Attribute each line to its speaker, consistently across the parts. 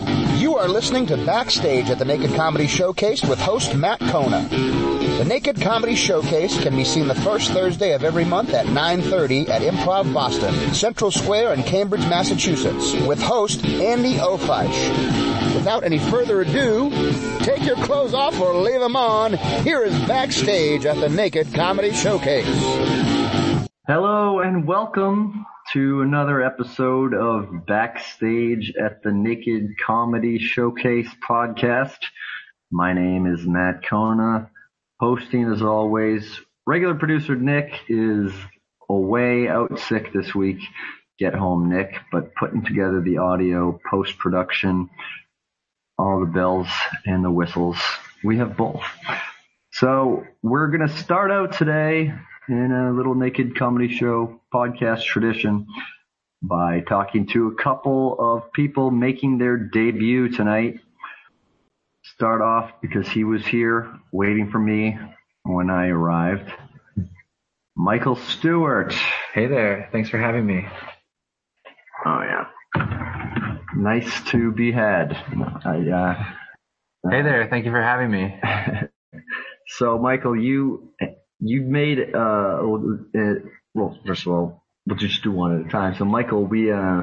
Speaker 1: are listening to Backstage at the Naked Comedy Showcase with host Matt Kona. The Naked Comedy Showcase can be seen the first Thursday of every month at 9.30 at Improv Boston, Central Square in Cambridge, Massachusetts, with host Andy Ofeisch. Without any further ado, take your clothes off or leave them on. Here is Backstage at the Naked Comedy Showcase.
Speaker 2: Hello and welcome to another episode of Backstage at the Naked Comedy Showcase podcast. My name is Matt Kona. Hosting as always, regular producer Nick is away out sick this week. Get home, Nick, but putting together the audio post production, all the bells and the whistles. We have both. So we're going to start out today in a little naked comedy show podcast tradition by talking to a couple of people making their debut tonight. Start off because he was here waiting for me when I arrived. Michael Stewart.
Speaker 3: Hey there. Thanks for having me.
Speaker 2: Oh, yeah. Nice to be had. I, uh,
Speaker 3: hey there. Thank you for having me.
Speaker 2: so, Michael, you you made uh, well first of all we'll just do one at a time so michael we uh,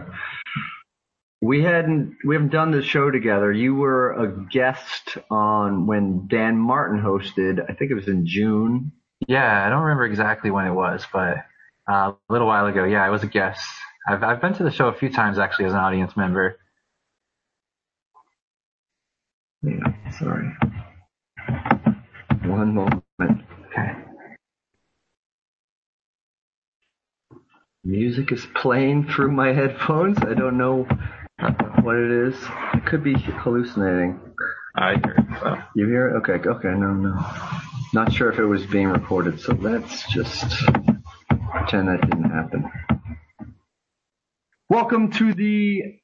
Speaker 2: we hadn't we haven't done this show together you were a guest on when dan martin hosted i think it was in june
Speaker 3: yeah i don't remember exactly when it was but uh, a little while ago yeah i was a guest I've, I've been to the show a few times actually as an audience member
Speaker 2: yeah sorry one moment okay music is playing through my headphones. I don't know what it is. It could be hallucinating.
Speaker 3: I hear it. So.
Speaker 2: You hear it? Okay. Okay. No, no. Not sure if it was being recorded, so let's just pretend that didn't happen. Welcome to the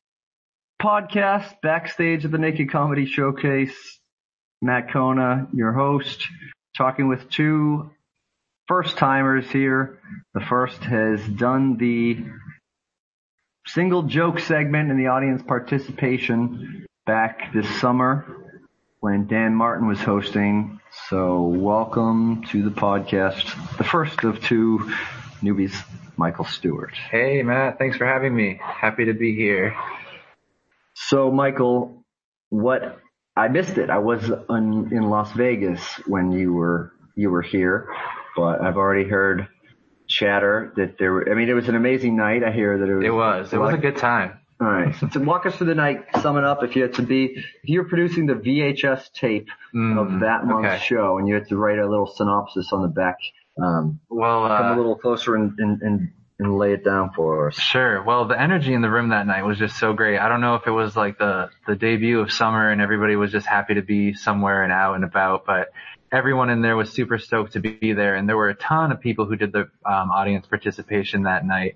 Speaker 2: podcast backstage of the Naked Comedy Showcase. Matt Kona, your host, talking with two first timers here. The first has done the single joke segment in the audience participation back this summer when Dan Martin was hosting. So, welcome to the podcast, the first of two newbies, Michael Stewart.
Speaker 3: Hey, Matt. Thanks for having me. Happy to be here.
Speaker 2: So, Michael, what I missed it. I was on, in Las Vegas when you were you were here but I've already heard chatter that there were, I mean, it was an amazing night. I hear that it was.
Speaker 3: It was. It was like, a good time.
Speaker 2: All right. So to walk us through the night, sum it up. If you had to be, if you were producing the VHS tape mm, of that month's okay. show and you had to write a little synopsis on the back, um,
Speaker 3: well, uh,
Speaker 2: come a little closer and, and, and, and lay it down for us.
Speaker 3: Sure. Well, the energy in the room that night was just so great. I don't know if it was like the, the debut of summer and everybody was just happy to be somewhere and out and about, but everyone in there was super stoked to be there, and there were a ton of people who did the um, audience participation that night,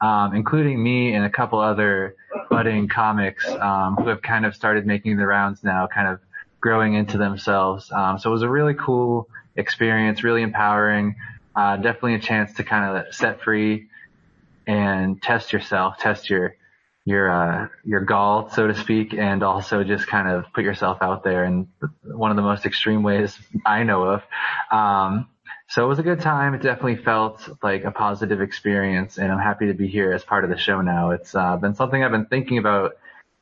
Speaker 3: um, including me and a couple other budding comics um, who have kind of started making the rounds now, kind of growing into themselves. Um, so it was a really cool experience, really empowering, uh, definitely a chance to kind of set free and test yourself, test your your uh, your gall, so to speak, and also just kind of put yourself out there in one of the most extreme ways I know of. Um, so it was a good time. It definitely felt like a positive experience, and I'm happy to be here as part of the show now. It's uh, been something I've been thinking about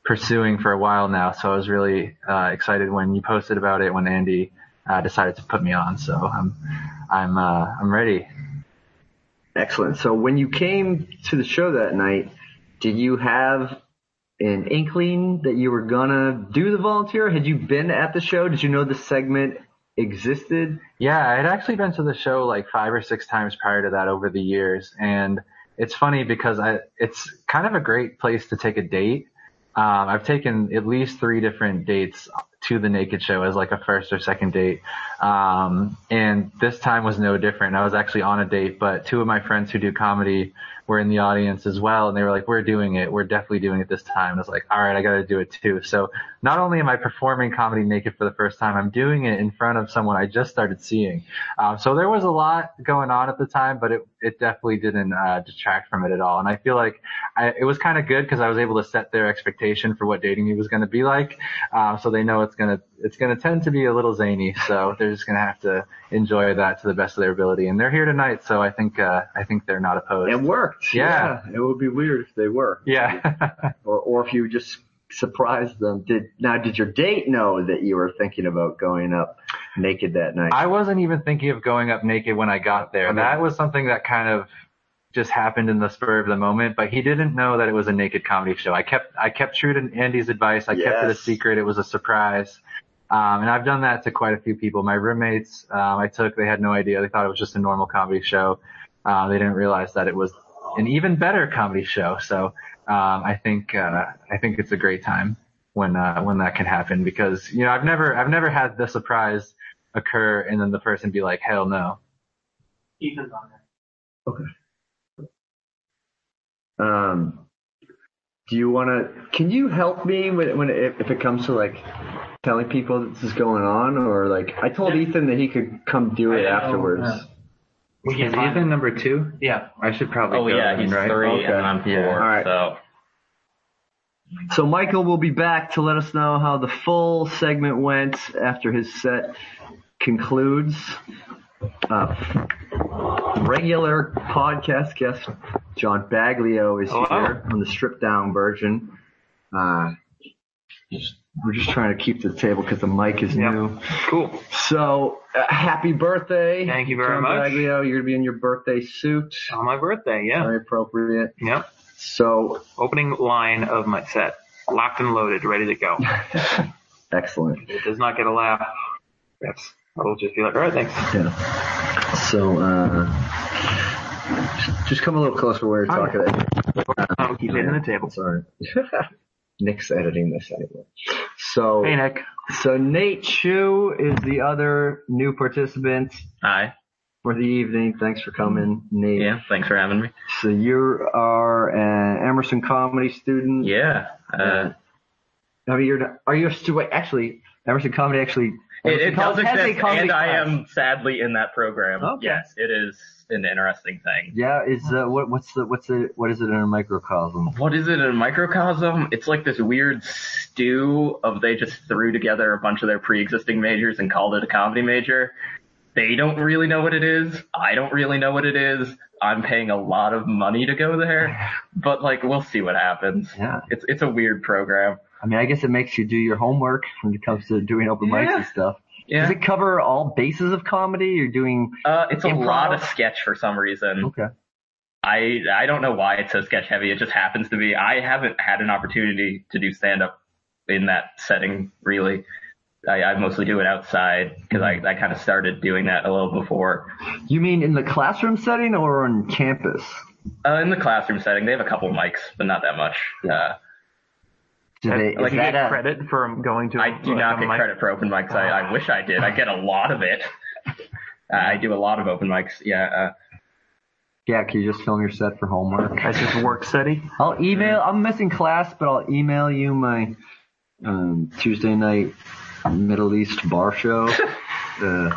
Speaker 3: pursuing for a while now, so I was really uh, excited when you posted about it when Andy uh, decided to put me on. So I'm I'm uh, I'm ready.
Speaker 2: Excellent. So when you came to the show that night did you have an inkling that you were gonna do the volunteer? Had you been at the show? Did you know the segment existed?
Speaker 3: Yeah, I had actually been to the show like five or six times prior to that over the years, and it's funny because I it's kind of a great place to take a date. Um, I've taken at least three different dates to the naked show as like a first or second date. Um, and this time was no different. I was actually on a date, but two of my friends who do comedy were in the audience as well. And they were like, we're doing it. We're definitely doing it this time. And I was like, all right, I got to do it too. So not only am I performing comedy naked for the first time, I'm doing it in front of someone I just started seeing. Um, so there was a lot going on at the time, but it, it definitely didn't uh, detract from it at all. And I feel like I, it was kind of good because I was able to set their expectation for what dating me was going to be like. Um, so they know it's going to, it's going to tend to be a little zany. So they're just going to have to enjoy that to the best of their ability. And they're here tonight. So I think, uh, I think they're not opposed.
Speaker 2: It worked.
Speaker 3: Yeah.
Speaker 2: It would be weird if they were.
Speaker 3: yeah.
Speaker 2: Or, or if you just surprised them. Did now? Did your date know that you were thinking about going up naked that night?
Speaker 3: I wasn't even thinking of going up naked when I got there.
Speaker 2: Okay.
Speaker 3: That was something that kind of just happened in the spur of the moment, but he didn't know that it was a naked comedy show. I kept, I kept true to Andy's advice. I kept it a
Speaker 2: Yes.
Speaker 3: secret. It was a surprise. Um, and I've done that to quite a few people. My roommates, um, I took, they had no idea. They thought it was just a normal comedy show. Uh, they didn't realize that it was an even better comedy show. So, um, I think, uh, I think it's a great time when, uh, when that can happen because, you know, I've never, I've never had the surprise occur and then the person be like, hell no.
Speaker 4: Ethan's on there.
Speaker 2: Um, do you want to? Can you help me when when if, if it comes to like telling people that this is going on, or like I told
Speaker 4: Yeah.
Speaker 2: Ethan that he could come do it
Speaker 4: I know,
Speaker 2: afterwards.
Speaker 4: uh, We
Speaker 3: Is
Speaker 4: can find
Speaker 3: Ethan number two?
Speaker 4: Yeah.
Speaker 3: I should probably
Speaker 5: Oh
Speaker 3: go
Speaker 5: yeah,
Speaker 3: then,
Speaker 5: he's
Speaker 3: right?
Speaker 5: three
Speaker 2: Okay.
Speaker 5: and I'm four.
Speaker 3: Yeah.
Speaker 2: All right.
Speaker 5: So
Speaker 2: So Michael will be back to let us know how the full segment went after his set concludes. Uh, regular podcast guest John Baglio is
Speaker 4: Hello.
Speaker 2: here on the stripped down version. Uh, just- we're just trying to keep the table because the mic is
Speaker 4: Yep.
Speaker 2: new.
Speaker 4: Cool.
Speaker 2: So uh, happy birthday!
Speaker 4: Thank you very
Speaker 2: John
Speaker 4: much.
Speaker 2: Baglio. You're gonna be in your birthday suit.
Speaker 4: On my birthday. Yeah.
Speaker 2: Very appropriate.
Speaker 4: Yep.
Speaker 2: So
Speaker 4: Opening line of my set. Locked and loaded, ready to go.
Speaker 2: excellent.
Speaker 4: It does not get a laugh. That's. I'll just be like, all right, thanks.
Speaker 2: Yeah. So, uh, just come a little closer where you're
Speaker 4: Hi.
Speaker 2: talking.
Speaker 4: Um, keep hitting the table.
Speaker 2: Sorry. Nick's editing this anyway. So,
Speaker 4: Hey, Nick.
Speaker 2: so Nate Chu is the other new participant
Speaker 5: hi.
Speaker 2: for the evening. Thanks for coming, Nate.
Speaker 5: Yeah, thanks for having me.
Speaker 2: So you are an Emerson comedy student.
Speaker 5: Yeah. Uh,
Speaker 2: I mean, you're are you a student? Actually, Emerson comedy actually.
Speaker 5: it,
Speaker 2: Emerson
Speaker 5: it does
Speaker 2: College has a
Speaker 5: exist,
Speaker 2: comedy
Speaker 5: and I
Speaker 2: class.
Speaker 5: am sadly in that program.
Speaker 2: Okay.
Speaker 5: Yes, it is an interesting thing.
Speaker 2: Yeah, is uh, what what's the what's the what is it in a microcosm?
Speaker 5: What is it in a microcosm? It's like this weird stew of they just threw together a bunch of their pre-existing majors and called it a comedy major. They don't really know what it is. I don't really know what it is. I'm paying a lot of money to go there, but like we'll see what happens.
Speaker 2: Yeah.
Speaker 5: It's it's a weird program.
Speaker 2: I mean, I guess it makcs you do your homework when it comes to doing open mics
Speaker 5: Yeah.
Speaker 2: and stuff.
Speaker 5: Yeah.
Speaker 2: Does it cover all bases of comedy? You're doing
Speaker 5: Uh, it's a
Speaker 2: Improv?
Speaker 5: lot of sketch for some reason.
Speaker 2: okay.
Speaker 5: I I don't know why it's so sketch heavy. It just happens to be. I haven't had an opportunity to do stand up in that setting really. I, I mostly do it outside because I, I kind of started doing that a little before.
Speaker 2: You mean in the classroom setting or on campus?
Speaker 5: Uh, in the classroom setting, they have a couple mics, but not that much. Uh,
Speaker 2: Do they,
Speaker 4: like
Speaker 2: is
Speaker 4: you
Speaker 2: that
Speaker 4: get
Speaker 2: a,
Speaker 4: credit for going to.
Speaker 5: I do not get credit for open mics. I, I wish I did. I get a lot of it. Uh, I do a lot of open mics. Yeah. Uh,
Speaker 2: yeah, can you just film your set for homework?
Speaker 4: That's just work study.
Speaker 2: I'll email. I'm missing class, but I'll email you my um, Tuesday night Middle East bar show. uh,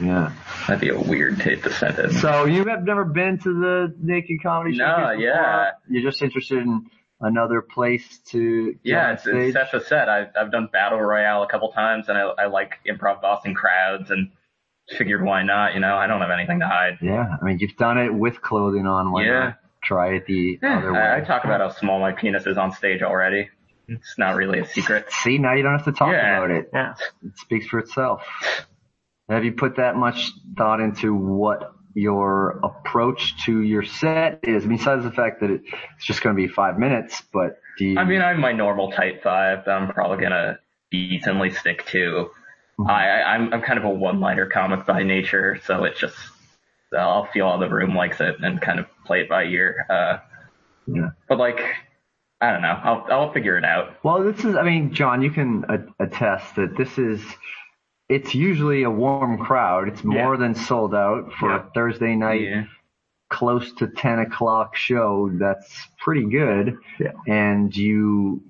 Speaker 2: yeah.
Speaker 5: that'd be a weird tape to send in.
Speaker 2: So you have never been to the Naked Comedy Show?
Speaker 5: No, yeah.
Speaker 2: You're just interested in another place to get
Speaker 5: Yeah,
Speaker 2: on
Speaker 5: it's,
Speaker 2: stage?
Speaker 5: it's that's a set. I've I've done battle royale a couple times, and I I like improv Boston crowds, and figured why not? You know, I don't have anything to hide.
Speaker 2: Yeah, I mean, you've done it with clothing on. Why
Speaker 5: Yeah.
Speaker 2: not try it the other way?
Speaker 5: I, I talk about how small my penis is on stage already. It's not really a secret.
Speaker 2: See, now you don't have to talk
Speaker 5: Yeah.
Speaker 2: about it.
Speaker 4: Yeah.
Speaker 2: It speaks for itself. Have you put that much thought into what your approach to your set is? Besides the fact that it's just going to be five minutes, but do you?
Speaker 5: I mean, I'm my normal type five that I'm probably gonna decently stick to.
Speaker 2: Mm-hmm.
Speaker 5: I, I I'm I'm kind of a one-liner comic by nature, so it just I'll feel how the room likes it and kind of play it by ear. Uh,
Speaker 2: Yeah.
Speaker 5: But like, I don't know. I'll I'll figure it out.
Speaker 2: Well, this is, I mean, John, you can a- attest that this is, it's usually a warm crowd. It's more than sold out for
Speaker 3: Yeah.
Speaker 2: a Thursday night,
Speaker 5: Yeah.
Speaker 2: close to 10 o'clock show. That's pretty good.
Speaker 3: Yeah.
Speaker 2: And you,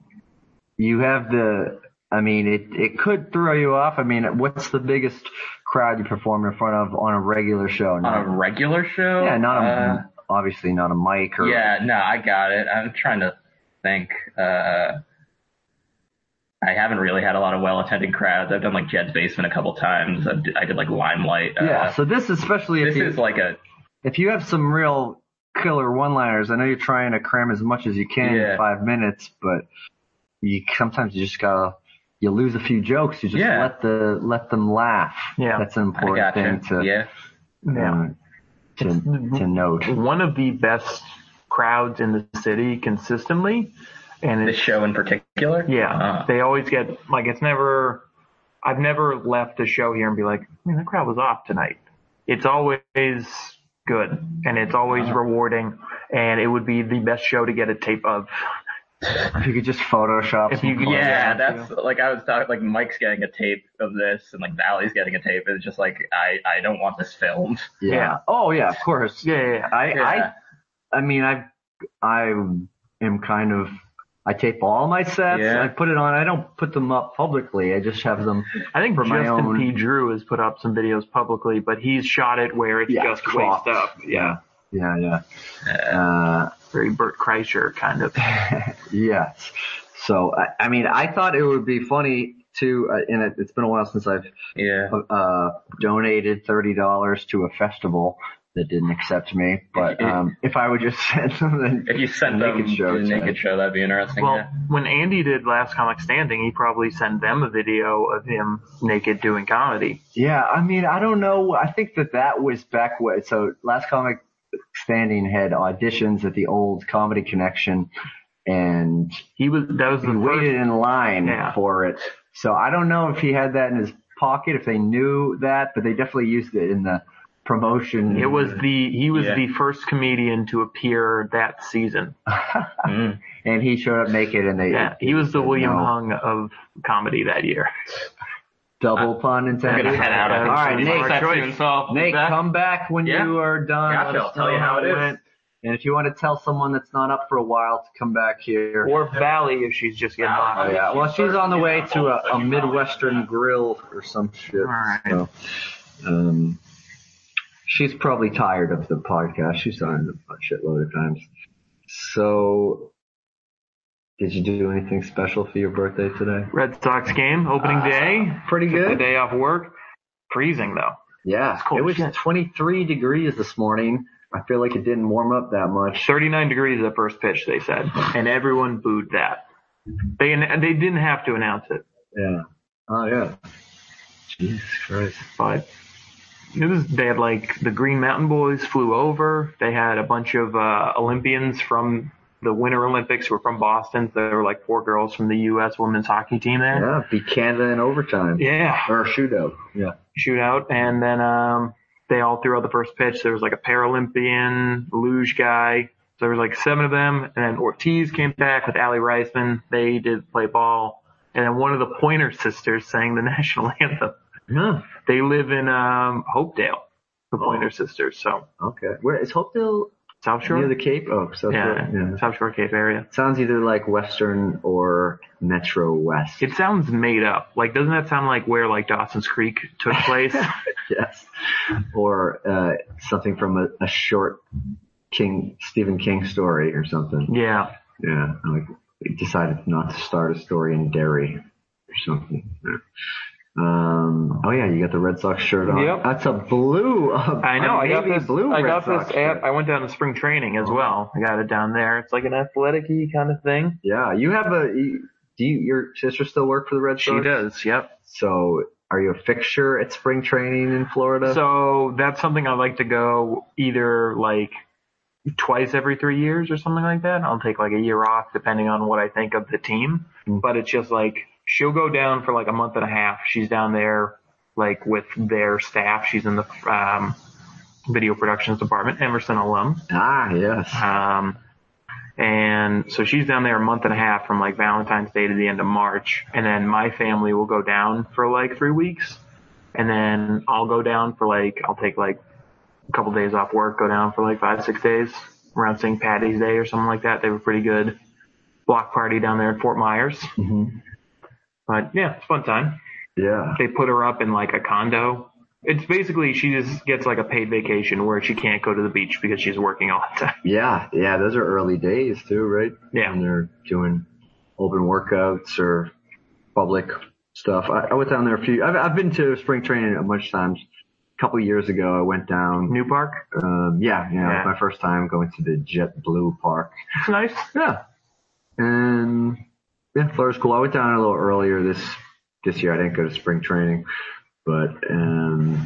Speaker 2: you have the, I mean, it, it could throw you off. I mean, what's the biggest crowd you perform in front of on a regular show?
Speaker 5: On a regular show?
Speaker 2: Mm. yeah, not
Speaker 5: Uh,
Speaker 2: a, obviously not a mic or
Speaker 5: Yeah, no, I got it. I'm trying to think. Uh, I haven't really had a lot of well-attended crowds. I've done like Jed's Basement a couple times. I did, I did like Limelight. Uh,
Speaker 2: Yeah, so this especially if
Speaker 5: this
Speaker 2: you,
Speaker 5: is like a
Speaker 2: if you have some real killer one-liners, I know you're trying to cram as much as you can in
Speaker 5: Yeah.
Speaker 2: five minutes, but you sometimes you just gotta you lose a few jokes. You just
Speaker 5: Yeah.
Speaker 2: let the let them laugh.
Speaker 3: Yeah.
Speaker 2: that's an
Speaker 5: I
Speaker 2: important
Speaker 5: gotcha.
Speaker 2: thing to
Speaker 5: yeah.
Speaker 2: um, to, to note.
Speaker 6: one of the best crowds in the city consistently, and
Speaker 5: This
Speaker 6: it's
Speaker 5: show in particular.
Speaker 6: yeah,
Speaker 5: Uh,
Speaker 6: they always get like it's never. I've never left a show here and be like, man, the crowd was off tonight. It's always good and it's always
Speaker 2: Uh-huh.
Speaker 6: rewarding, and it would be the best show to get a tape of.
Speaker 2: If you could just Photoshop.
Speaker 6: If you
Speaker 2: some
Speaker 6: could-
Speaker 2: photos.
Speaker 5: yeah,
Speaker 6: yeah,
Speaker 5: that's like I was talking. Like Mike's getting a tape of this, and like Valley's getting a tape. It's just like I I don't want this filmed.
Speaker 2: yeah.
Speaker 6: yeah.
Speaker 2: Oh yeah, of course.
Speaker 6: Yeah, yeah, yeah.
Speaker 2: I
Speaker 5: Yeah.
Speaker 2: I I mean I I am kind of I tape all my sets.
Speaker 5: Yeah.
Speaker 2: I put it on. I don't put them up publicly. I just have them
Speaker 6: I think
Speaker 2: For my
Speaker 6: Justin
Speaker 2: own-
Speaker 6: P. Drew has put up some videos publicly, but he's shot it where it's
Speaker 2: Yeah,
Speaker 6: just
Speaker 2: cropped.
Speaker 6: cropped up. Yeah,
Speaker 2: Yeah, yeah. Uh,
Speaker 6: very Burt Kreischer kind of.
Speaker 2: yes. So, I, I mean, I thought it would be funny to, uh, and it, it's been a while since I've
Speaker 5: Yeah.
Speaker 2: uh, donated thirty dollars to a festival that didn't accept me. But um, if I would just send them, then
Speaker 5: If you sent
Speaker 2: The
Speaker 5: them
Speaker 2: Naked Show,
Speaker 5: to the
Speaker 2: yeah.
Speaker 5: naked show, that'd be interesting.
Speaker 6: Well,
Speaker 5: yeah.
Speaker 6: when Andy did Last Comic Standing, he probably sent them a video of him naked doing comedy.
Speaker 2: yeah, I mean, I don't know. I think that that was back when. So, last comic standing had auditions at the old Comedy Connection, and
Speaker 6: He was that was the
Speaker 2: he waited
Speaker 6: first.
Speaker 2: in line
Speaker 6: Yeah.
Speaker 2: for it. So I don't know if he had that in his pocket, if they knew that, but they definitely used it in the promotion.
Speaker 6: It was the he was
Speaker 5: Yeah.
Speaker 6: the first comedian to appear that season.
Speaker 5: Mm.
Speaker 2: and he showed up naked, and they
Speaker 6: Yeah, he was the
Speaker 2: No.
Speaker 6: William Hung of comedy that year.
Speaker 2: double pun intended.
Speaker 5: gonna head out. I
Speaker 2: All
Speaker 5: think
Speaker 2: right,
Speaker 5: somebody's
Speaker 2: Nate,
Speaker 5: That's
Speaker 6: Detroit.
Speaker 5: even solved.
Speaker 2: Nate,
Speaker 5: Back.
Speaker 2: come back when
Speaker 5: Yeah.
Speaker 2: you are done.
Speaker 5: Gotcha,
Speaker 2: Let us
Speaker 5: I'll tell
Speaker 2: know
Speaker 5: you how it is.
Speaker 2: went. And if you want to tell someone that's not up for a while to come back here,
Speaker 6: Or Valley if she's just getting
Speaker 5: Valley.
Speaker 6: on.
Speaker 2: Oh, yeah. Well, she's on the way to a, a Midwestern grill or some shit.
Speaker 6: Alright.
Speaker 2: So, um, she's probably tired of the podcast. She's on it a shitload of times. So, did you do anything special for your birthday today?
Speaker 6: Red Sox game, opening day.
Speaker 2: Pretty
Speaker 6: The
Speaker 2: good.
Speaker 6: day off work. Freezing though.
Speaker 2: Yeah.
Speaker 6: cold
Speaker 2: It was
Speaker 6: shit.
Speaker 2: 23 degrees this morning. I feel like it didn't warm up that much.
Speaker 6: 39 degrees at first pitch, they said, and everyone booed that. They they didn't have to announce it,
Speaker 2: Yeah. Oh, yeah. Jesus Christ.
Speaker 6: but it was they had like the Green Mountain Boys flew over. They had a bunch of uh, Olympians from the Winter Olympics who were from Boston. So there were like four girls from the U.S. women's hockey team there.
Speaker 2: Yeah. Beat Canada in overtime.
Speaker 6: Yeah,
Speaker 2: Or shootout. Yeah.
Speaker 6: shootout, and then um, they all threw out the first pitch. There was like a Paralympian luge guy. So there was like seven of them, and then Ortiz came back with Allie Reisman. They did play ball, and then one of the Pointer sisters sang the national anthem.
Speaker 2: Yeah.
Speaker 6: They live in um, Hopedale, the Pointer sisters. So
Speaker 2: Okay. Where is Hopedale
Speaker 6: South Shore,
Speaker 2: near the Cape? Oh, so
Speaker 6: yeah,
Speaker 2: yeah. yeah.
Speaker 6: South Shore Cape area.
Speaker 2: Sounds either like Western or Metro West.
Speaker 6: It sounds made up. Like, doesn't that sound like where like Dawson's Creek took place?
Speaker 2: yes. Or uh, something from a, a short King Stephen King story or something.
Speaker 6: yeah.
Speaker 2: Yeah. I Like we decided not to start a story in Derry or something. Yeah. Um, oh yeah, you got the Red Sox shirt on.
Speaker 6: Yep.
Speaker 2: That's a blue. a
Speaker 6: I know. I got
Speaker 2: navy
Speaker 6: this.
Speaker 2: blue.
Speaker 6: I
Speaker 2: Red
Speaker 6: got
Speaker 2: Sox
Speaker 6: this
Speaker 2: shirt.
Speaker 6: app. I went down to spring training as well. I got it down there. It's like an athleticy kind of thing.
Speaker 2: Yeah. You have a. you- Do you, your sister still work for the Red Sox?
Speaker 6: She does. Yep.
Speaker 2: So are you a fixture at spring training in Florida?
Speaker 6: So that's something I like to go either like twice every three years or something like that. I'll take like a year off depending on what I think of the team.
Speaker 2: Mm.
Speaker 6: But it's just like she'll go down for like a month and a half. She's down there like with their staff. She's in the um, video productions department, Emerson alum.
Speaker 2: ah, yes.
Speaker 6: Um, And so she's down there a month and a half from like Valentine's Day to the end of March. And then my family will go down for like three weeks. And then I'll go down for like, I'll take like a couple days off work, go down for like five, six days around St. Patty's Day or something like that. They were pretty good. Block party down there in Fort Myers.
Speaker 2: Mhm.
Speaker 6: But yeah, it's a fun time.
Speaker 2: Yeah.
Speaker 6: They put her up in like a condo. It's basically she just gets like a paid vacation where she can't go to the beach because she's working all the time.
Speaker 2: Yeah. Yeah. Those are early days too, right?
Speaker 6: Yeah.
Speaker 2: When they're doing open workouts or public stuff. I, I went down there a few, I've, I've been to spring training a bunch of times. A couple years ago, I went down.
Speaker 6: New Park.
Speaker 2: Um, yeah, yeah,
Speaker 6: Yeah.
Speaker 2: It was my first time going to the JetBlue Park.
Speaker 6: It's nice.
Speaker 2: Yeah. And yeah, Florida's cool. I went down a little earlier this this year. I didn't go to spring training, but um,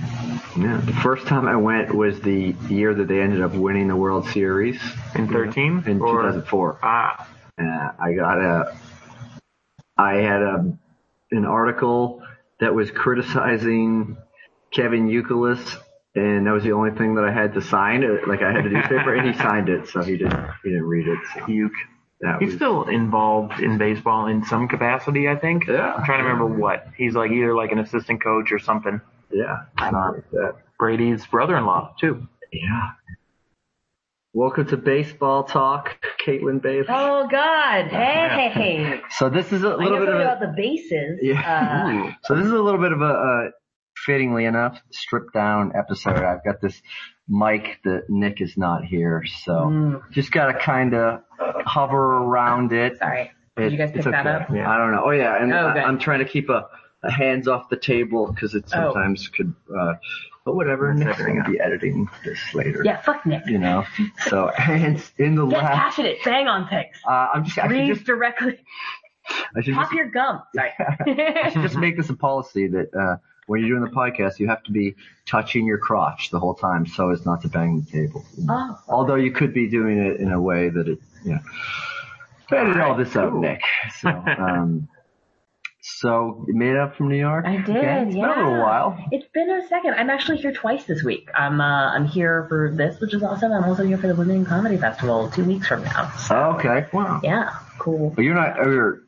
Speaker 2: yeah, the first time I went was the year that they ended up winning the World Series
Speaker 6: In 13?
Speaker 2: in
Speaker 6: Or-
Speaker 2: 2004.
Speaker 6: Ah,
Speaker 2: Uh, I got a, I had a, an article that was criticizing Kevin Euclid, and that was the only thing that I had to sign. Uh, Like I had the newspaper, and he signed it, so he didn't, he didn't read it. So
Speaker 6: Uke.
Speaker 2: that
Speaker 6: He's
Speaker 2: was,
Speaker 6: still involved in baseball in some capacity, I think.
Speaker 2: Yeah.
Speaker 6: I'm trying to remember what. He's like either like an assistant coach or something.
Speaker 2: yeah, something like that.
Speaker 6: Brady's brother-in-law too.
Speaker 2: Yeah. Welcome to baseball talk, Caitlin Bates.
Speaker 7: Oh God! Hey,
Speaker 2: So this is a
Speaker 7: I
Speaker 2: little
Speaker 7: never
Speaker 2: bit of
Speaker 7: heard
Speaker 2: a,
Speaker 7: about the bases.
Speaker 2: Yeah.
Speaker 7: Uh,
Speaker 2: So this is a little bit of a, uh fittingly enough, stripped down episode. I've got this mic that Nick is not here, so
Speaker 7: Hmm.
Speaker 2: just gotta kind of hover around it.
Speaker 7: sorry.
Speaker 2: It-
Speaker 7: Did you guys
Speaker 2: it's
Speaker 7: pick that
Speaker 2: okay.
Speaker 7: up?
Speaker 6: Yeah.
Speaker 2: I don't know. Oh yeah, and
Speaker 7: Oh,
Speaker 2: I,
Speaker 7: good.
Speaker 2: I'm trying to keep a, a hands off the table because it
Speaker 7: Oh.
Speaker 2: sometimes could. Uh, but whatever, Nick's gonna be editing this later.
Speaker 7: Yeah, fuck Nick.
Speaker 2: You know, so hands in the
Speaker 7: Get
Speaker 2: last.
Speaker 7: passionate. Bang on things.
Speaker 2: Uh, I'm just. I should
Speaker 7: Breathe
Speaker 2: just.
Speaker 7: directly.
Speaker 2: I should
Speaker 7: Pop
Speaker 2: just
Speaker 7: your uh-huh. gum. Sorry.
Speaker 2: just make this a policy that uh, when you're doing the podcast, you have to be touching your crotch the whole time so as not to bang the table.
Speaker 7: oh,
Speaker 2: Although you could be doing it in a way that it, you know, edit all this out, Nick. So, um, so you made up from New York.
Speaker 7: I did.
Speaker 2: Again? It's
Speaker 7: yeah.
Speaker 2: been a little while.
Speaker 7: It's been a second. I'm actually here twice this week. I'm uh, I'm here for this, which is awesome. I'm also here for the Women in Comedy Festival two weeks from now. So,
Speaker 2: okay. Wow.
Speaker 7: yeah, cool.
Speaker 2: But you're not. oh, You're,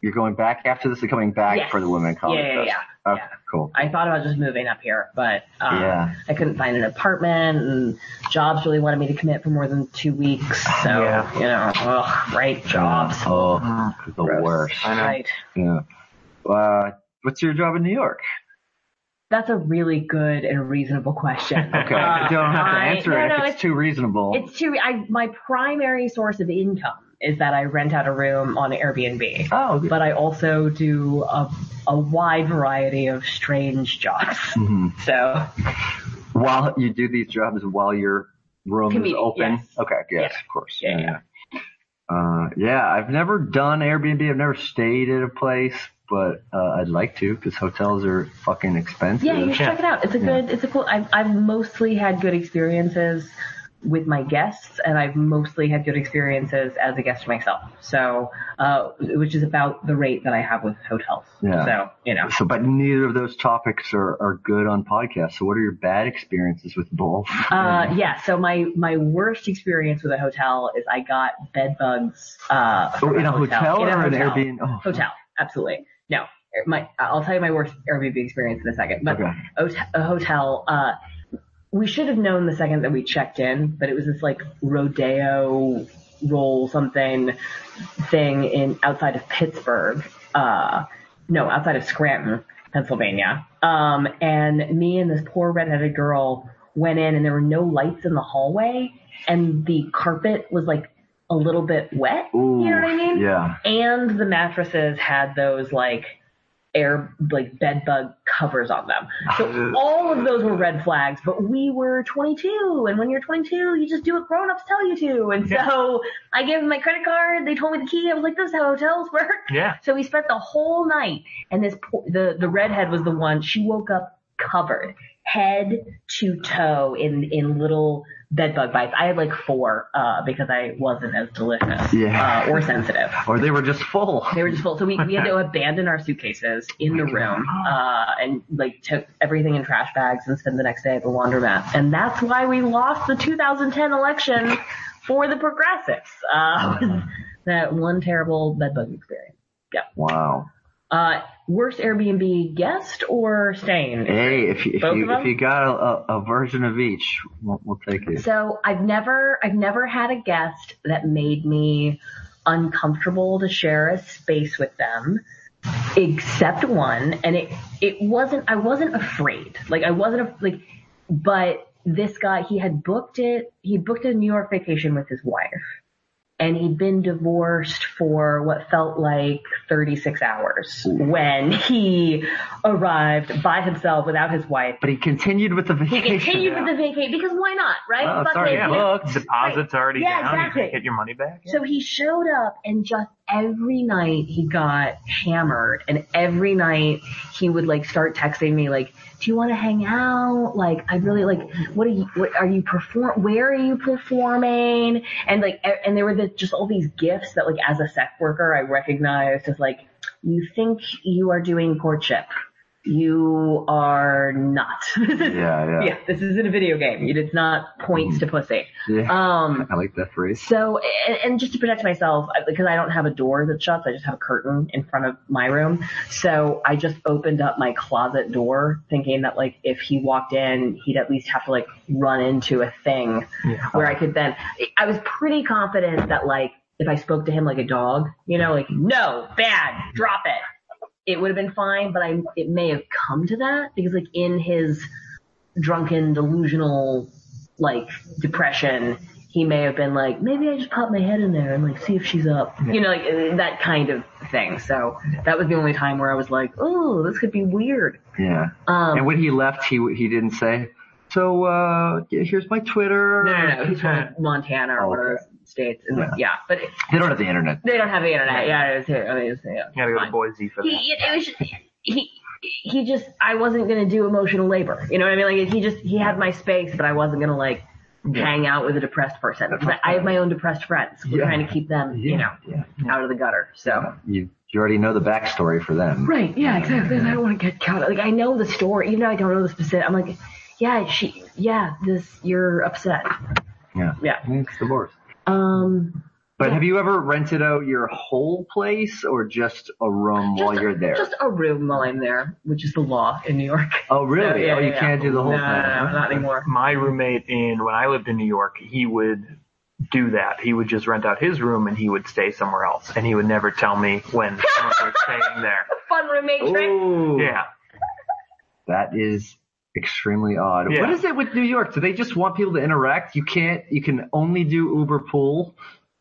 Speaker 2: you're going back after this and coming back
Speaker 7: Yes.
Speaker 2: for the women
Speaker 7: Yeah,
Speaker 2: college.
Speaker 7: yeah, yeah.
Speaker 2: Okay, cool.
Speaker 7: I thought about just moving up here, but uh,
Speaker 2: Yeah.
Speaker 7: I couldn't find an apartment, and jobs really wanted me to commit for more than two weeks. So
Speaker 6: Yeah.
Speaker 7: you know, ugh, right jobs. Ah.
Speaker 2: Oh, the
Speaker 7: Gross.
Speaker 2: worst.
Speaker 7: Right.
Speaker 2: Yeah. Uh, what's your job in New York?
Speaker 7: That's a really good and reasonable question.
Speaker 2: Okay.
Speaker 7: Uh,
Speaker 2: you don't have to
Speaker 7: I-
Speaker 2: answer
Speaker 7: no,
Speaker 2: it
Speaker 7: no,
Speaker 2: if it's,
Speaker 7: it's-
Speaker 2: too reasonable.
Speaker 7: It's too. I my primary source of income is that I rent out a room on Airbnb.
Speaker 2: oh, good.
Speaker 7: but I also do a, a wide variety of strange jobs.
Speaker 2: Mhm.
Speaker 7: So
Speaker 2: while you do these jobs while your room is
Speaker 7: Comedian,
Speaker 2: open.
Speaker 7: yes.
Speaker 2: Okay. Yes,
Speaker 7: Yeah.
Speaker 2: of course.
Speaker 7: Yeah, yeah.
Speaker 2: Uh, yeah, I've never done Airbnb. I've never stayed at a place, but uh, I'd like to because hotels are fucking expensive.
Speaker 7: yeah, you should check it out. It's a
Speaker 2: Yeah.
Speaker 7: good. It's a cool. I've I've mostly had good experiences with my guests, and I've mostly had good experiences as a guest myself. So, uh, which is about the rate that I have with hotels.
Speaker 2: Yeah.
Speaker 7: So you know.
Speaker 2: So, but neither of those topics are, are good on podcasts. So, what are your bad experiences with both?
Speaker 7: Uh, yeah. So my my worst experience with a hotel is I got bed bugs. Uh,
Speaker 2: Oh,
Speaker 7: from
Speaker 2: in a hotel
Speaker 7: In a
Speaker 2: or an
Speaker 7: hotel.
Speaker 2: Airbnb? Oh,
Speaker 7: Hotel, absolutely. No, er, my I'll tell you my worst Airbnb experience in a second. But
Speaker 2: Okay.
Speaker 7: hot- a hotel, uh, we should have known the second that we checked in, but it was this like rodeo roll something thing in outside of Pittsburgh. Uh, no, outside of Scranton, Pennsylvania. Um, and me and this poor redheaded girl went in, and there were no lights in the hallway, and the carpet was like a little bit wet.
Speaker 2: Ooh,
Speaker 7: you know what I mean?
Speaker 2: Yeah.
Speaker 7: and the mattresses had those like air like bed bug covers on them. So all of those were red flags, but we were 22 and when you're 22, you just do what grown-ups tell you to. And so I gave them my credit card, they told me the key. I was like, this is how hotels work.
Speaker 6: Yeah.
Speaker 7: So we spent the whole night and this po- the the redhead was the one she woke up covered head to toe in in little bed bug bites. I had like four uh because I wasn't as delicious
Speaker 2: Yeah.
Speaker 7: uh, or sensitive.
Speaker 2: Or they were just full.
Speaker 7: They were just full. So we, we had to abandon our suitcases in the room, uh, and like took everything in trash bags and spent the next day at the laundromat. And that's why we lost the 2010 election for the progressives. Uh, was that one terrible bedbug experience.
Speaker 2: Wow.
Speaker 7: Uh, worst Airbnb guest or staying?
Speaker 2: Hey, if you, if
Speaker 7: Both of
Speaker 2: you,
Speaker 7: them?
Speaker 2: if you got a, a, a version of each, we'll, we'll take it.
Speaker 7: So I've never I've never had a guest that made me uncomfortable to share a space with them except one and it it wasn't I wasn't afraid. Like I wasn't af- like but this guy he had booked it he booked a New York vacation with his wife and he'd been divorced for what felt like 36 hours when he arrived by himself without his wife
Speaker 2: But he continued with the
Speaker 7: he
Speaker 2: vacation.
Speaker 7: continued with the vacate because why not, right?
Speaker 2: Oh,
Speaker 7: Fuck
Speaker 2: sorry,
Speaker 7: it,
Speaker 2: yeah,
Speaker 7: you know.
Speaker 6: Deposit's already
Speaker 7: Yeah,
Speaker 6: down. You
Speaker 7: exactly.
Speaker 6: can get your money back.
Speaker 7: So he showed up and just every night he got hammered and every night he would like start texting me like, do you want to hang out? Like, I really like, what are you, what are you perform, where are you performing? And like, e- and there were the, just all these gifts that like as a sex worker, I recognized as like, you think you are doing courtship. You are not.
Speaker 2: yeah, yeah.
Speaker 7: yeah, this isn't a video game. It is not points to pussy.
Speaker 2: Yeah.
Speaker 7: Um,
Speaker 2: I like that phrase.
Speaker 7: so, and, and just to protect myself, I- because I don't have a door that shuts, I just have a curtain in front of my room. So I just opened up my closet door thinking that like if he walked in, he'd at least have to like run into a thing where I could then, I was pretty confident that like if I spoke to him like a dog, you know, like no, bad, drop it. It would have been fine, but I, it may have come to that because like in his drunken, delusional like depression, he may have been like, maybe I just pop my head in there and like see if she's up, you know, like uh, that kind of thing. So that was the only time where I was like, oh, this could be weird.
Speaker 2: Yeah.
Speaker 7: Um,
Speaker 2: and when he left, he he didn't say. So uh, here's my Twitter.
Speaker 7: no, no, no, he's from
Speaker 6: Oh,
Speaker 7: like, Montana or one of those states, and like, yeah, but it-
Speaker 2: They don't have the internet.
Speaker 7: they don't have the internet. Yeah, it was, I mean, it's, yeah,
Speaker 6: You gotta go
Speaker 7: fine.
Speaker 6: to Boise for that.
Speaker 7: he, it, it was just, he, he just, I wasn't gonna do emotional labor. You know what I mean? Like he just, he had my space, but I wasn't gonna like hang out with a depressed person. 'Cause I I have my own depressed friends. We're
Speaker 2: Yeah.
Speaker 7: trying to keep them, you know,
Speaker 2: Yeah.
Speaker 7: out of the gutter. So.
Speaker 2: You you already know the backstory for them.
Speaker 7: Right. Yeah. Exactly. And I don't want to get caught. Like I know the story, even though I don't know the specific. I'm like, yeah, she, yeah, this, you're upset.
Speaker 2: Yeah.
Speaker 7: Yeah.
Speaker 2: It's the worst.
Speaker 7: Um,
Speaker 2: But have you ever rented out your whole place or just a room
Speaker 7: just,
Speaker 2: while you're there?
Speaker 7: just a room while I'm there, which is the law in New York.
Speaker 2: oh, really?
Speaker 7: So, yeah,
Speaker 2: oh, you
Speaker 7: yeah,
Speaker 2: can't
Speaker 7: yeah.
Speaker 2: do the whole
Speaker 7: no,
Speaker 2: thing.
Speaker 7: No, no,
Speaker 2: huh?
Speaker 7: not anymore.
Speaker 6: My roommate in when I lived in New York, he would do that. He would just rent out his room and he would stay somewhere else, and he would never tell me when someone was staying there.
Speaker 7: Fun roommate
Speaker 2: Oh,
Speaker 7: trick.
Speaker 2: Ooh.
Speaker 6: Yeah,
Speaker 2: That is extremely odd.
Speaker 6: Yeah.
Speaker 2: What is it with New York? Do they just want people to interact? You can't. You can only do Uber pool.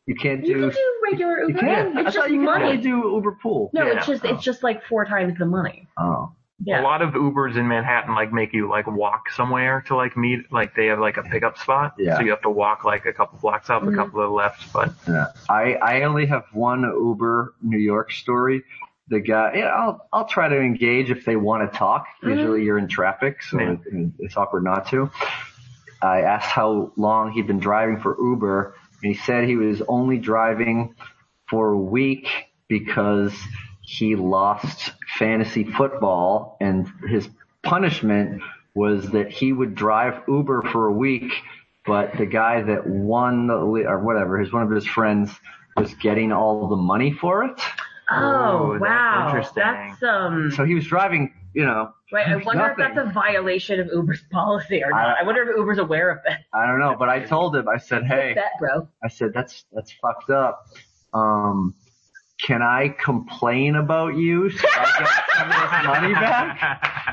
Speaker 2: You can't
Speaker 7: You
Speaker 2: do.
Speaker 7: can do regular
Speaker 2: you
Speaker 7: Uber.
Speaker 2: can't. I
Speaker 7: It's
Speaker 2: thought
Speaker 7: just
Speaker 2: you could only
Speaker 7: money.
Speaker 2: do Uber pool.
Speaker 7: No,
Speaker 6: Yeah.
Speaker 7: it's just it's just like four times the money.
Speaker 2: Oh.
Speaker 7: Yeah.
Speaker 6: a lot of Ubers in Manhattan like make you like walk somewhere to like meet. Like they have like a pickup spot,
Speaker 2: Yeah.
Speaker 6: so you have to walk like a couple blocks
Speaker 7: Mm-hmm.
Speaker 6: up, a couple to the left. But
Speaker 2: Yeah. I, I only have one Uber New York story. The guy, yeah, I'll, I'll try to engage if they want to talk.
Speaker 7: Mm-hmm.
Speaker 2: Usually you're in traffic, so
Speaker 6: Yeah.
Speaker 2: it- it's awkward not to. I asked how long he'd been driving for Uber, and he said he was only driving for a week because he lost fantasy football and his punishment was that he would drive Uber for a week, but the guy that won the, li- or whatever, his one of his friends was getting all the money for it.
Speaker 6: Ooh,
Speaker 7: Oh,
Speaker 6: that's
Speaker 7: wow.
Speaker 6: interesting.
Speaker 7: That's um.
Speaker 2: So he was driving, you know,
Speaker 7: Right. I wonder if
Speaker 2: Nothing.
Speaker 7: that's a violation of Uber's policy or not.
Speaker 2: I-
Speaker 7: I wonder if Uber's aware of that.
Speaker 2: I don't know, but I told him, I said, hey,
Speaker 7: Bet, bro.
Speaker 2: I said, that's, that's fucked up. Um, can I complain about you so I get some of this money back?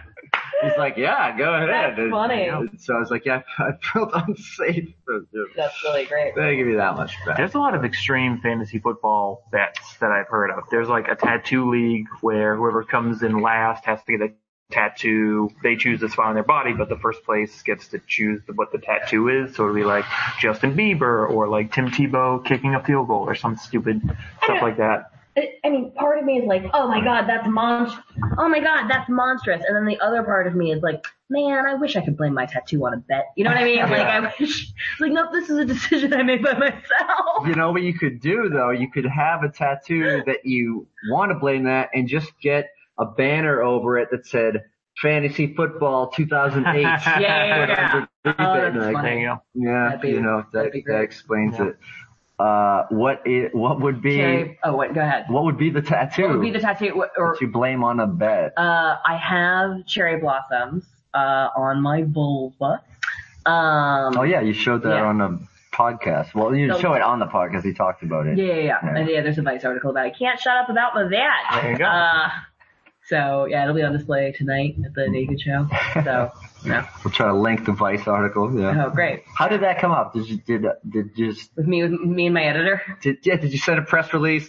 Speaker 2: He's like, yeah, go ahead.
Speaker 7: That's funny.
Speaker 2: So I was like, yeah, I felt unsafe. They
Speaker 7: That's really great.
Speaker 2: give you that much back.
Speaker 6: There's a lot of extreme fantasy football bets that I've heard of. There's like a tattoo league where whoever comes in last has to get a tattoo. They choose the spot on their body, but the first place gets to choose the, what the tattoo is. So it'll be like Justin Bieber or like Tim Tebow kicking a field goal or some stupid stuff like that.
Speaker 7: I- I mean, part of me is like, oh my god, that's monst, oh my god, that's monstrous, and then the other part of me is like, man, I wish I could blame my tattoo on a bet. You know what I mean? Like, I wish, like, nope, this is a decision I made by myself.
Speaker 2: You know what you could do though? You could have a tattoo that you want to blame that and just get a banner over it that said, fantasy football 2008.
Speaker 7: Yeah, yeah, yeah. Oh, that's funny.
Speaker 6: There you go.
Speaker 2: Yeah,
Speaker 7: That'd be-
Speaker 2: you know that,
Speaker 7: that'd be
Speaker 2: that
Speaker 7: great.
Speaker 2: explains
Speaker 6: Yeah.
Speaker 2: it. Uh, what i what would be
Speaker 7: Jerry, oh, wait, go ahead.
Speaker 2: what would be the tattoo
Speaker 7: What would be the tattoo? Or
Speaker 2: that you blame on a bet?
Speaker 7: Uh, I have cherry blossoms uh, on my vulva. Um,
Speaker 2: oh yeah, you showed that
Speaker 7: yeah.
Speaker 2: on a podcast. Well, you didn't
Speaker 7: So-
Speaker 2: show it on the podcast. You talked about it.
Speaker 7: Yeah, yeah, yeah.
Speaker 2: Yeah.
Speaker 7: And yeah, there's a Vice article about it. Can't shut up about my that.
Speaker 6: There you go.
Speaker 7: Uh, so yeah, it'll be on display tonight at the Naked Show. So no,
Speaker 2: We'll try to link the Vice article. Yeah.
Speaker 7: oh great.
Speaker 2: How did that come up? Did you did did you just
Speaker 7: With me, with me and my editor.
Speaker 2: did yeah, did you send a press release?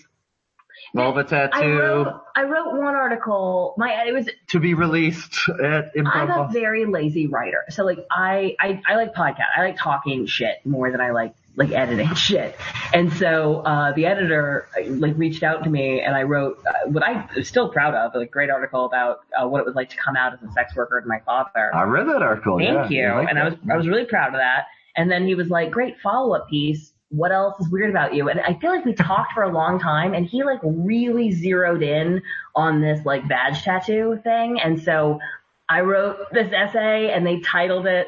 Speaker 2: Vulva
Speaker 7: I
Speaker 2: tattoo
Speaker 7: wrote, I wrote one article. My it was
Speaker 2: to be released at Improv.
Speaker 7: I'm a
Speaker 2: Boston?
Speaker 7: very lazy writer. So like I, I, I like podcast. I like talking shit more than I like like editing shit. And so uh, the editor uh, like reached out to me and I wrote uh, what I am still proud of, a great article about uh, what it was like to come out as a sex worker to my father.
Speaker 2: I read that article.
Speaker 7: Thank
Speaker 2: Oh, yeah.
Speaker 7: you.
Speaker 2: like
Speaker 7: and I was
Speaker 2: that.
Speaker 7: I was really proud of that. And then he was like, Great follow up piece. What else is weird about you? And I feel like we talked for a long time and he like really zeroed in on this like badge tattoo thing. And so I wrote this essay and they titled it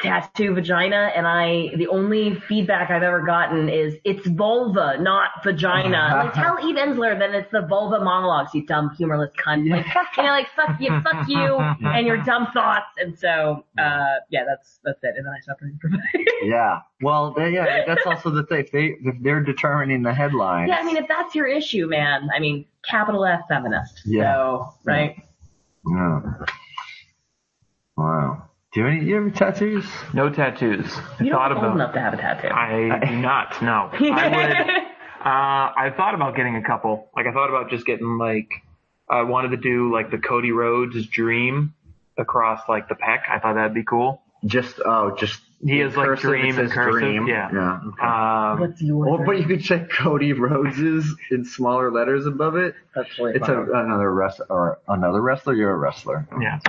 Speaker 7: Tattoo Vagina and I the only feedback I've ever gotten is it's vulva, not vagina. like tell Eve Ensler then it's the vulva monologues, you dumb humorless cunt. Like you know, like fuck you, fuck you and your dumb thoughts. And so uh yeah, that's that's it. And then I stopped reading for
Speaker 2: Yeah. Well, they- yeah, that's also the thing. If they if they're determining the headline.
Speaker 7: Yeah, I mean if that's your issue, man, I mean capital F feminist.
Speaker 2: Yeah.
Speaker 7: So right.
Speaker 2: Yeah. Wow. Do you have any you have tattoos?
Speaker 6: No tattoos. I
Speaker 7: You
Speaker 6: thought
Speaker 7: don't look
Speaker 6: about.
Speaker 7: old enough to have a tattoo.
Speaker 6: I do not. No. I would. Uh, I thought about getting a couple. Like I thought about just getting like I wanted to do like the Cody Rhodes dream across like the pec. I thought that'd be cool.
Speaker 2: Just oh, just
Speaker 6: He has like dream and cursive. Yeah.
Speaker 2: Yeah. okay.
Speaker 6: Um,
Speaker 7: What's yours?
Speaker 2: Well, but you could check Cody Rhodes's in smaller letters above it.
Speaker 7: That's really
Speaker 2: It's a,
Speaker 7: funny.
Speaker 2: another wrestler, or another wrestler. You're a wrestler.
Speaker 6: yeah.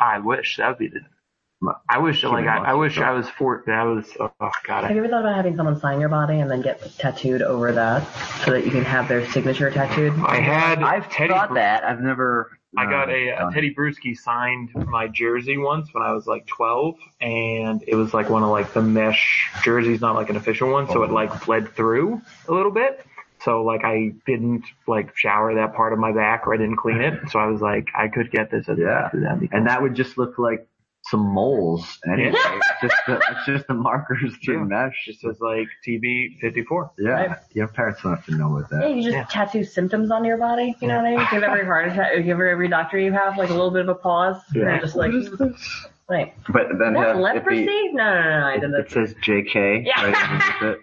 Speaker 6: I wish that would be the. I wish like I, I wish I was for that was oh god
Speaker 7: Have
Speaker 6: I,
Speaker 7: you ever thought about having someone sign your body and then get tattooed over that so that you can have their signature tattooed?
Speaker 6: I had
Speaker 2: I've
Speaker 6: Teddy
Speaker 2: thought
Speaker 6: Bru-
Speaker 2: that. I've never.
Speaker 6: I got
Speaker 2: uh,
Speaker 6: a, a
Speaker 2: done.
Speaker 6: Teddy Bruschi signed my jersey once when I was like 12, and it was like one of like the mesh jerseys, not like an official one, so
Speaker 2: Oh.
Speaker 6: it like bled through a little bit. So like I didn't like shower that part of my back or I didn't clean it, so I was like I could get this. As a
Speaker 2: Yeah.
Speaker 6: tattoo, that'd be cool.
Speaker 2: and that would just look like some moles anyway.
Speaker 6: Yeah.
Speaker 2: it's just the, it's just the markers through
Speaker 6: Yeah.
Speaker 2: mesh.
Speaker 6: just says like TB 54.
Speaker 2: yeah,
Speaker 7: Right.
Speaker 2: your parents don't have to know what
Speaker 7: Yeah,
Speaker 2: that.
Speaker 7: you just
Speaker 6: Yeah.
Speaker 7: tattoo symptoms onto your body. You know what I mean? Give every heart attack, give every doctor you have like a little bit of a pause. Yeah. And just like, right.
Speaker 2: But then
Speaker 7: What,
Speaker 2: have it
Speaker 7: leprosy?
Speaker 2: be-
Speaker 7: no, no, no, no, I did
Speaker 2: It,
Speaker 7: that.
Speaker 2: says JK
Speaker 7: Yeah.
Speaker 2: right underneath it.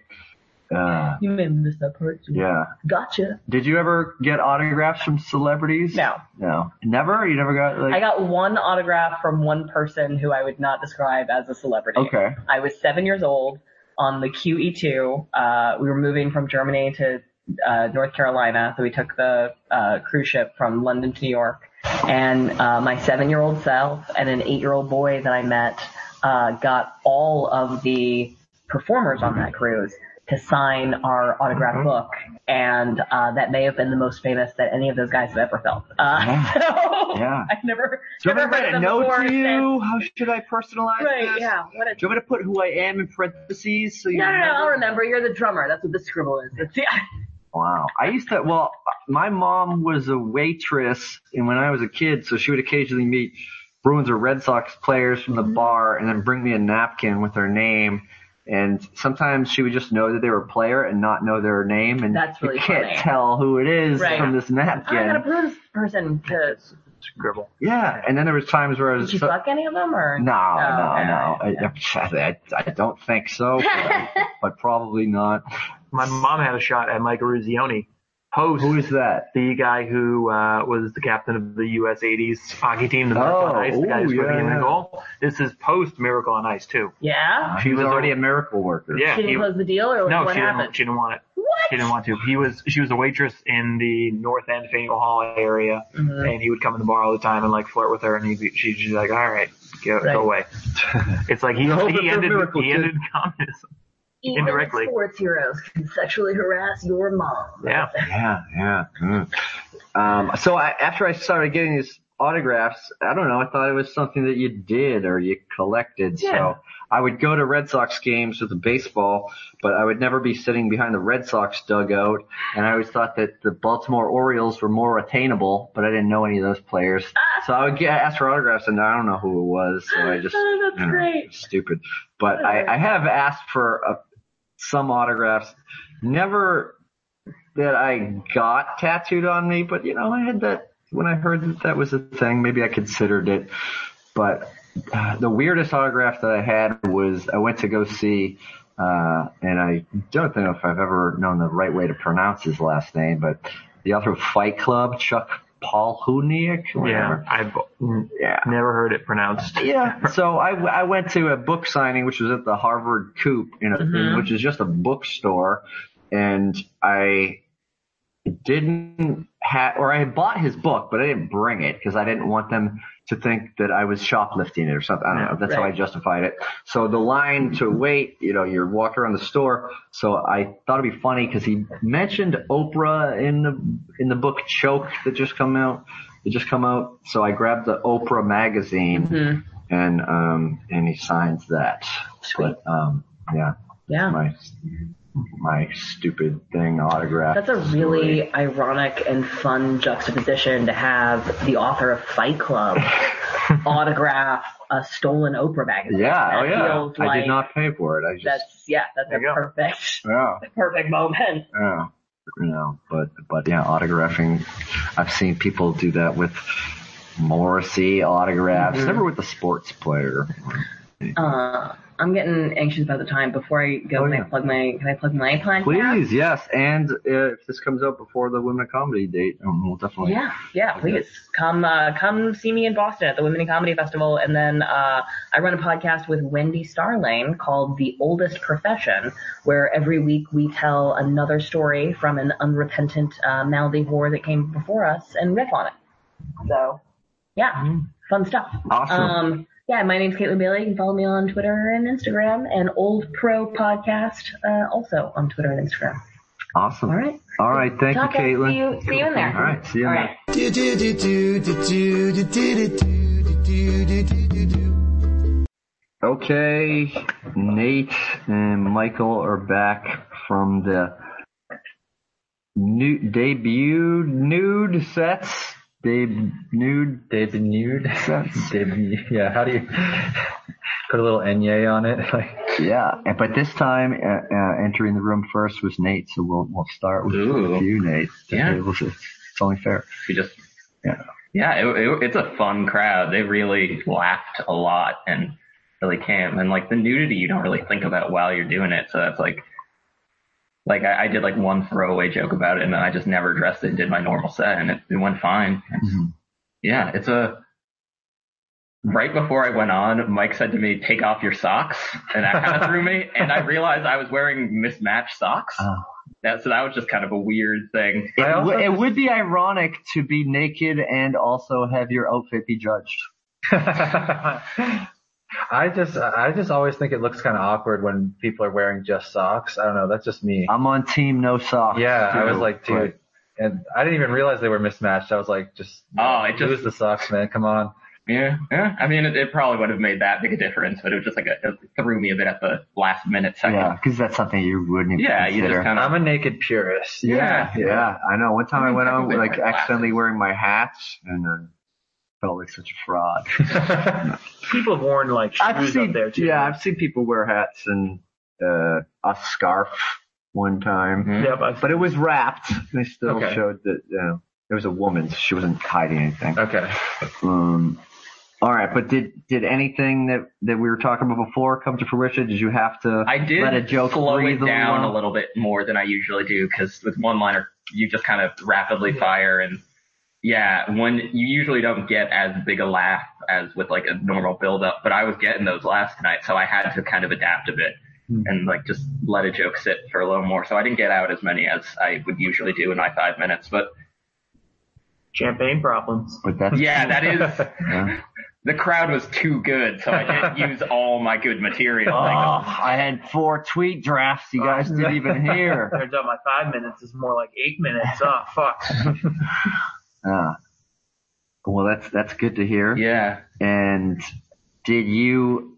Speaker 2: Uh,
Speaker 7: You may miss that part.
Speaker 2: yeah.
Speaker 7: Gotcha.
Speaker 2: Did you ever get autographs from celebrities?
Speaker 7: No.
Speaker 2: No. Never. You never got like.
Speaker 7: I got one autograph from one person who I would not describe as a celebrity.
Speaker 2: okay.
Speaker 7: I was seven years old on the QE2. Uh, we were moving from Germany to uh, North Carolina, so we took the uh, cruise ship from London to New York. And uh, my seven-year-old self and an eight-year-old boy that I met uh, got all of the performers on that cruise to sign our
Speaker 2: Mm-hmm.
Speaker 7: autograph book, and uh, that may have been the most famous that any of those guys have ever felt. Uh,
Speaker 2: Yeah.
Speaker 7: So
Speaker 2: Yeah.
Speaker 7: I've never,
Speaker 2: Do you want me to
Speaker 7: never heard
Speaker 2: write a
Speaker 7: them
Speaker 2: note
Speaker 7: before
Speaker 2: to
Speaker 7: since.
Speaker 2: you? How should I personalize
Speaker 7: Right?
Speaker 2: this?
Speaker 7: Yeah. What a
Speaker 2: Do you want me to put who I am in parentheses so you?
Speaker 7: no, no, no,
Speaker 2: remember?
Speaker 7: I'll remember. You're the drummer. That's what the scribble is. It's, yeah.
Speaker 2: Wow. I used to, well, my mom was a waitress and when I was a kid, so she would occasionally meet Bruins or Red Sox players from the
Speaker 7: Mm-hmm.
Speaker 2: bar and then bring me a napkin with their name. And sometimes she would just know that they were a player and not know their name. And
Speaker 7: That's really
Speaker 2: you can't
Speaker 7: funny.
Speaker 2: tell who it is
Speaker 7: Right.
Speaker 2: from this napkin.
Speaker 7: I got a blues person. To,
Speaker 6: Scribble.
Speaker 2: yeah. And then there was times where I
Speaker 7: did
Speaker 2: was,
Speaker 7: you
Speaker 2: so-
Speaker 7: Oh, fuck any of them or?
Speaker 2: no, no,
Speaker 7: okay,
Speaker 2: no.
Speaker 7: okay.
Speaker 2: I, I, I don't think so, but, I- but probably not.
Speaker 6: My mom had a shot at Mike Ruzioni, host
Speaker 2: Who is that?
Speaker 6: the guy who uh, was the captain of the U.S. 80s hockey team, the Miracle
Speaker 2: Oh,
Speaker 6: on Ice, the guy who's
Speaker 2: ooh,
Speaker 6: putting him
Speaker 2: yeah.
Speaker 6: in goal. This is post Miracle on Ice too.
Speaker 7: Yeah.
Speaker 2: She
Speaker 6: She
Speaker 2: was
Speaker 6: was
Speaker 2: already
Speaker 6: a-
Speaker 2: a miracle worker.
Speaker 6: Yeah,
Speaker 7: She didn't
Speaker 6: he-
Speaker 7: close the deal or
Speaker 6: no,
Speaker 7: what
Speaker 6: she
Speaker 7: happened?
Speaker 6: didn't. She didn't want it.
Speaker 7: what?
Speaker 6: She didn't want to. He was. She was a waitress in the North End Faneuil Hall area,
Speaker 7: Mm-hmm.
Speaker 6: and he would come in the bar all the time and like flirt with her, and he'd be, she'd be like, "All right, go,
Speaker 7: Right.
Speaker 6: go away." It's like he,
Speaker 2: No, but
Speaker 6: he
Speaker 2: they're
Speaker 6: ended.
Speaker 2: miracles,
Speaker 6: He
Speaker 2: dude.
Speaker 6: ended communism.
Speaker 7: Even
Speaker 6: indirectly.
Speaker 7: sports heroes can sexually harass your mom.
Speaker 6: Yeah.
Speaker 2: yeah, yeah. mm. Um, so I, after I started getting these autographs. I don't know. I thought it was something that you did or you collected. So I would go to Red Sox games with a baseball, but I would never be sitting behind the Red Sox dugout. And I always thought that the Baltimore Orioles were more attainable, but I didn't know any of those players. So I would get asked for autographs, and I don't know who it was. So I just
Speaker 7: Oh, that's
Speaker 2: you know,
Speaker 7: great.
Speaker 2: stupid. But I, I have asked for a, some autographs. Never that I got tattooed on me, but you know, I had that when I heard that that was a thing. Maybe I considered it, but uh, the weirdest autograph that I had was I went to go see, uh, and I don't know if I've ever known the right way to pronounce his last name, but the author of Fight Club, Chuck Paul Huniak,
Speaker 6: Yeah, I've n-
Speaker 2: yeah.
Speaker 6: never heard it pronounced.
Speaker 2: Yeah. So I, I went to a book signing, which was at the Harvard Coop, you know, which is just a bookstore, and I didn't have, or I had bought his book, but I didn't bring it because I didn't want them to think that I was shoplifting it or something. I don't know. That's how I justified it. So the line to wait, you know, you're walking around the store. So I thought it'd be funny because he mentioned Oprah in the, in the book Choke that just come out. It just come out. So I grabbed the Oprah magazine and, um, and he signed that. But, um, yeah,
Speaker 7: Yeah.
Speaker 2: my, my stupid thing autograph.
Speaker 7: That's a really ironic and fun juxtaposition to have the author of Fight Club autograph a stolen Oprah magazine.
Speaker 2: Yeah,
Speaker 7: That
Speaker 2: oh yeah.
Speaker 7: feels
Speaker 2: I
Speaker 7: like
Speaker 2: did not pay for it. I just
Speaker 7: That's yeah. That's a
Speaker 6: There you go.
Speaker 7: perfect,
Speaker 2: yeah,
Speaker 7: perfect moment.
Speaker 2: yeah. You know, but but yeah, autographing. I've seen people do that with Morrissey autographs, never with a sports player.
Speaker 7: Uh, I'm getting anxious about the time. Before I go,
Speaker 2: Oh,
Speaker 7: can
Speaker 2: yeah.
Speaker 7: I plug my can I plug my iPod? back?
Speaker 2: Please, yes, and uh, if this comes out before the Women of Comedy date, um, we'll definitely.
Speaker 7: Yeah, yeah, please come uh, come see me in Boston at the Women in Comedy Festival, and then uh, I run a podcast with Wendy Starlane called The Oldest Profession, where every week we tell another story from an unrepentant uh, mouthy whore that came before us and riff on it. So, yeah,
Speaker 2: Mm-hmm.
Speaker 7: fun stuff.
Speaker 2: Awesome.
Speaker 7: Um, yeah, my name's Caitlin Bailey. You can follow me on Twitter and Instagram, and Old Pro Podcast uh, also on Twitter and Instagram.
Speaker 2: Awesome.
Speaker 7: All right.
Speaker 2: All right. Thank
Speaker 7: Talk
Speaker 2: you,
Speaker 7: to-
Speaker 2: Caitlin.
Speaker 7: See you, see you in there.
Speaker 2: All right. See you.
Speaker 7: All
Speaker 2: in
Speaker 7: right.
Speaker 2: there. Okay, Nate and Michael are back from the new debut nude sets. Deb nude.
Speaker 3: David Nude. David, yeah, how do you put a little Enye on it? Like,
Speaker 2: Yeah, and- but this time uh, uh, entering the room first was Nate, so we'll we'll start with
Speaker 5: Ooh.
Speaker 2: you, Nate.
Speaker 5: Yeah.
Speaker 2: It's, it's only fair.
Speaker 5: We just
Speaker 2: Yeah.
Speaker 5: yeah, it, it, it's a fun crowd. They really laughed a lot and really came. And like the nudity, you don't really think about while you're doing it. So that's like, like I, I did like one throwaway joke about it, and then I just never addressed it. and Did my normal set, and it, it went fine. It's-
Speaker 2: Mhm.
Speaker 5: Yeah, it's a. Right before I went on, Mike said to me, "Take off your socks," and that kind of threw me. And I realized I was wearing mismatched socks.
Speaker 2: Oh.
Speaker 5: That so that was just kind of a weird thing.
Speaker 2: It,
Speaker 3: I also
Speaker 2: w- it would be ironic to be naked and also have your outfit be judged.
Speaker 3: I just, I just always think it looks kind of awkward when people are wearing just socks. I don't know. That's just me.
Speaker 2: I'm on team no socks.
Speaker 3: yeah, I
Speaker 2: too,
Speaker 3: was like, dude, and I didn't even realize they were mismatched. I was like, just,
Speaker 5: Oh, it just-
Speaker 3: lose the socks, man. Come on.
Speaker 5: Yeah, yeah. I mean, it, it probably would have made that big a difference, but it was just like a, it threw me a bit at the last minute
Speaker 2: but-
Speaker 5: second.
Speaker 2: Yeah, because that's something you wouldn't
Speaker 5: Yeah, you
Speaker 2: consider.
Speaker 5: just kind
Speaker 3: I'm
Speaker 5: of.
Speaker 3: a naked purist.
Speaker 5: Yeah.
Speaker 2: Yeah, I know. One time I,
Speaker 5: I mean,
Speaker 2: went out
Speaker 5: technically
Speaker 2: like
Speaker 5: wearing
Speaker 2: accidentally wearing my hats and then felt like such a fraud.
Speaker 6: People have worn like shoes up there too.
Speaker 2: yeah, I've seen people wear hats and uh, a scarf one time,
Speaker 5: Mhm.
Speaker 6: Mm-hmm. Yep, I've-
Speaker 2: but it was wrapped. They still
Speaker 3: Okay.
Speaker 2: showed that you know, it was a woman. So she wasn't hiding anything.
Speaker 3: Okay.
Speaker 2: Um, all right, but did did anything that that we were talking about before come to fruition? Did you have to
Speaker 5: I did
Speaker 2: let a joke
Speaker 5: slow
Speaker 2: breathe
Speaker 5: it
Speaker 2: a
Speaker 5: down
Speaker 2: little?
Speaker 5: a little bit more than I usually do because with one liner you just kind of rapidly fire and yeah, when you usually don't get as big a laugh as with like a normal build up, but I was getting those last night, so I had to kind of adapt a bit
Speaker 2: Hmm.
Speaker 5: and like just let a joke sit for a little more. So I didn't get out as many as I would usually do in my five minutes, but
Speaker 6: champagne problems.
Speaker 2: But that's
Speaker 5: yeah, that is
Speaker 2: yeah.
Speaker 5: the crowd was too good, so I didn't use all my good material. Like,
Speaker 2: "Oh, I had four tweet drafts. You guys didn't even hear.
Speaker 6: Turns out my five minutes is more like eight minutes. Oh fuck.
Speaker 2: Uh, Well, that's that's good to hear.
Speaker 5: Yeah.
Speaker 2: And did you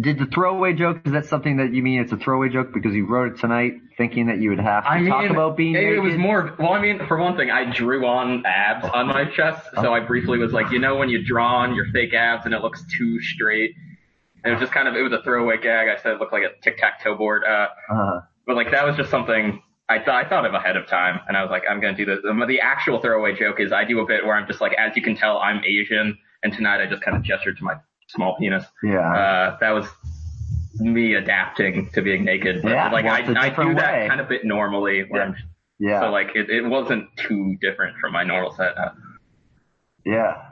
Speaker 2: did the throwaway joke? Is that something that you mean? It's a throwaway joke because you wrote it tonight, thinking that you would have to
Speaker 5: I mean,
Speaker 2: talk about being
Speaker 5: it,
Speaker 2: naked.
Speaker 5: it was more. Well, I mean, for one thing, I drew on abs on my chest, so I briefly was like, you know, when you draw on your fake abs and it looks too straight, and it was just kind of it was a throwaway gag. I said it looked like a tic tac toe board, uh,
Speaker 2: Uh,
Speaker 5: but like that was just something I thought I thought of ahead of time, and I was like, I'm gonna do this. Um, The actual throwaway joke is I do a bit where I'm just like, as you can tell, I'm Asian, and tonight I just kind of gestured to my small penis.
Speaker 2: yeah.
Speaker 5: Uh, that was me adapting to being naked. But
Speaker 2: Yeah,
Speaker 5: like
Speaker 2: well,
Speaker 5: I,
Speaker 2: it's a
Speaker 5: I do
Speaker 2: different
Speaker 5: that
Speaker 2: way.
Speaker 5: kind of bit normally. Where I'm,
Speaker 2: yeah.
Speaker 5: So like it, it wasn't too different from my normal setup.
Speaker 2: yeah.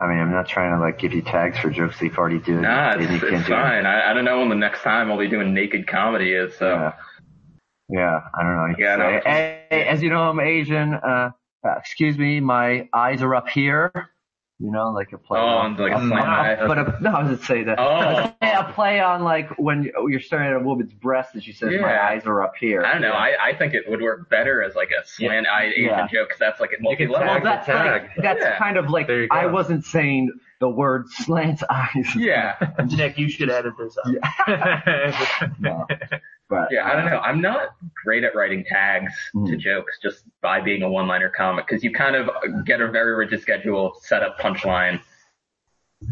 Speaker 2: I mean, I'm not trying to like give you tags for jokes that you've already did.
Speaker 5: Nah,
Speaker 2: and you
Speaker 5: it's,
Speaker 2: can't
Speaker 5: it's
Speaker 2: do it.
Speaker 5: fine. I, I don't know when the next time I'll be doing naked comedy is. So
Speaker 2: Yeah. Yeah, I don't know. You yeah,
Speaker 5: Yeah, no, it's just-
Speaker 2: as you know, I'm Asian. Uh, uh, excuse me, my eyes are up here. You know, like a play.
Speaker 5: Oh,
Speaker 2: on-
Speaker 5: and like a
Speaker 2: on-
Speaker 5: play on my-
Speaker 2: but a, no, I was gonna say that.
Speaker 5: Oh.
Speaker 2: I was gonna say a play on like when you're staring at a woman's breast and she says, "My
Speaker 5: Yeah.
Speaker 2: eyes are up here."
Speaker 5: I don't know. I, I think it would work better as like a slant-eyed Asian
Speaker 2: Yeah.
Speaker 5: joke because that's like a multi
Speaker 2: Well,
Speaker 5: level.
Speaker 3: tag.
Speaker 2: that's like, that's
Speaker 5: Yeah.
Speaker 2: kind of like
Speaker 3: There you go.
Speaker 2: I wasn't saying the word slant eyes.
Speaker 5: Yeah,
Speaker 6: Nick, you should edit this up.
Speaker 2: No. But
Speaker 5: yeah. I don't know. I'm not great at writing tags to
Speaker 2: Mm.
Speaker 5: jokes just by being a one-liner comic because you kind of get a very rigid schedule, set up punchline,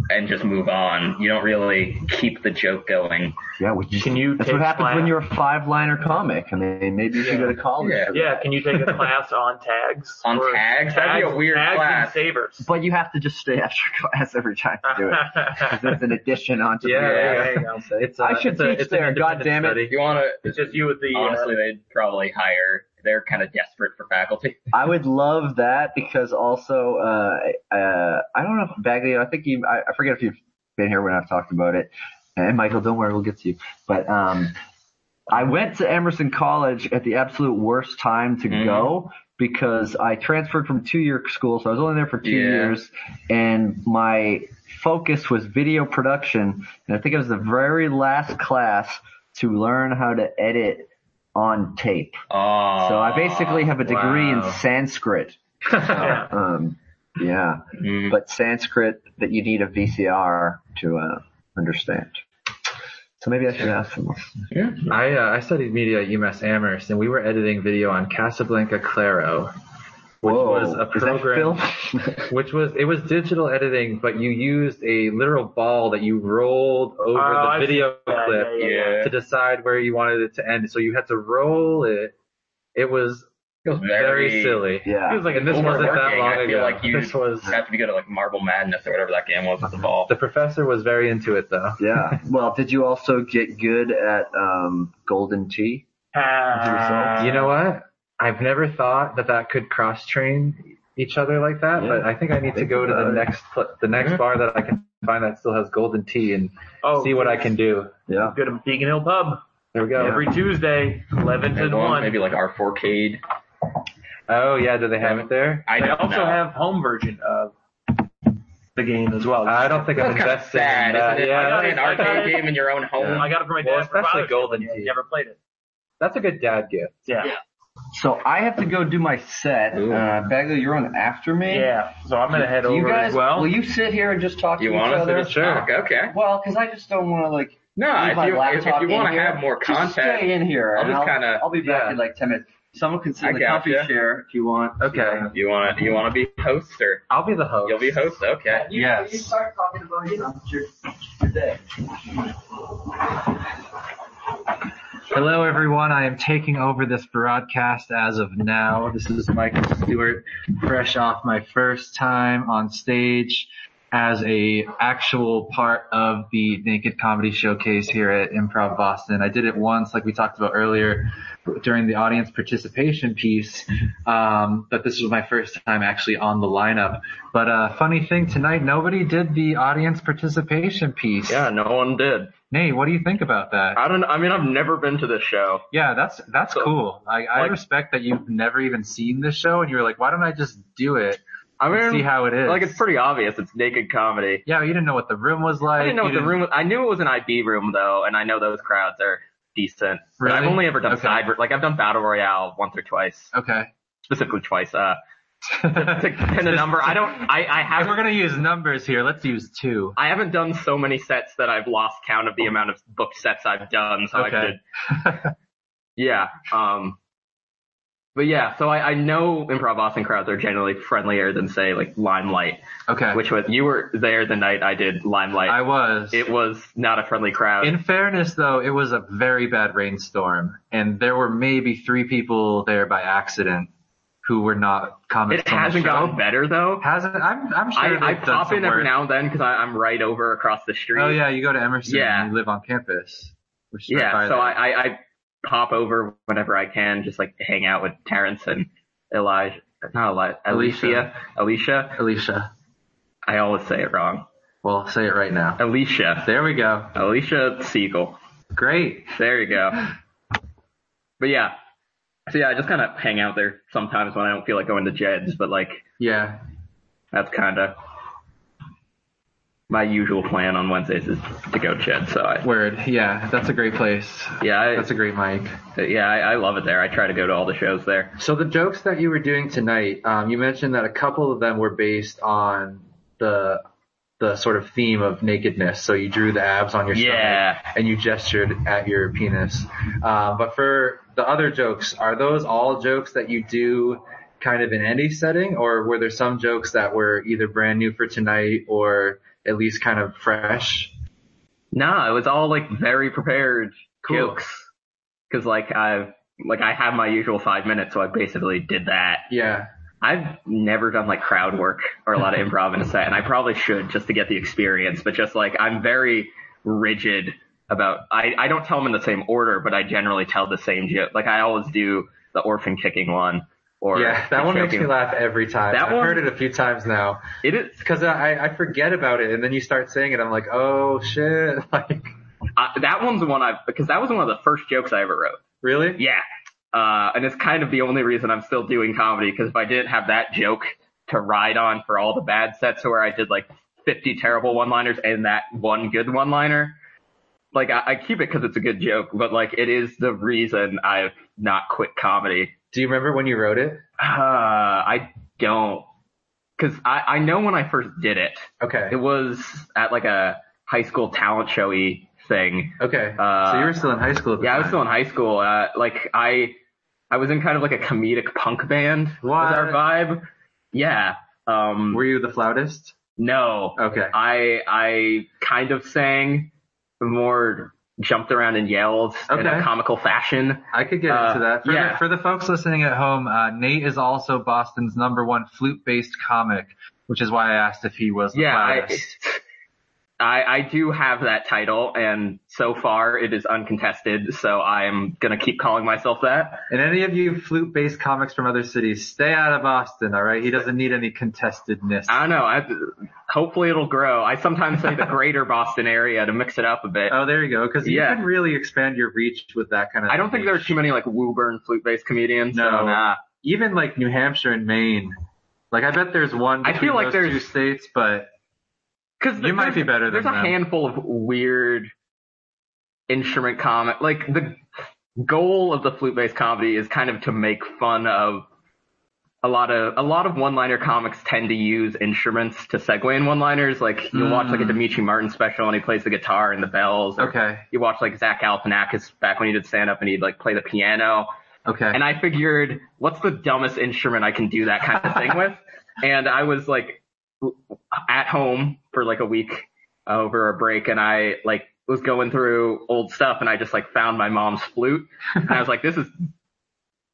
Speaker 5: and just move on. You don't really keep the joke going.
Speaker 2: yeah, which is,
Speaker 6: Can you
Speaker 2: that's
Speaker 6: take
Speaker 2: what happens
Speaker 6: slant-
Speaker 2: when you're a five liner comic. I mean, maybe you should go to college.
Speaker 5: Yeah.
Speaker 2: for that.
Speaker 6: Yeah, can you take a class on tags?
Speaker 5: On
Speaker 6: Or
Speaker 5: tags? That'd be a weird
Speaker 6: tags
Speaker 5: class.
Speaker 6: And savers.
Speaker 2: But you have to just stay after class every time to do it. 'Cause
Speaker 6: yeah,
Speaker 2: That's an addition onto the
Speaker 6: there you go. It's a,
Speaker 2: I should
Speaker 6: it's a,
Speaker 2: teach
Speaker 6: it's
Speaker 2: there,
Speaker 6: An independent
Speaker 2: goddammit.
Speaker 6: study.
Speaker 5: You want to
Speaker 6: It's just you with the. uh,
Speaker 5: honestly, they'd probably hire. They're kind of desperate for faculty.
Speaker 2: I would love that because also, uh, uh, I don't know if Bagley, I think you, I, I forget if you've been here when I've talked about it. And Michael, don't worry, we'll get to you. But, um, I went to Emerson College at the absolute worst time to
Speaker 5: Mhm.
Speaker 2: go because I transferred from two year school. So I was only there for two
Speaker 5: Yeah.
Speaker 2: years and my focus was video production. And I think it was the very last class to learn how to edit on tape.
Speaker 5: Oh,
Speaker 2: So I basically have a degree
Speaker 3: wow.
Speaker 2: in Sanskrit.
Speaker 6: Yeah.
Speaker 2: Um, yeah,
Speaker 5: Mm.
Speaker 2: but Sanskrit that you need a VCR to uh, understand. So maybe I should ask them.
Speaker 3: I, uh, I studied media at UMass Amherst, and we were editing video on Casablanca Claro, which was a
Speaker 2: is that
Speaker 3: program,
Speaker 2: film?
Speaker 3: which was it was digital editing, but you used a literal ball that you rolled over
Speaker 6: Oh,
Speaker 3: the
Speaker 6: I see.
Speaker 3: video
Speaker 6: Yeah,
Speaker 3: clip
Speaker 6: yeah, yeah,
Speaker 5: yeah.
Speaker 3: to decide where you wanted it to end. So you had to roll it. It was
Speaker 5: It was
Speaker 3: very, silly.
Speaker 2: Yeah.
Speaker 6: Feels like
Speaker 3: and this
Speaker 6: it's
Speaker 3: wasn't that
Speaker 5: overworking.
Speaker 3: long
Speaker 5: I feel
Speaker 3: ago.
Speaker 5: like you-
Speaker 3: this was
Speaker 5: You have to be good at like Marble Madness or whatever that game was with the ball.
Speaker 3: the professor was very into it though.
Speaker 2: Yeah. Well, did you also get good at um, Golden Tea?
Speaker 6: Ah.
Speaker 3: you know what? I've never thought that that could cross train each other like that,
Speaker 2: Yeah.
Speaker 3: but I think I need to
Speaker 2: Think
Speaker 3: go to
Speaker 2: about
Speaker 3: the
Speaker 2: it.
Speaker 3: next pl- the next
Speaker 5: Yeah.
Speaker 3: bar that I can find that still has golden tea and
Speaker 6: Oh,
Speaker 3: see what I can do.
Speaker 2: Yeah.
Speaker 6: Go to Beacon Hill Pub
Speaker 3: There we go.
Speaker 6: every Tuesday, eleven
Speaker 5: Maybe
Speaker 6: to
Speaker 5: one-
Speaker 6: one.
Speaker 5: Maybe like our forcade.
Speaker 3: Oh yeah, do they have it there?
Speaker 5: I
Speaker 6: They
Speaker 5: don't
Speaker 6: also
Speaker 5: know.
Speaker 6: have home version of the game as well.
Speaker 3: I don't think I'm
Speaker 5: That's kind of
Speaker 3: invested
Speaker 5: sad,
Speaker 3: in that.
Speaker 5: isn't
Speaker 3: uh,
Speaker 5: it?
Speaker 3: Yeah,
Speaker 5: Playing
Speaker 6: I
Speaker 5: an
Speaker 6: got it. I got
Speaker 5: arcade
Speaker 6: it.
Speaker 5: game in your own home.
Speaker 6: I got it from my
Speaker 3: Well,
Speaker 6: dad. for
Speaker 3: especially
Speaker 6: Father's Day.
Speaker 3: Golden
Speaker 6: Yeah,
Speaker 3: Tee.
Speaker 6: He never played it.
Speaker 3: that's a good dad gift.
Speaker 6: Yeah.
Speaker 2: So I have to go do my set.
Speaker 5: Ooh.
Speaker 2: Uh, Bagley, you're on after me.
Speaker 6: Yeah. So I'm gonna head
Speaker 2: Do you
Speaker 6: over
Speaker 2: guys,
Speaker 6: as well.
Speaker 2: will you sit here and just talk
Speaker 5: You
Speaker 2: to
Speaker 5: want
Speaker 2: each
Speaker 5: us to
Speaker 2: other?
Speaker 5: just talk? Okay.
Speaker 2: Well, because I just don't want to like
Speaker 5: No,
Speaker 2: leave
Speaker 5: if
Speaker 2: my
Speaker 5: you, if,
Speaker 2: laptop
Speaker 5: if
Speaker 2: in
Speaker 5: you want to
Speaker 2: here.
Speaker 5: have more
Speaker 2: Just
Speaker 5: content,
Speaker 2: stay in here.
Speaker 5: I'll
Speaker 2: and
Speaker 5: just kinda-
Speaker 2: I'll be back
Speaker 3: yeah.
Speaker 2: in like ten minutes. Someone can sit
Speaker 5: I
Speaker 2: in the
Speaker 5: gotcha.
Speaker 2: comfy chair if you want.
Speaker 3: Okay.
Speaker 5: you want to you want to be host or
Speaker 3: I'll be the host.
Speaker 5: you'll be host. Okay.
Speaker 3: Yes.
Speaker 2: start talking about you know your, your day.
Speaker 3: Hello, everyone. I am taking over this broadcast as of now. This is Michael Stewart, fresh off my first time on stage as a actual part of the Naked Comedy Showcase here at Improv Boston. I did it once, like we talked about earlier, during the audience participation piece, um, but this was my first time actually on the lineup. But uh, funny thing tonight, nobody did the audience participation piece.
Speaker 5: Yeah, no one did.
Speaker 3: Nate, what do you think about that?
Speaker 5: I don't. I mean, I've never been to this show.
Speaker 3: Yeah, that's that's
Speaker 5: So,
Speaker 3: cool. I, I
Speaker 5: like-
Speaker 3: respect that you've never even seen this show, and you were like, "Why don't I just do it
Speaker 5: I
Speaker 3: and
Speaker 5: mean,
Speaker 3: see how it is?"
Speaker 5: like it's pretty obvious. It's naked comedy.
Speaker 3: yeah, you didn't know what the room was like.
Speaker 5: I didn't know
Speaker 3: you
Speaker 5: what the room. was- I knew it was an IB room though, and I know those crowds are decent. But I've
Speaker 3: Really?
Speaker 5: only ever done
Speaker 3: Okay.
Speaker 5: side. Like I've done battle royale once or twice,
Speaker 3: Okay,
Speaker 5: specifically twice. Uh, Pin a number. I don't. I, I
Speaker 3: And
Speaker 5: haven't.
Speaker 3: we're gonna use numbers here. Let's use two.
Speaker 5: I haven't done so many sets that I've lost count of the amount of book sets I've done. So I
Speaker 3: Okay.
Speaker 5: could. Yeah. Um. But yeah, so I, I know improv Austin crowds are generally friendlier than say like Limelight,
Speaker 3: Okay.
Speaker 5: which was you were there the night I did Limelight.
Speaker 3: I was.
Speaker 5: it was not a friendly crowd.
Speaker 3: In fairness, though, it was a very bad rainstorm, and there were maybe three people there by accident who were not
Speaker 5: it
Speaker 3: comics. on the
Speaker 5: hasn't
Speaker 3: show.
Speaker 5: gotten better though.
Speaker 3: Hasn't. I'm. I'm sure.
Speaker 5: I,
Speaker 3: they've
Speaker 5: I
Speaker 3: done
Speaker 5: pop
Speaker 3: some
Speaker 5: in every
Speaker 3: work.
Speaker 5: now and then because I'm right over across the street.
Speaker 3: Oh yeah, you go to Emerson.
Speaker 5: Yeah.
Speaker 3: And you live on campus. Which is right by
Speaker 5: Yeah, so
Speaker 3: there.
Speaker 5: I, I, I pop over whenever I can, just like to hang out with Terrence and Elijah. Not Elijah, Alicia.
Speaker 3: Alicia.
Speaker 5: Alicia.
Speaker 3: Alicia.
Speaker 5: I always say it wrong.
Speaker 3: Well, say it right now.
Speaker 5: Alicia.
Speaker 3: There we go.
Speaker 5: Alicia Siegel.
Speaker 3: Great.
Speaker 5: There you go. But yeah. So yeah, I just kind of hang out there sometimes when I don't feel like going to Jed's, but like
Speaker 3: Yeah.
Speaker 5: that's kind of my usual plan on Wednesdays is to go to Jed's. So I,
Speaker 3: Word. Yeah. That's a great place.
Speaker 5: yeah, I,
Speaker 3: That's a great mic.
Speaker 5: yeah, I, I love it there. I try to go to all the shows there.
Speaker 3: So the jokes that you were doing tonight, um, you mentioned that a couple of them were based on the the sort of theme of nakedness. So you drew the abs on your
Speaker 5: Yeah.
Speaker 3: stomach and you gestured at your penis. Uh, but for the other jokes, are those all jokes that you do kind of in any setting, or were there some jokes that were either brand new for tonight or at least kind of fresh?
Speaker 5: No, it was all like very prepared
Speaker 3: Cool.
Speaker 5: jokes. Cause like I've, like I have my usual five minutes, so I basically did that.
Speaker 3: Yeah.
Speaker 5: I've never done like crowd work or a lot of improv in a set, and I probably should just to get the experience, but just like I'm very rigid about, I, I don't tell them in the same order, but I generally tell the same joke. Like I always do the orphan kicking one or
Speaker 3: Yeah, that one makes me
Speaker 5: joking-
Speaker 3: laugh every time.
Speaker 5: That
Speaker 3: I've
Speaker 5: one-
Speaker 3: heard it a few times now.
Speaker 5: It is,
Speaker 3: because I, I forget about it, and then you start saying it. I'm like, oh shit! Like,
Speaker 5: uh, that one's the one I've, because that was one of the first jokes I ever wrote.
Speaker 3: really?
Speaker 5: Yeah. Uh, and it's kind of the only reason I'm still doing comedy because if I didn't have that joke to ride on for all the bad sets where I did like 50 terrible one-liners and that one good one-liner, like I, I keep it because it's a good joke, but like it is the reason I've not quit comedy.
Speaker 3: Do you remember when you wrote it?
Speaker 5: Uh, I don't, cause I, I know when I first did it,
Speaker 3: Okay.
Speaker 5: it was at like a high school talent showy thing
Speaker 3: Okay.
Speaker 5: Uh,
Speaker 3: so you were still in high school. At the
Speaker 5: yeah, I was
Speaker 3: time.
Speaker 5: still in high school. Uh, like I, I was in kind of like a comedic punk band. Was
Speaker 3: What?
Speaker 5: our vibe? Yeah. Um.
Speaker 3: Were you the flautist?
Speaker 5: no.
Speaker 3: Okay.
Speaker 5: I I kind of sang, more jumped around and yelled in a
Speaker 3: Okay.
Speaker 5: comical fashion.
Speaker 3: I could get
Speaker 5: uh,
Speaker 3: into that. For,
Speaker 5: yeah.
Speaker 3: the, for the folks listening at home, uh, Nate is also Boston's number one flute-based comic, which is why I asked if he was the
Speaker 5: Yeah. I,
Speaker 3: flautist.
Speaker 5: I I do have that title, and so far it is uncontested. So I'm gonna keep calling myself that.
Speaker 3: And any of you flute-based comics from other cities, stay out of Boston, all right? He doesn't need any contestedness.
Speaker 5: I don't know. I, hopefully it'll grow. I sometimes say the greater Boston area to mix it up a bit.
Speaker 3: Oh, there you go. Because
Speaker 5: Yeah.
Speaker 3: you can really expand your reach with that kind of.
Speaker 5: I don't think there are
Speaker 3: niche.
Speaker 5: too many like Woburn flute based comedians.
Speaker 3: No.
Speaker 5: so, nah.
Speaker 3: even like New Hampshire and Maine. Like I bet there's one
Speaker 5: I
Speaker 3: between
Speaker 5: feel like
Speaker 3: those
Speaker 5: there's-
Speaker 3: two states, but
Speaker 5: Cause
Speaker 3: You might be better
Speaker 5: There's
Speaker 3: than
Speaker 5: a
Speaker 3: them.
Speaker 5: handful of weird instrument comic. Like the goal of the flute based comedy is kind of to make fun of a lot of a lot of one liner comics tend to use instruments to segue in one liners. Like you will watch like a
Speaker 3: Mm.
Speaker 5: Dimitri Martin special and he plays the guitar and the bells. or
Speaker 3: okay,
Speaker 5: You watch like Zach Galifianakis back when he did stand up and he'd like play the piano.
Speaker 3: okay.
Speaker 5: And I figured, what's the dumbest instrument I can do that kind of thing with? And I was like at home for like a week over a break and I like was going through old stuff and I just like found my mom's flute and I was like, this is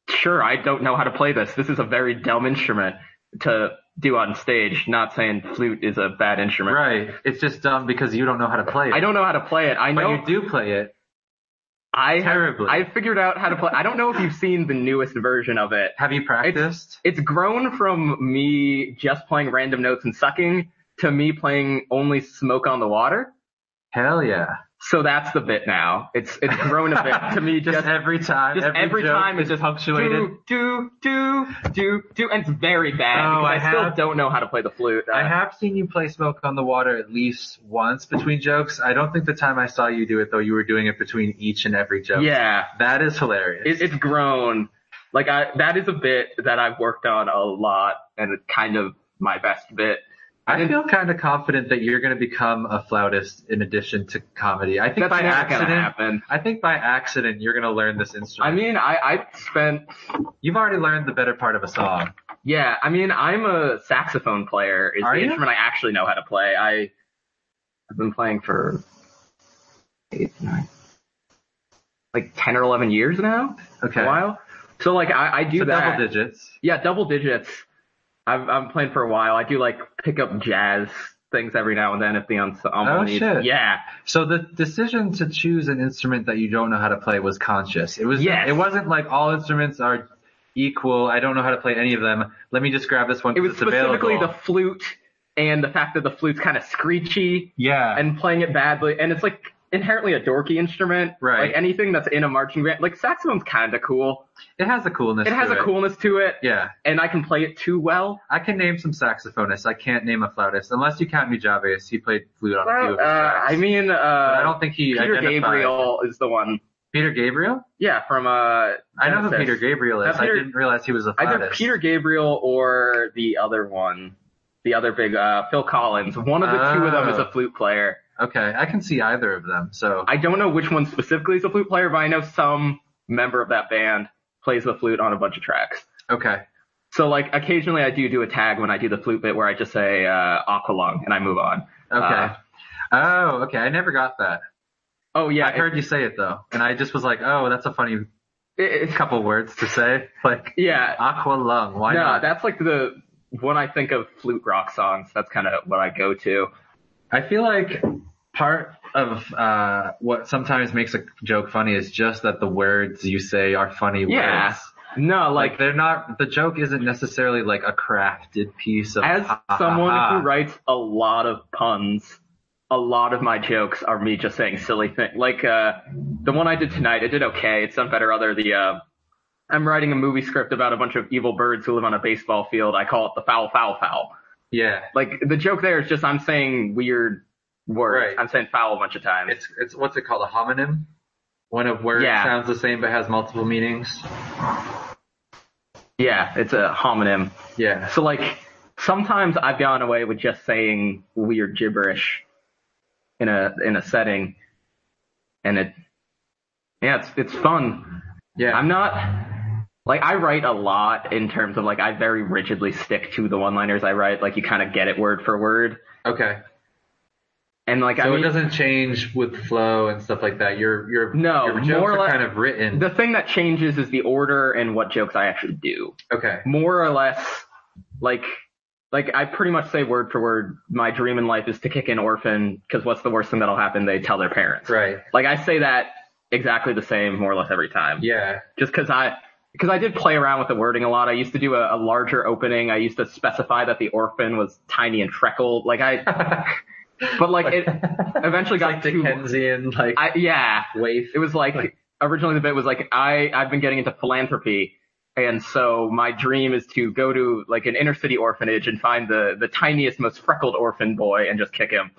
Speaker 5: sure. I don't know how to play this. This is a very dumb instrument to do on stage. Not saying flute is a bad instrument.
Speaker 3: right, it's just dumb because you don't know how to play it.
Speaker 5: I don't know how to play it. I
Speaker 3: but
Speaker 5: know
Speaker 3: you do play it.
Speaker 5: I
Speaker 3: terribly.
Speaker 5: I figured out how to play. I don't know if you've seen the newest version of it.
Speaker 3: Have you practiced?
Speaker 5: it's grown from me just playing random notes and sucking to me playing only smoke on the water.
Speaker 3: Hell yeah!
Speaker 5: So that's the bit now. It's it's grown a bit to me
Speaker 3: just,
Speaker 5: just,
Speaker 3: every time,
Speaker 5: just
Speaker 3: every,
Speaker 5: every
Speaker 3: joke
Speaker 5: time
Speaker 3: is
Speaker 5: it's
Speaker 3: just punctuated.
Speaker 5: do do do do do, and it's very bad
Speaker 3: Oh,
Speaker 5: because I,
Speaker 3: I
Speaker 5: still
Speaker 3: have-
Speaker 5: don't know how to play the flute. Uh,
Speaker 3: I have seen you play Smoke on the Water at least once between jokes. I don't think the time I saw you do it though, you were doing it between each and every joke.
Speaker 5: yeah,
Speaker 3: that is hilarious.
Speaker 5: it, it's grown. Like I, that is a bit that I've worked on a lot and it's kind of my best bit. I
Speaker 3: I
Speaker 5: didn't-
Speaker 3: feel kind of confident that you're going to become a flautist in addition to comedy. I think
Speaker 5: That's
Speaker 3: by
Speaker 5: never gonna
Speaker 3: accident,
Speaker 5: happen.
Speaker 3: I think by accident you're going to learn this instrument.
Speaker 5: I mean, I, I spent
Speaker 3: You've already learned the better part of a song.
Speaker 5: Yeah, I mean, I'm a saxophone player. It's
Speaker 3: Are
Speaker 5: the
Speaker 3: you?
Speaker 5: instrument I actually know how to play. I, I've been playing for eight, nine, like ten or eleven years now.
Speaker 3: Okay.
Speaker 5: A while. So like, I, I do
Speaker 3: So
Speaker 5: that.
Speaker 3: double digits.
Speaker 5: Yeah, double digits. I've I'm playing for a while. I do like pick up jazz things every now and then if the ensemble
Speaker 3: Oh,
Speaker 5: needs.
Speaker 3: shit.
Speaker 5: Yeah,
Speaker 3: So the decision to choose an instrument that you don't know how to play was conscious. It was
Speaker 5: Yes.
Speaker 3: it wasn't like all instruments are equal. I don't know how to play any of them. Let me just grab this one
Speaker 5: it
Speaker 3: because
Speaker 5: was
Speaker 3: it's
Speaker 5: specifically
Speaker 3: available.
Speaker 5: the flute and the fact that the flute's kind of screechy.
Speaker 3: yeah.
Speaker 5: and playing it badly. And it's like inherently a dorky instrument.
Speaker 3: Right.
Speaker 5: Like anything that's in a marching band, like saxophone's kind of cool.
Speaker 3: it has a coolness.
Speaker 5: It has
Speaker 3: to
Speaker 5: a coolness to it.
Speaker 3: Yeah.
Speaker 5: And I can play it too well.
Speaker 3: I can name some saxophonists. I can't name a flautist unless you count Nujabius. He played flute on a few
Speaker 5: Well,
Speaker 3: of his
Speaker 5: uh,
Speaker 3: tracks.
Speaker 5: I mean, uh,
Speaker 3: but I don't think he
Speaker 5: Peter
Speaker 3: identified.
Speaker 5: Gabriel is the one.
Speaker 3: Peter Gabriel?
Speaker 5: Yeah, from uh.
Speaker 3: I know who
Speaker 5: Genesis.
Speaker 3: Peter Gabriel is.
Speaker 5: That Peter-
Speaker 3: I didn't realize he was a
Speaker 5: Either
Speaker 3: flautist.
Speaker 5: Peter Gabriel or the other one, the other big uh, Phil Collins. One of the two of them
Speaker 3: Oh.
Speaker 5: is a flute player.
Speaker 3: Okay, I can see either of them. So
Speaker 5: I don't know which one specifically is a flute player, but I know some member of that band plays the flute on a bunch of tracks.
Speaker 3: okay,
Speaker 5: So like occasionally I do do a tag when I do the flute bit where I just say uh, aqualung and I move on.
Speaker 3: okay.
Speaker 5: Uh,
Speaker 3: oh, okay. I never got that.
Speaker 5: oh yeah,
Speaker 3: I heard you say it though, and I just was like, oh, that's a funny
Speaker 5: it, it,
Speaker 3: couple words to say. Like
Speaker 5: yeah.
Speaker 3: aqua lung. Why
Speaker 5: no,
Speaker 3: not?
Speaker 5: that's like the when I think of flute rock songs, that's kind of what I go to.
Speaker 3: I feel like part of uh, what sometimes makes a joke funny is just that the words you say are funny
Speaker 5: Yeah.
Speaker 3: words.
Speaker 5: No,
Speaker 3: Like,
Speaker 5: like
Speaker 3: they're not. The joke isn't necessarily like a crafted piece of.
Speaker 5: as
Speaker 3: ha, ha,
Speaker 5: someone
Speaker 3: ha, ha.
Speaker 5: who writes a lot of puns, a lot of my jokes are me just saying silly things. Like uh, the one I did tonight, it did okay. It's some better other. The uh, I'm writing a movie script about a bunch of evil birds who live on a baseball field. I call it the foul, foul, foul.
Speaker 3: Yeah.
Speaker 5: like the joke there is just I'm saying weird words.
Speaker 3: Right.
Speaker 5: I'm saying foul a bunch of times.
Speaker 3: It's it's what's it called? A homonym. When a word
Speaker 5: Yeah.
Speaker 3: sounds the same but has multiple meanings.
Speaker 5: yeah, it's a homonym.
Speaker 3: Yeah.
Speaker 5: So like sometimes I've gone away with just saying weird gibberish in a in a setting, and it yeah it's it's fun.
Speaker 3: Yeah.
Speaker 5: I'm not like I write a lot in terms of like I very rigidly stick to the one-liners I write. Like you kind of get it word for word,
Speaker 3: okay.
Speaker 5: and like I
Speaker 3: So
Speaker 5: mean,
Speaker 3: it doesn't change with flow and stuff like that. Your your
Speaker 5: No,
Speaker 3: your jokes
Speaker 5: more
Speaker 3: are
Speaker 5: like-
Speaker 3: kind of written.
Speaker 5: the thing that changes is the order and what jokes I actually do.
Speaker 3: okay.
Speaker 5: more or less like like I pretty much say word for word, my dream in life is to kick an orphan because what's the worst thing that'll happen? They tell their parents.
Speaker 3: Right.
Speaker 5: Like I say that exactly the same more or less every time.
Speaker 3: Yeah.
Speaker 5: Just because I because I did play around with the wording a lot. I used to do a, a larger opening. I used to specify that the orphan was tiny and freckled. Like I, but like it eventually got
Speaker 3: like
Speaker 5: too.
Speaker 3: Dickensian like
Speaker 5: I, yeah,
Speaker 3: waif.
Speaker 5: it was like originally the bit was like I I've been getting into philanthropy, and so my dream is to go to like an inner city orphanage and find the the tiniest, most freckled orphan boy and just kick him.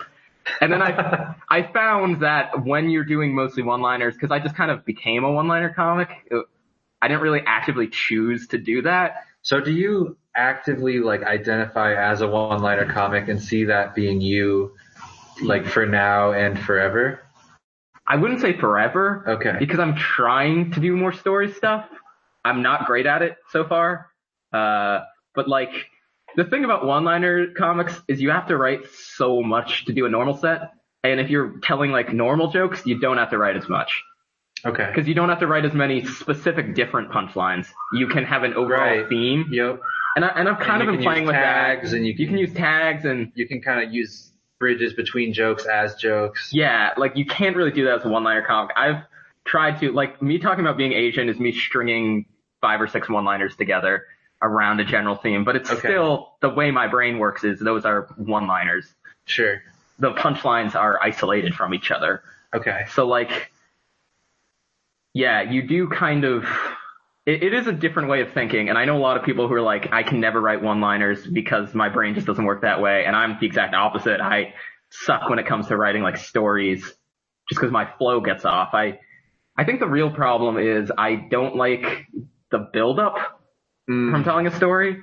Speaker 5: And then I I found that when you're doing mostly one-liners, because I just kind of became a one-liner comic, it- I didn't really actively choose to do that.
Speaker 3: So do you actively like identify as a one-liner comic and see that being you like for now and forever?
Speaker 5: I wouldn't say forever.
Speaker 3: Okay.
Speaker 5: Because I'm trying to do more story stuff. I'm not great at it so far. Uh, but like, the thing about one-liner comics is you have to write so much to do a normal set. And if you're telling like normal jokes, you don't have to write as much.
Speaker 3: Okay.
Speaker 5: Cause you don't have to write as many specific different punchlines. You can have an overall
Speaker 3: Right.
Speaker 5: theme.
Speaker 3: Yep.
Speaker 5: And, I, and I've
Speaker 3: And
Speaker 5: kind of
Speaker 3: you
Speaker 5: been
Speaker 3: can
Speaker 5: playing
Speaker 3: use
Speaker 5: with
Speaker 3: tags
Speaker 5: that.
Speaker 3: and you can,
Speaker 5: You can use tags and
Speaker 3: you can kind of use bridges between jokes as jokes.
Speaker 5: Yeah, like you can't really do that as a one-liner comic. I've tried to like me talking about being Asian is me stringing five or six one-liners together around a general theme, but it's
Speaker 3: Okay.
Speaker 5: still the way my brain works is those are one-liners.
Speaker 3: Sure.
Speaker 5: The punchlines are isolated from each other.
Speaker 3: Okay.
Speaker 5: So like, yeah, you do kind of. It, it is a different way of thinking, and I know a lot of people who are like, I can never write one-liners because my brain just doesn't work that way, and I'm the exact opposite. I suck when it comes to writing like stories, just because my flow gets off. I, I think the real problem is I don't like the buildup
Speaker 3: Mm.
Speaker 5: from telling a story.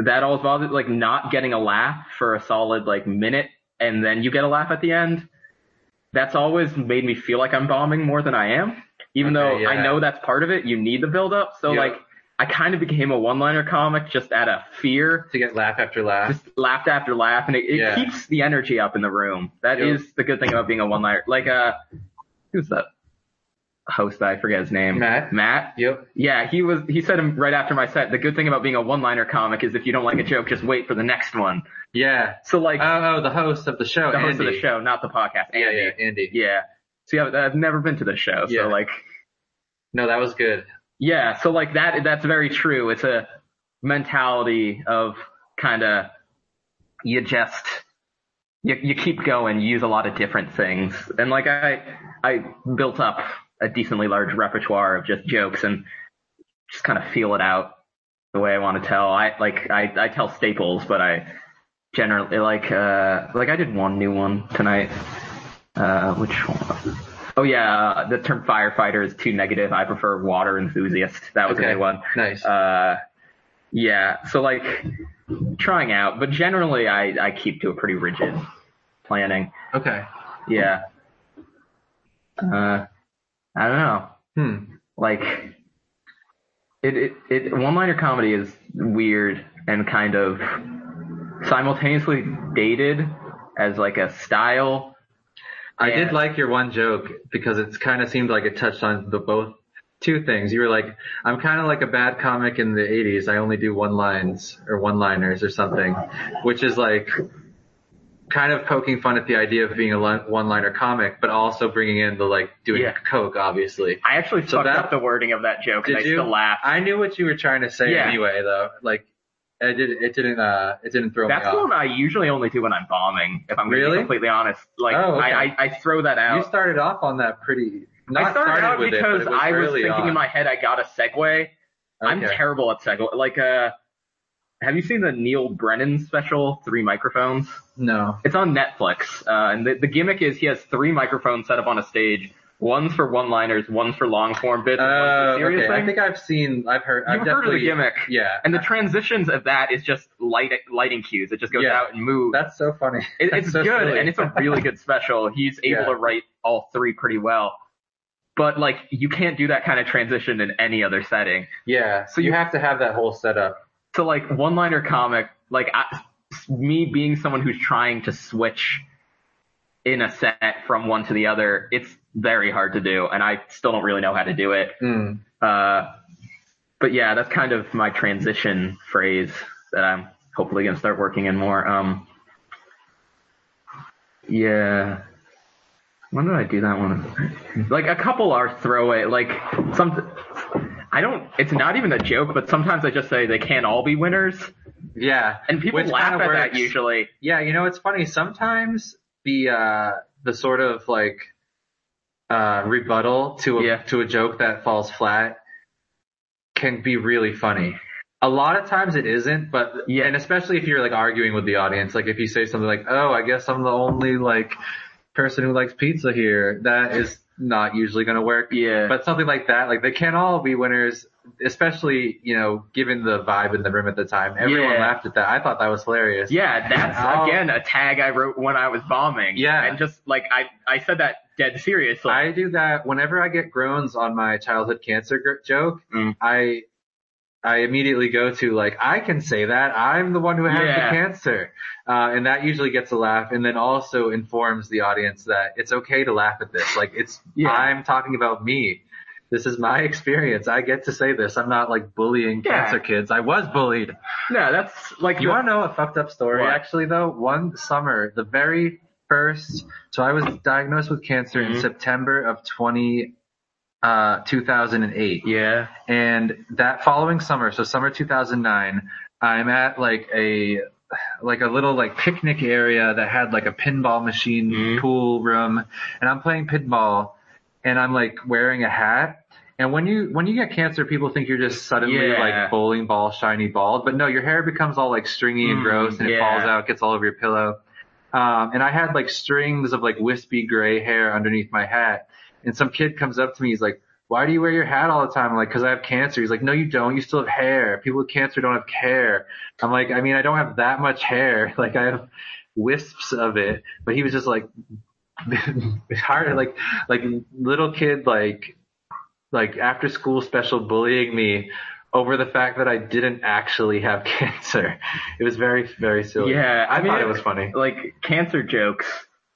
Speaker 5: That always bothers like not getting a laugh for a solid like minute and then you get a laugh at the end. That's always made me feel like I'm bombing more than I am. Even
Speaker 3: Okay,
Speaker 5: though
Speaker 3: yeah.
Speaker 5: I know that's part of it, you need the buildup. So
Speaker 3: Yeah.
Speaker 5: like I kind of became a one liner comic just out of fear.
Speaker 3: to get laugh after laugh.
Speaker 5: Just laughed after laugh and it, it
Speaker 3: Yeah.
Speaker 5: keeps the energy up in the room. That
Speaker 3: Yeah.
Speaker 5: is the good thing about being a one liner like uh who's that host I forget his name.
Speaker 3: Matt.
Speaker 5: Matt.
Speaker 3: Yep.
Speaker 5: Yeah, he was. He said him right after my set. The good thing about being a one-liner comic is if you don't like a joke, just wait for the next one.
Speaker 3: Yeah.
Speaker 5: So like
Speaker 3: Oh, oh, the host of the show.
Speaker 5: the host of
Speaker 3: Andy.
Speaker 5: the show, not the podcast.
Speaker 3: Yeah,
Speaker 5: Andy.
Speaker 3: yeah, Andy.
Speaker 5: Yeah. See, I've, I've never been to the show,
Speaker 3: Yeah.
Speaker 5: so like,
Speaker 3: No, that was good.
Speaker 5: yeah. So like that. That's very true. It's a mentality of kind of you just you you keep going. You use a lot of different things, and like I I built up a decently large repertoire of just jokes and just kind of feel it out the way I want to tell. I like I I tell staples, but I generally like uh like I did one new one tonight. Uh, which one? Oh yeah, uh, the term firefighter is too negative. I prefer water enthusiast. That was a
Speaker 3: Okay.
Speaker 5: new one.
Speaker 3: Nice.
Speaker 5: Uh, yeah. So like trying out, but generally I I keep to a pretty rigid planning.
Speaker 3: okay.
Speaker 5: Yeah. Uh, I don't know
Speaker 3: Hmm.
Speaker 5: like it it, it one liner comedy is weird and kind of simultaneously dated as like a style
Speaker 3: I
Speaker 5: Yeah.
Speaker 3: did like your one joke because it's kind of seemed like it touched on the both two things. You were like, I'm kind of like a bad comic in the 80s. I only do one lines or one liners or something, which is like kind of poking fun at the idea of being a one liner comic, but also bringing in the like doing
Speaker 5: Yeah.
Speaker 3: coke, obviously.
Speaker 5: i actually
Speaker 3: So
Speaker 5: fucked
Speaker 3: that-
Speaker 5: up the wording of that joke and i
Speaker 3: Did you?
Speaker 5: still laugh
Speaker 3: I knew what you were trying to say
Speaker 5: Yeah.
Speaker 3: anyway, though. Like, it did. It didn't. Uh, it didn't throw
Speaker 5: that's
Speaker 3: me off.
Speaker 5: one I usually only do when I'm bombing, if I'm gonna be
Speaker 3: Really?
Speaker 5: completely honest. Like,
Speaker 3: Oh, okay.
Speaker 5: I, I, I throw that
Speaker 3: You
Speaker 5: out.
Speaker 3: started off on that pretty. Not
Speaker 5: I started, out
Speaker 3: with
Speaker 5: because
Speaker 3: it, but it was
Speaker 5: I was
Speaker 3: early
Speaker 5: thinking
Speaker 3: on.
Speaker 5: in my head I got a segue. I'm
Speaker 3: Okay.
Speaker 5: terrible at segue. Like, uh, have you seen the Neil Brennan special, Three Microphones?
Speaker 3: No.
Speaker 5: It's on Netflix, uh, and the, the gimmick is he has three microphones set up on a stage. One's for one-liners, one's for long-form bits, and one's
Speaker 3: Uh,
Speaker 5: for serious
Speaker 3: okay. I
Speaker 5: things.
Speaker 3: think I've seen. I've heard. I've
Speaker 5: You've heard of the
Speaker 3: definitely-
Speaker 5: gimmick.
Speaker 3: Yeah.
Speaker 5: And the transitions of that is just light, lighting cues. It just goes
Speaker 3: Yeah.
Speaker 5: out and moves.
Speaker 3: that's so funny.
Speaker 5: It,
Speaker 3: That's
Speaker 5: it's
Speaker 3: so
Speaker 5: good,
Speaker 3: silly.
Speaker 5: and it's a really good special. He's able
Speaker 3: Yeah.
Speaker 5: to write all three pretty well. But like, you can't do that kind of transition in any other setting.
Speaker 3: yeah. So you have to have that whole setup.
Speaker 5: So like, one-liner comic, like I, me being someone who's trying to switch in a set from one to the other, it's very hard to do, and I still don't really know how to do it.
Speaker 3: Mm.
Speaker 5: Uh, but yeah, that's kind of my transition phrase that I'm hopefully gonna start working in more. Um, yeah. When did I do that one? Like a couple are throwaway. Like some, I don't. It's not even a joke, but sometimes I just say they can't all be winners,
Speaker 3: Yeah.
Speaker 5: and people
Speaker 3: Which
Speaker 5: laugh at
Speaker 3: kinda
Speaker 5: that
Speaker 3: works.
Speaker 5: usually.
Speaker 3: Yeah. You know, it's funny. Sometimes the uh, the sort of like uh, rebuttal to a
Speaker 5: Yeah.
Speaker 3: to a joke that falls flat can be really funny. A lot of times it isn't, but
Speaker 5: Yeah.
Speaker 3: and especially if you're like arguing with the audience, like if you say something like, "Oh, I guess I'm the only like person who likes pizza here," that is not usually going to work.
Speaker 5: Yeah.
Speaker 3: But something like that, like they can't all be winners, especially you know given the vibe in the room at the time. Everyone
Speaker 5: Yeah.
Speaker 3: laughed at that. I thought that was hilarious.
Speaker 5: Yeah, that's
Speaker 3: I'll-
Speaker 5: again a tag I wrote when I was bombing.
Speaker 3: Yeah.
Speaker 5: and just like I, I said that dead serious. Like,
Speaker 3: I do that whenever I get groans on my childhood cancer gr- joke.
Speaker 5: Mm.
Speaker 3: I I immediately go to like I can say that I'm the one who has
Speaker 5: Yeah.
Speaker 3: the cancer, uh, and that usually gets a laugh, and then also informs the audience that it's okay to laugh at this. Like it's
Speaker 5: Yeah.
Speaker 3: I'm talking about me. This is my experience. I get to say this. I'm not like bullying
Speaker 5: Yeah.
Speaker 3: cancer kids. I was bullied.
Speaker 5: no, that's like
Speaker 3: You
Speaker 5: the-
Speaker 3: want to know a fucked up story?
Speaker 5: What?
Speaker 3: Actually, though, one summer, the very first, so I was diagnosed with cancer in
Speaker 5: Mhm.
Speaker 3: September of 20, uh, 2008.
Speaker 5: Yeah.
Speaker 3: And that following summer, so summer 2009, I'm at like a, like a little like picnic area that had like a pinball machine
Speaker 5: Mhm.
Speaker 3: pool room and I'm playing pinball and I'm like wearing a hat. And when you, when you get cancer, people think you're just suddenly
Speaker 5: Yeah.
Speaker 3: like bowling ball, shiny bald, but no, your hair becomes all like stringy and
Speaker 5: Mm,
Speaker 3: gross and it
Speaker 5: yeah.
Speaker 3: falls out, gets all over your pillow. Um, and I had like strings of like wispy gray hair underneath my hat and some kid comes up to me. He's like, why do you wear your hat all the time? I'm like, cause I have cancer. He's like, no, you don't. You still have hair. People with cancer don't have hair. I'm like, I mean, I don't have that much hair. Like I have wisps of it, but he was just like, hard, like, like little kid, like, like after school special bullying me over the fact that I didn't actually have cancer. It was very, very silly.
Speaker 5: Yeah,
Speaker 3: I,
Speaker 5: I mean,
Speaker 3: thought it was funny.
Speaker 5: Like cancer jokes,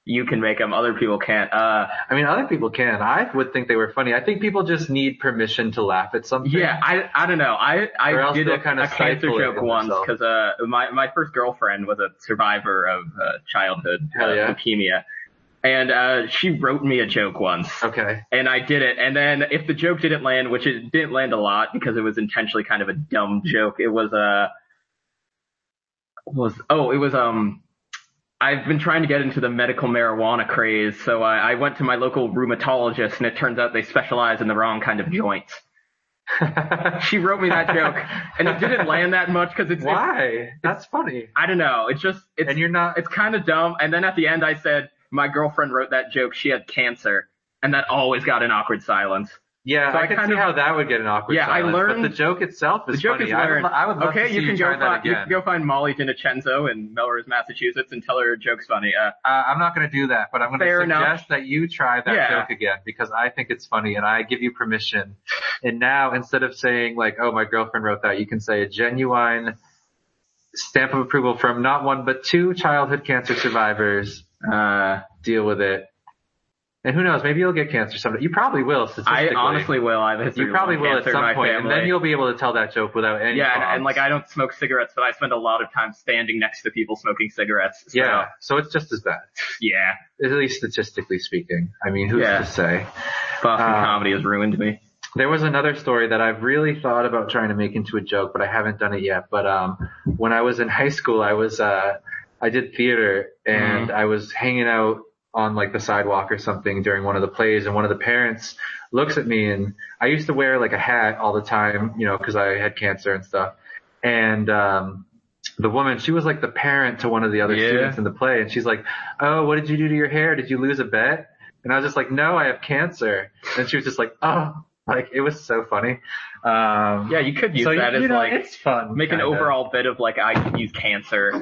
Speaker 5: you can make them. Other people can't. Uh,
Speaker 3: I mean, other people can. I would think they were funny. I think people just need permission to laugh at something.
Speaker 5: yeah, I I don't know. I
Speaker 3: Or
Speaker 5: I
Speaker 3: else
Speaker 5: did
Speaker 3: they'll
Speaker 5: a,
Speaker 3: kinda
Speaker 5: a cancer
Speaker 3: stifle it
Speaker 5: joke
Speaker 3: in
Speaker 5: once
Speaker 3: themselves.
Speaker 5: because uh my my first girlfriend was a survivor of uh, childhood uh,
Speaker 3: Hell yeah.
Speaker 5: leukemia, and uh she wrote me a joke once.
Speaker 3: Okay.
Speaker 5: and I did it. And then if the joke didn't land, which it didn't land a lot because it was intentionally kind of a dumb joke, it was uh, was oh, it was um. I've been trying to get into the medical marijuana craze, so I, I went to my local rheumatologist, and it turns out they specialize in the wrong kind of joints. She wrote me that joke, and it didn't land that much because it's it's-
Speaker 3: Why? That's funny.
Speaker 5: I don't know. It's just it's
Speaker 3: And you're not.
Speaker 5: it's kind of dumb. And then at the end, I said my girlfriend wrote that joke. She had cancer, and that always got an awkward silence.
Speaker 3: Yeah,
Speaker 5: so
Speaker 3: I,
Speaker 5: I
Speaker 3: can
Speaker 5: kind
Speaker 3: see
Speaker 5: of-
Speaker 3: how that would get an awkward.
Speaker 5: Yeah, I
Speaker 3: silence,
Speaker 5: learned-
Speaker 3: But the joke itself is
Speaker 5: The joke
Speaker 3: funny.
Speaker 5: is
Speaker 3: I would
Speaker 5: learned.
Speaker 3: lo- I would, love
Speaker 5: okay,
Speaker 3: to see
Speaker 5: you can go
Speaker 3: try that
Speaker 5: find you
Speaker 3: again.
Speaker 5: can go find Molly DiNicenzo in Melrose, Massachusetts, and tell her a joke's funny. Uh,
Speaker 3: uh, I'm not going to do that, but I'm going to
Speaker 5: Fair
Speaker 3: suggest
Speaker 5: enough.
Speaker 3: that you try that
Speaker 5: Yeah.
Speaker 3: joke again because I think it's funny and I give you permission. And now instead of saying like, oh, my girlfriend wrote that, you can say a genuine stamp of approval from not one, but two childhood cancer survivors. Uh, deal with it. And who knows, maybe you'll get cancer someday. You probably will
Speaker 5: I
Speaker 3: statistically.
Speaker 5: honestly will. I've history
Speaker 3: you
Speaker 5: of
Speaker 3: probably
Speaker 5: lung
Speaker 3: will at
Speaker 5: cancer in
Speaker 3: some
Speaker 5: my
Speaker 3: point, and
Speaker 5: family.
Speaker 3: then you'll be able to tell that joke without any.
Speaker 5: yeah, and, and
Speaker 3: qualms.
Speaker 5: like I don't smoke cigarettes, but I spend a lot of time standing next to people smoking cigarettes. So,
Speaker 3: yeah, so it's just as bad,
Speaker 5: yeah.
Speaker 3: at least statistically speaking. I mean, who's
Speaker 5: Yeah.
Speaker 3: to say?
Speaker 5: Boston
Speaker 3: Um,
Speaker 5: comedy has ruined me.
Speaker 3: There was another story that I've really thought about trying to make into a joke, but I haven't done it yet. But um, when I was in high school, I was uh, I did theater and I was hanging out on like the sidewalk or something during one of the plays, and one of the parents looks at me and I used to wear like a hat all the time, you know, because I had cancer and stuff. And um, the woman, she was like the parent to one of the other
Speaker 5: Yeah.
Speaker 3: students in the play, and she's like, "Oh, what did you do to your hair? Did you lose a bet?" And I was just like, "No, I have cancer." And she was just like, "Oh." Like it was so funny. Um,
Speaker 5: Yeah, you could use
Speaker 3: so
Speaker 5: that
Speaker 3: you
Speaker 5: as
Speaker 3: know,
Speaker 5: like
Speaker 3: it's fun.
Speaker 5: make an
Speaker 3: kinda.
Speaker 5: overall bit of like I could use cancer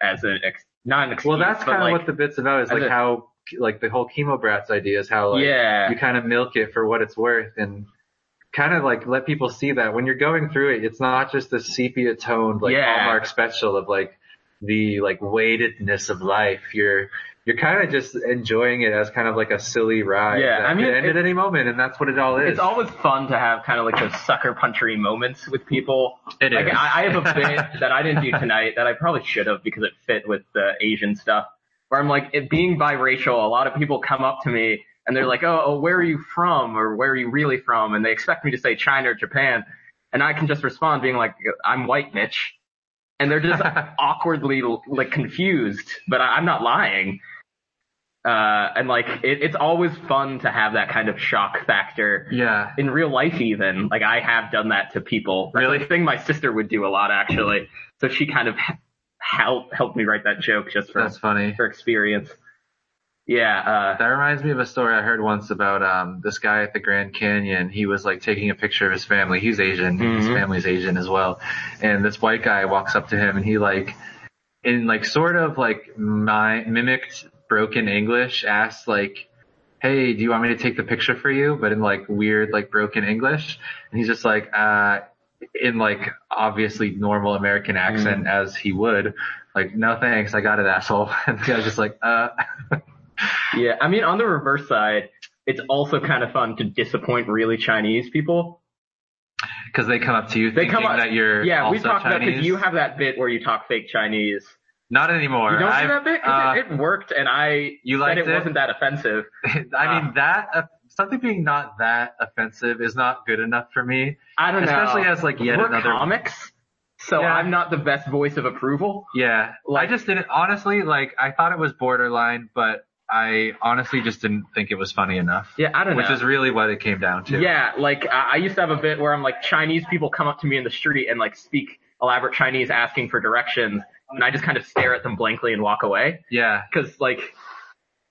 Speaker 5: as an ex- not an excuse.
Speaker 3: Well, that's
Speaker 5: but,
Speaker 3: kind of
Speaker 5: like,
Speaker 3: what the bit's about. Is
Speaker 5: as
Speaker 3: like
Speaker 5: a-
Speaker 3: how like the whole chemo brats idea is how like
Speaker 5: yeah.
Speaker 3: you kind of milk it for what it's worth and kind of like let people see that when you're going through it, it's not just the sepia toned like
Speaker 5: Yeah.
Speaker 3: Hallmark special of like the like weightedness of life. You're you're kind of just enjoying it as kind of like a silly ride.
Speaker 5: Yeah,
Speaker 3: that
Speaker 5: I mean,
Speaker 3: could end
Speaker 5: it-
Speaker 3: at any moment, and that's what it all is.
Speaker 5: It's always fun to have kind of like those sucker punchery moments with people.
Speaker 3: It
Speaker 5: like,
Speaker 3: is.
Speaker 5: I, I have a bit that I didn't do tonight that I probably should have because it fit with the Asian stuff. Where I'm like, it being biracial, a lot of people come up to me and they're like, oh, oh, where are you from or where are you really from? And they expect me to say China or Japan, and I can just respond being like, I'm white, Mitch, and they're just awkwardly like confused. But I, I'm not lying. Uh, and like, it, it's always fun to have that kind of shock factor
Speaker 3: yeah.
Speaker 5: in real life even like i have done that to people That's
Speaker 3: Really?
Speaker 5: a thing my sister would do a lot actually so she kind of helped helped me write that joke just for
Speaker 3: That's funny.
Speaker 5: for experience yeah uh
Speaker 3: That reminds me of a story I heard once about um, this guy at the Grand Canyon. He was like taking a picture of his family. He's Asian. His
Speaker 5: Mhm.
Speaker 3: family's Asian as well. And this white guy walks up to him and he like, in like sort of like mi- mimicked broken English, asked like, "Hey, do you want me to take the picture for you?" But in like weird like broken English. And he's just like, uh, in like obviously normal American accent as he would. Like, no thanks, I got it, asshole. And the guy's just like, uh,
Speaker 5: yeah i mean on the reverse side it's also kind of fun to disappoint really chinese people
Speaker 3: Because they come up to you
Speaker 5: They
Speaker 3: thinking
Speaker 5: come up-
Speaker 3: that you're
Speaker 5: yeah we
Speaker 3: also
Speaker 5: talked about
Speaker 3: Chinese.
Speaker 5: because you have that bit where you talk fake chinese
Speaker 3: Not anymore.
Speaker 5: you don't
Speaker 3: I've,
Speaker 5: do that bit 'Cause it, it worked and i
Speaker 3: You
Speaker 5: said
Speaker 3: liked
Speaker 5: it,
Speaker 3: it?
Speaker 5: wasn't Ah. that offensive
Speaker 3: uh, I mean that uh, something being not that offensive is not good enough for me.
Speaker 5: i don't know
Speaker 3: Especially as, like, yet
Speaker 5: We're
Speaker 3: another-
Speaker 5: comics so
Speaker 3: Yeah.
Speaker 5: i'm not the best voice of approval
Speaker 3: Yeah,
Speaker 5: Like-
Speaker 3: I just didn't. Honestly, like I thought it was borderline, but I honestly just didn't think it was funny enough.
Speaker 5: yeah i don't
Speaker 3: Which
Speaker 5: know
Speaker 3: is really what it came down to.
Speaker 5: Yeah, like I I used to have a bit where I'm like Chinese people come up to me in the street and like speak elaborate Chinese asking for directions, and I just kind of stare at them blankly and walk away
Speaker 3: Yeah.
Speaker 5: because like,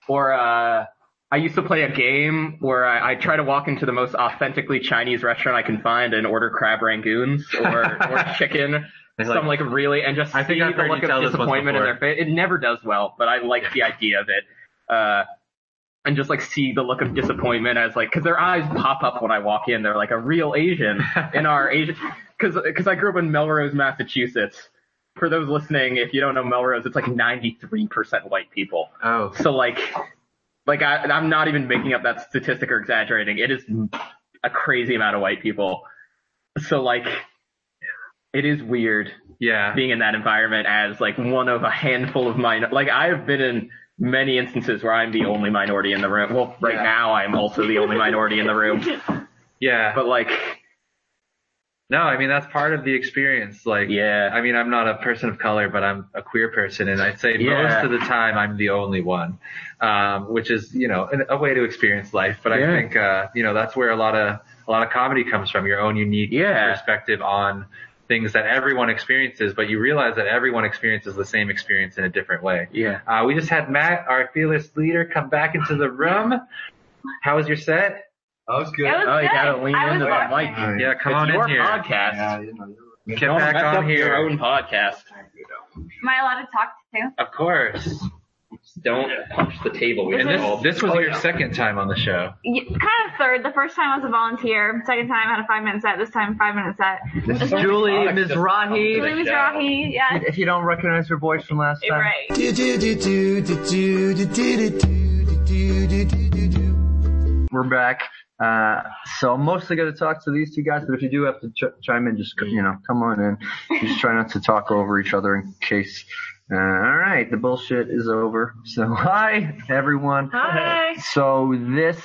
Speaker 5: or uh, I I used to play a game where I, I try to walk into the most authentically Chinese restaurant I can find and order crab rangoons or, or chicken.
Speaker 8: It's
Speaker 5: Some
Speaker 8: like-
Speaker 5: like really and just
Speaker 8: I
Speaker 5: see
Speaker 8: think I've
Speaker 5: the
Speaker 8: heard you
Speaker 5: look
Speaker 8: tell
Speaker 5: of
Speaker 8: this once
Speaker 5: disappointment in
Speaker 8: before.
Speaker 5: their face. It never does well, but I like the idea of it. Uh, and just like see the look of disappointment as like, cause their eyes pop up when I walk in. They're like a real Asian in our Asian, cause, cause I grew up in Melrose, Massachusetts. For those listening, if you don't know Melrose, it's like 93% white people.
Speaker 8: oh,
Speaker 5: So like, like I, I'm not even making up that statistic or exaggerating. It is a crazy amount of white people. So like, it is weird
Speaker 8: yeah.
Speaker 5: being in that environment as like one of a handful of mine. Like I have been in many instances where I'm the only minority in the room. Well, right
Speaker 8: Yeah.
Speaker 5: now I'm also the only minority in the room.
Speaker 8: Yeah.
Speaker 5: But like,
Speaker 8: No, I mean that's part of the experience. Like,
Speaker 5: Yeah.
Speaker 8: I mean, I'm not a person of color, but I'm a queer person, and I'd say
Speaker 5: Yeah.
Speaker 8: most of the time I'm the only one, um, which is you know an, a way to experience life. But I
Speaker 5: Yeah.
Speaker 8: think uh, you know that's where a lot of a lot of comedy comes from your own unique
Speaker 5: Yeah.
Speaker 8: perspective on things that everyone experiences, but you realize that everyone experiences the same experience in a different way.
Speaker 5: yeah,
Speaker 8: Uh, we just had Matt, our fearless leader, come back into the room. How was your set?
Speaker 2: That was good.
Speaker 9: That was
Speaker 5: oh, you
Speaker 9: good.
Speaker 5: gotta lean
Speaker 9: I was
Speaker 5: into that
Speaker 9: watching.
Speaker 5: mic.
Speaker 2: All right.
Speaker 8: Yeah, come
Speaker 5: it's
Speaker 8: on
Speaker 5: your
Speaker 8: in here.
Speaker 5: podcast.
Speaker 2: Yeah, you know, you were-
Speaker 8: Get
Speaker 5: Don't
Speaker 8: back
Speaker 5: mess
Speaker 8: on
Speaker 5: up Your
Speaker 8: here.
Speaker 5: own podcast.
Speaker 9: Am I allowed to talk too?
Speaker 8: Of course.
Speaker 5: Don't punch the table. We
Speaker 9: This
Speaker 8: And
Speaker 9: is-
Speaker 5: involved.
Speaker 8: this this was your second time on the show.
Speaker 9: Y- Kind of third. The first time I was a volunteer. Second time I had a five minute set. This time five minute set.
Speaker 3: Julie
Speaker 9: It
Speaker 3: Mizrahi.
Speaker 9: was Rahi. Yeah.
Speaker 3: If you don't recognize her voice from last time,
Speaker 9: Right.
Speaker 3: we're back. Uh, so I'm mostly going to talk to these two guys, but if you do have to ch- chime in, just, you know, come on in. Just try not to talk over each other in case. Uh, all right, the bullshit is over. So hi, everyone.
Speaker 9: Hi.
Speaker 3: So this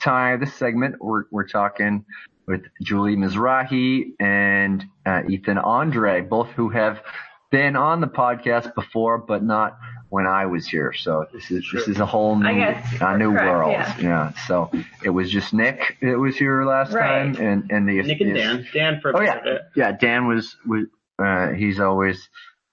Speaker 3: time, this segment, we're, we're talking with Julie Mizrahi and uh, Ethan Andre, both who have been on the podcast before, but not when I was here. So this is this is a whole new
Speaker 9: I guess
Speaker 3: Mm. a new
Speaker 9: you're correct,
Speaker 3: world.
Speaker 9: yeah.
Speaker 3: So it was just Nick that was here last
Speaker 7: Right.
Speaker 3: time, and and the
Speaker 10: Nick and Dan. Dan for a
Speaker 3: Oh yeah,
Speaker 10: part of it.
Speaker 3: yeah. Dan was was uh, he's always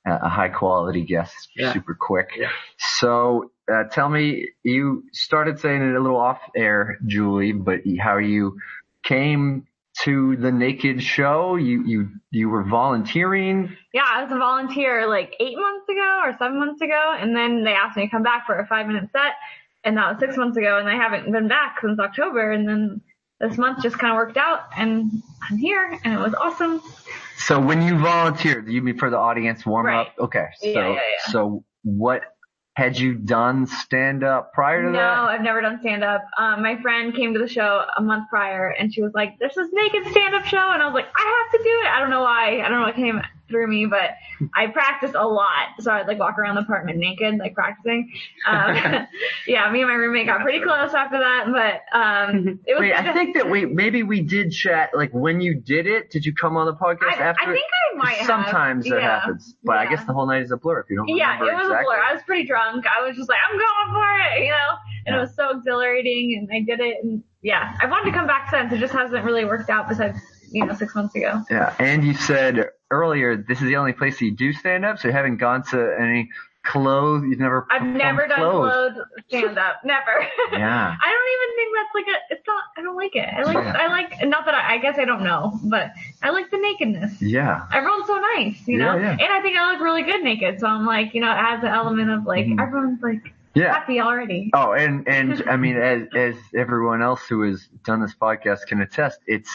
Speaker 3: a a high quality guest,
Speaker 10: Yeah.
Speaker 3: super quick.
Speaker 10: Yeah.
Speaker 3: So uh, tell me, you started saying it a little off air, Julie, but how you came to the Naked Show? You you you were volunteering.
Speaker 9: Yeah, I was a volunteer like eight months ago or seven months ago, and then they asked me to come back for a five minute set, and that was six months ago, and I haven't been back since October, and then this month just kind of worked out, and I'm here, and it was awesome.
Speaker 3: So when you volunteered, you mean for the audience warm up? Okay. So
Speaker 9: Yeah, yeah, yeah.
Speaker 3: so what had you done stand up prior to
Speaker 9: No,
Speaker 3: that?
Speaker 9: I've never done stand up. Um, my friend came to the show a month prior, and she was like, "There's this naked stand up show," and I was like, "I have to do it." I don't know why. I don't know what came through me, but I practiced a lot, so I'd like walk around the apartment naked, like practicing. Um, yeah, me and my roommate got pretty close after that, but um, it was.
Speaker 3: Wait, I think that we maybe we did chat like when you did it. Did you come on the
Speaker 9: I,
Speaker 3: podcast
Speaker 9: I
Speaker 3: after?
Speaker 9: think I might have.
Speaker 3: Sometimes that
Speaker 9: yeah.
Speaker 3: happens, but I
Speaker 9: Yeah.
Speaker 3: guess the whole night is a blur if you don't
Speaker 9: Yeah, it
Speaker 3: remember
Speaker 9: was a
Speaker 3: exactly.
Speaker 9: blur. I was pretty drunk. I was just like, I'm going for it, you know? And it was so exhilarating and I did it and yeah. I wanted to come back since. It just hasn't really worked out besides, you know, six months ago.
Speaker 3: Yeah, and you said earlier this is the only place that you do stand up, so you haven't gone to any clothes. You've never.
Speaker 9: I've
Speaker 3: performed
Speaker 9: never done
Speaker 3: clothes.
Speaker 9: clothes stand up. Never.
Speaker 3: Yeah.
Speaker 9: I don't even think that's like a it's not I don't like it. I like
Speaker 3: Yeah.
Speaker 9: I like not that I, I guess I don't know, but I like the nakedness.
Speaker 3: Yeah.
Speaker 9: Everyone's so nice, you
Speaker 3: Yeah,
Speaker 9: know?
Speaker 3: yeah.
Speaker 9: And I think I look really good naked, so I'm like, you know, it adds an element of like
Speaker 3: Mhm.
Speaker 9: everyone's like
Speaker 3: Yeah.
Speaker 9: happy already.
Speaker 3: Oh, and and I mean, as as everyone else who has done this podcast can attest, it's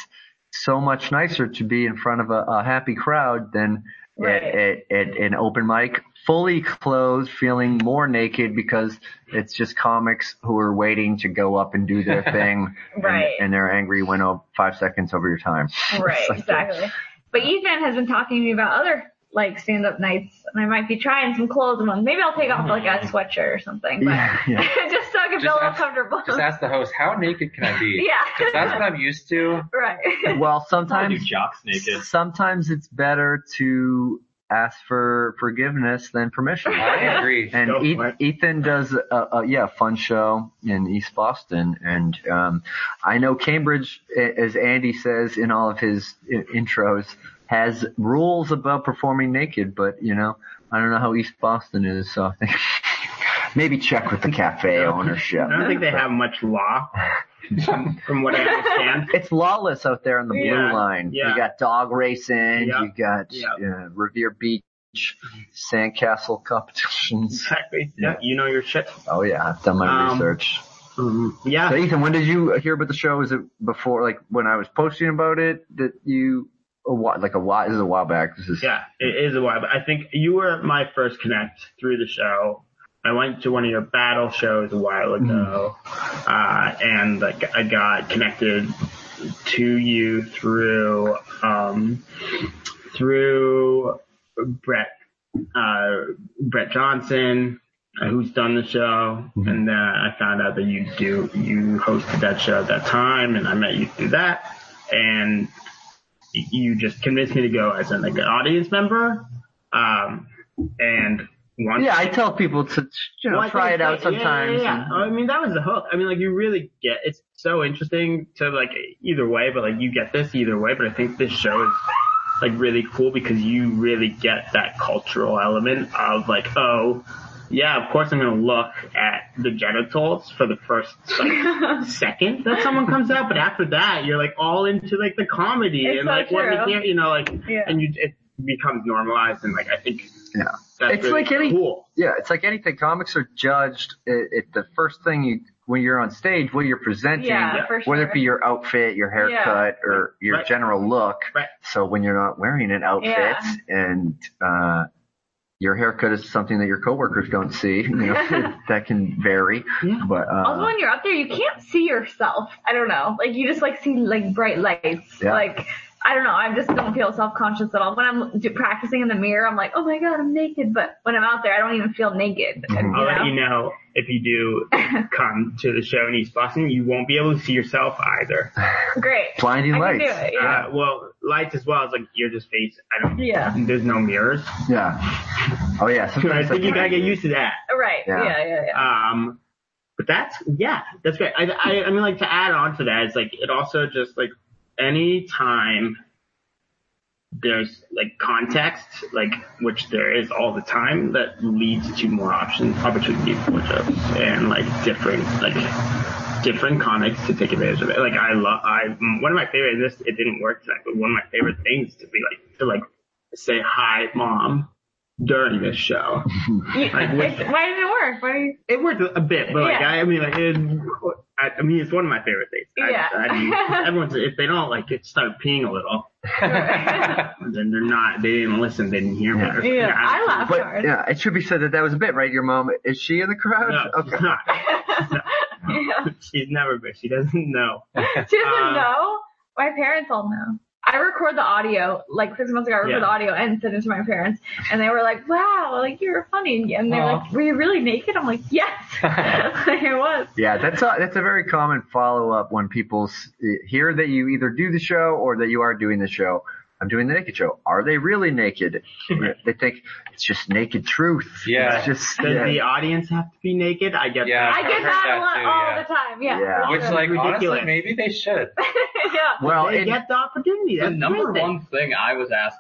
Speaker 3: so much nicer to be in front of a, a happy crowd than
Speaker 9: Right.
Speaker 3: at, at, at an open mic, fully clothed, feeling more naked because it's just comics who are waiting to go up and do their thing,
Speaker 9: Right.
Speaker 3: and, and they're angry when oh, five seconds over your time.
Speaker 9: Right,
Speaker 3: Something.
Speaker 9: exactly. But Ethan has been talking to me about other like stand up nights and I might be trying some clothes ones. Maybe I'll take off like a sweatshirt or something, but
Speaker 3: Yeah, yeah.
Speaker 9: just so I can
Speaker 8: Just
Speaker 9: feel a little
Speaker 8: ask-
Speaker 9: comfortable.
Speaker 8: Just ask the host, how naked can I be?
Speaker 9: yeah.
Speaker 8: 'Cause That's what I'm used to.
Speaker 9: right.
Speaker 3: Well,
Speaker 10: I do
Speaker 3: sometimes
Speaker 10: jocks naked.
Speaker 3: sometimes it's better to ask for forgiveness than permission.
Speaker 8: I agree.
Speaker 3: And
Speaker 10: Go
Speaker 3: Eth-
Speaker 10: for it.
Speaker 3: Ethan does a, a yeah a fun show in East Boston, and um, I know Cambridge, a- as Andy says in all of his i- intros, has rules about performing naked, but you know I don't know how East Boston is, so I think
Speaker 11: Maybe check with the cafe ownership.
Speaker 5: I don't think they have much law, from, from what I understand.
Speaker 2: It's lawless out there on the
Speaker 5: Yeah,
Speaker 2: blue line.
Speaker 5: yeah.
Speaker 2: You got dog racing.
Speaker 5: Yeah,
Speaker 2: You got
Speaker 5: yeah.
Speaker 2: uh, Revere Beach sandcastle competitions.
Speaker 5: Exactly. Yeah, you know your shit.
Speaker 2: Oh yeah, I've done my
Speaker 5: Um,
Speaker 2: research.
Speaker 5: Um, yeah.
Speaker 2: So Ethan, when did you hear about the show? Is it before, like when I was posting about it, that you a while, like a while? This is a while back. This is
Speaker 5: Yeah, it is a while. But I think you were my first connect through the show. I went to one of your battle shows a while ago, uh, and like I got connected to you through um, through Brett uh, Brett Johnson, uh, who's done the show, and then I found out that you do you hosted that show at that time, and I met you through that, and you just convinced me to go as an like an audience member. Um, and once
Speaker 2: yeah. I tell people to you know
Speaker 5: Well, I
Speaker 2: try
Speaker 5: think
Speaker 2: it out
Speaker 5: that- yeah,
Speaker 2: sometimes.
Speaker 5: Yeah, yeah.
Speaker 2: and-
Speaker 5: I mean, that was the hook. I mean, like you really get it's so interesting to like either way, but like you get this either way. But I think this show is like really cool because you really get that cultural element of like, oh. Yeah, of course I'm gonna look at the genitals for the first like, second that someone comes out, but after that you're like all into like the comedy
Speaker 9: It's
Speaker 5: and
Speaker 9: so
Speaker 5: like what
Speaker 9: true.
Speaker 5: we can't, you know, like
Speaker 9: Yeah.
Speaker 5: and you it becomes normalized and like I think
Speaker 2: Yeah.
Speaker 5: that's
Speaker 2: It's
Speaker 5: really
Speaker 2: like any-
Speaker 5: cool.
Speaker 2: yeah, it's like anything. Comics are judged at, at the first thing you when you're on stage, what you're presenting,
Speaker 9: Yeah, for
Speaker 2: whether
Speaker 9: sure.
Speaker 2: it be your outfit, your haircut, or your
Speaker 5: Right.
Speaker 2: general look.
Speaker 5: Right.
Speaker 2: So when you're not wearing an outfit
Speaker 9: Yeah.
Speaker 2: and uh, your haircut is something that your coworkers don't see, you know, that can vary. But uh,
Speaker 9: Also, when you're up there, you can't see yourself. I don't know. Like you just like see like bright lights.
Speaker 2: Yeah.
Speaker 9: Like I don't know. I just don't feel self conscious at all. When I'm do- practicing in the mirror, I'm like, oh my god, I'm naked. But when I'm out there, I don't even feel naked. And,
Speaker 5: I'll
Speaker 9: you
Speaker 5: let
Speaker 9: know?
Speaker 5: you know if you do come to the show in East Boston, you won't be able to see yourself either.
Speaker 9: Great.
Speaker 2: Blinding
Speaker 9: I can
Speaker 2: lights.
Speaker 9: do it, yeah.
Speaker 5: Uh, well, lights as well. It's like you're just face. I don't.
Speaker 9: Yeah.
Speaker 5: There's no mirrors.
Speaker 2: yeah. Oh yeah.
Speaker 5: So I
Speaker 2: Sometimes
Speaker 5: think you gotta
Speaker 2: like,
Speaker 5: get used to that.
Speaker 9: right.
Speaker 2: Yeah.
Speaker 9: Yeah. Yeah. Yeah.
Speaker 5: Um, but that's yeah, that's great. I, I I mean like to add on to that, it's like it also just like any time there's like context, like which there is all the time, that leads to more options, opportunities for jobs, and like different like different comics to take advantage of it. Like I love I one of my favorite and this it didn't work tonight, but one of my favorite things to be like to like say hi mom during this show. Like, with-
Speaker 9: It's- why did it work? Why do you?
Speaker 5: it worked a bit, but like
Speaker 9: Yeah.
Speaker 5: I, I mean, like it, I, I mean, it's one of my favorite things. I-
Speaker 9: Yeah.
Speaker 5: I mean, everyone's if they don't like it, start peeing a little, then they're not. They didn't listen. They didn't hear me. Or-
Speaker 9: yeah. I laugh
Speaker 2: But
Speaker 9: hard.
Speaker 2: yeah, it should be said that that was a bit, right? Your mom is she in the crowd?
Speaker 5: No,
Speaker 2: okay.
Speaker 5: she's not.
Speaker 9: Yeah.
Speaker 5: She's never been. She doesn't know.
Speaker 9: She doesn't
Speaker 5: Um,
Speaker 9: know. My parents all know. I record the audio, like six months ago, I record
Speaker 5: Yeah.
Speaker 9: the audio and send it to my parents. And they were like, wow, like you were funny. And they're like, were you really naked? I'm like, yes, I was.
Speaker 2: Yeah, that's a, that's a very common follow up when people s- hear that you either do the show or that you are doing the show. I'm doing the naked show. Are they really naked? they think it's just naked truth.
Speaker 12: Yeah.
Speaker 2: It's just,
Speaker 5: Does
Speaker 2: yeah.
Speaker 5: the audience have to be naked? I get
Speaker 12: Yeah.
Speaker 9: I
Speaker 5: that.
Speaker 9: get
Speaker 12: heard
Speaker 9: that
Speaker 12: that
Speaker 9: a lot
Speaker 12: too,
Speaker 9: all
Speaker 12: yeah.
Speaker 9: the time. Yeah.
Speaker 2: Yeah.
Speaker 12: Which,
Speaker 5: That's
Speaker 12: like,
Speaker 5: ridiculous.
Speaker 12: honestly, maybe they should.
Speaker 9: yeah.
Speaker 2: well,
Speaker 5: they
Speaker 2: and-
Speaker 5: get the opportunity.
Speaker 13: The
Speaker 5: That's
Speaker 13: number
Speaker 5: great thing.
Speaker 13: one thing I was asked.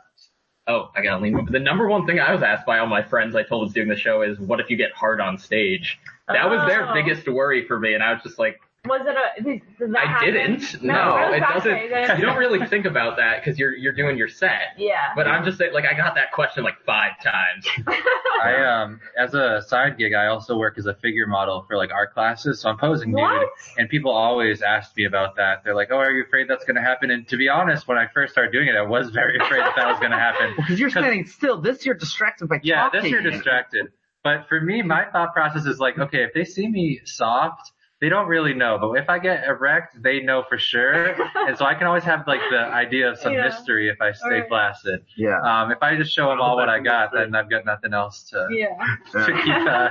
Speaker 13: Oh, I gotta lean over. The number one thing I was asked by all my friends I told was doing the show is, "What if you get hard on stage?" That was their
Speaker 9: Oh.
Speaker 13: biggest worry for me, and I was just like,
Speaker 9: Was it a, did, did that
Speaker 13: "I
Speaker 9: happen?
Speaker 13: didn't.
Speaker 9: No,
Speaker 13: No,
Speaker 9: that was
Speaker 13: it doesn't.
Speaker 9: backstage.
Speaker 13: You don't really think about that because you're you're doing your set."
Speaker 9: Yeah.
Speaker 13: But I'm just saying, like, I got that question like five times.
Speaker 3: I um as a side gig I also work as a figure model for like art classes, so I'm posing
Speaker 9: What?
Speaker 3: nude. And people always ask me about that. They're like, "Oh, are you afraid that's going to happen?" And to be honest, when I first started doing it, I was very afraid that that was going to happen.
Speaker 2: because you're standing still. This you're distracted by
Speaker 3: Yeah,
Speaker 2: talking.
Speaker 3: this you're distracted. But for me, my thought process is like, okay, if they see me soft, they don't really know. But if I get erect, they know for sure. and so I can always have like the idea of some
Speaker 9: Yeah.
Speaker 3: mystery if I stay
Speaker 9: Alright.
Speaker 3: flaccid.
Speaker 2: Yeah.
Speaker 3: Um, if I just show them all what I got, then I've got nothing else to
Speaker 9: Yeah.
Speaker 3: to keep uh,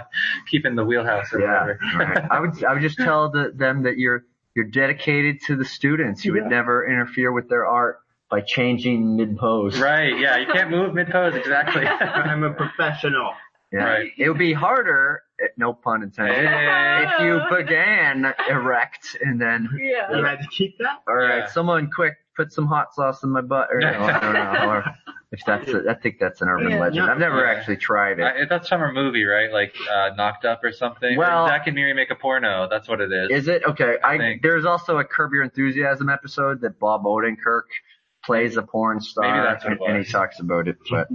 Speaker 3: keep in the wheelhouse or
Speaker 2: Yeah.
Speaker 3: whatever.
Speaker 2: Right. I would I would just tell the, them that you're you're dedicated to the students. You would never interfere with their art by changing mid pose.
Speaker 3: Right, yeah, you can't move mid pose exactly.
Speaker 5: I'm a professional.
Speaker 2: Yeah.
Speaker 3: Right.
Speaker 2: It would be harder. eh, No pun intended.
Speaker 3: Hey.
Speaker 2: if you began erect and then
Speaker 9: Yeah.
Speaker 5: You had to keep that.
Speaker 2: all right,
Speaker 3: Yeah.
Speaker 2: someone quick put some hot sauce in my butt or no, I don't know, or If that's, a, I think that's an urban
Speaker 12: Yeah,
Speaker 2: legend.
Speaker 12: yeah.
Speaker 2: I've never
Speaker 14: Yeah.
Speaker 2: actually tried it.
Speaker 14: I, that's from a movie, right? Like uh, Knocked Up or something.
Speaker 2: Well-
Speaker 14: Or Zack and Miri make a porno. That's what it is.
Speaker 2: Is it okay? I,
Speaker 14: think.
Speaker 2: there's also a Curb Your Enthusiasm episode that Bob Odenkirk plays a porn star,
Speaker 14: Maybe that's what it
Speaker 2: and, and
Speaker 14: was.
Speaker 2: he talks about it. But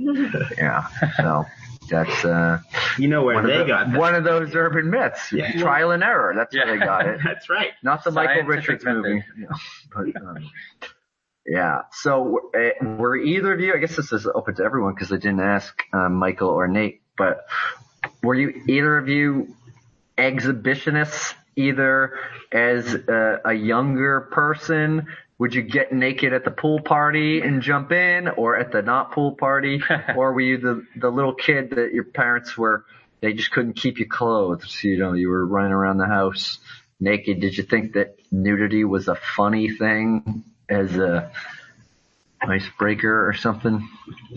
Speaker 2: yeah, so that's uh,
Speaker 12: You know where
Speaker 2: one,
Speaker 12: they
Speaker 2: of the-
Speaker 12: got that.
Speaker 2: one of those urban myths.
Speaker 12: Yeah.
Speaker 2: Trial and error. That's where
Speaker 14: Yeah.
Speaker 2: they got it.
Speaker 12: That's right.
Speaker 2: Not the Michael
Speaker 14: Scientific
Speaker 2: Richards
Speaker 14: method.
Speaker 2: movie. Yeah. But, um, yeah. So uh, were either of you? I guess this is open to everyone because I didn't ask uh, Michael or Nate. But were you either of you exhibitionists? Either as a, a younger person, would you get naked at the pool party and jump in, or at the not pool party, or were you the the little kid that your parents were? They just couldn't keep you clothed. So, you know, you were running around the house naked. Did you think that nudity was a funny thing as a icebreaker or something?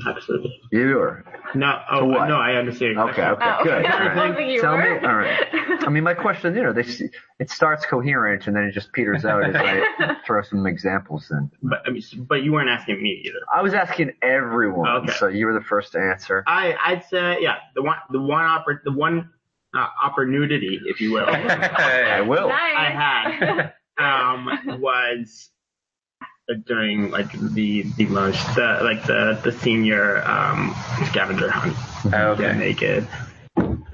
Speaker 12: Absolutely.
Speaker 2: You or
Speaker 12: No,
Speaker 2: To
Speaker 12: oh,
Speaker 2: what?
Speaker 12: no, I understand. your
Speaker 2: okay,
Speaker 12: question.
Speaker 2: okay,
Speaker 9: Oh,
Speaker 2: good.
Speaker 9: I
Speaker 2: All right.
Speaker 9: don't think you
Speaker 2: Tell
Speaker 9: were.
Speaker 2: me, all right. I mean, my question, you know, they s- it starts coherent and then it just peters out as I throw some examples in.
Speaker 12: But, I mean, s- but you weren't asking me either.
Speaker 2: I was asking everyone,
Speaker 12: Okay.
Speaker 2: so you were the first to answer.
Speaker 12: I, I'd say, yeah, the one, the one oppor- the one, uh, opportunity, if you will,
Speaker 2: I will.
Speaker 12: I
Speaker 9: nice.
Speaker 12: had um, was during like the the most the, like the the senior um, scavenger hunt. Get
Speaker 14: okay.
Speaker 12: naked.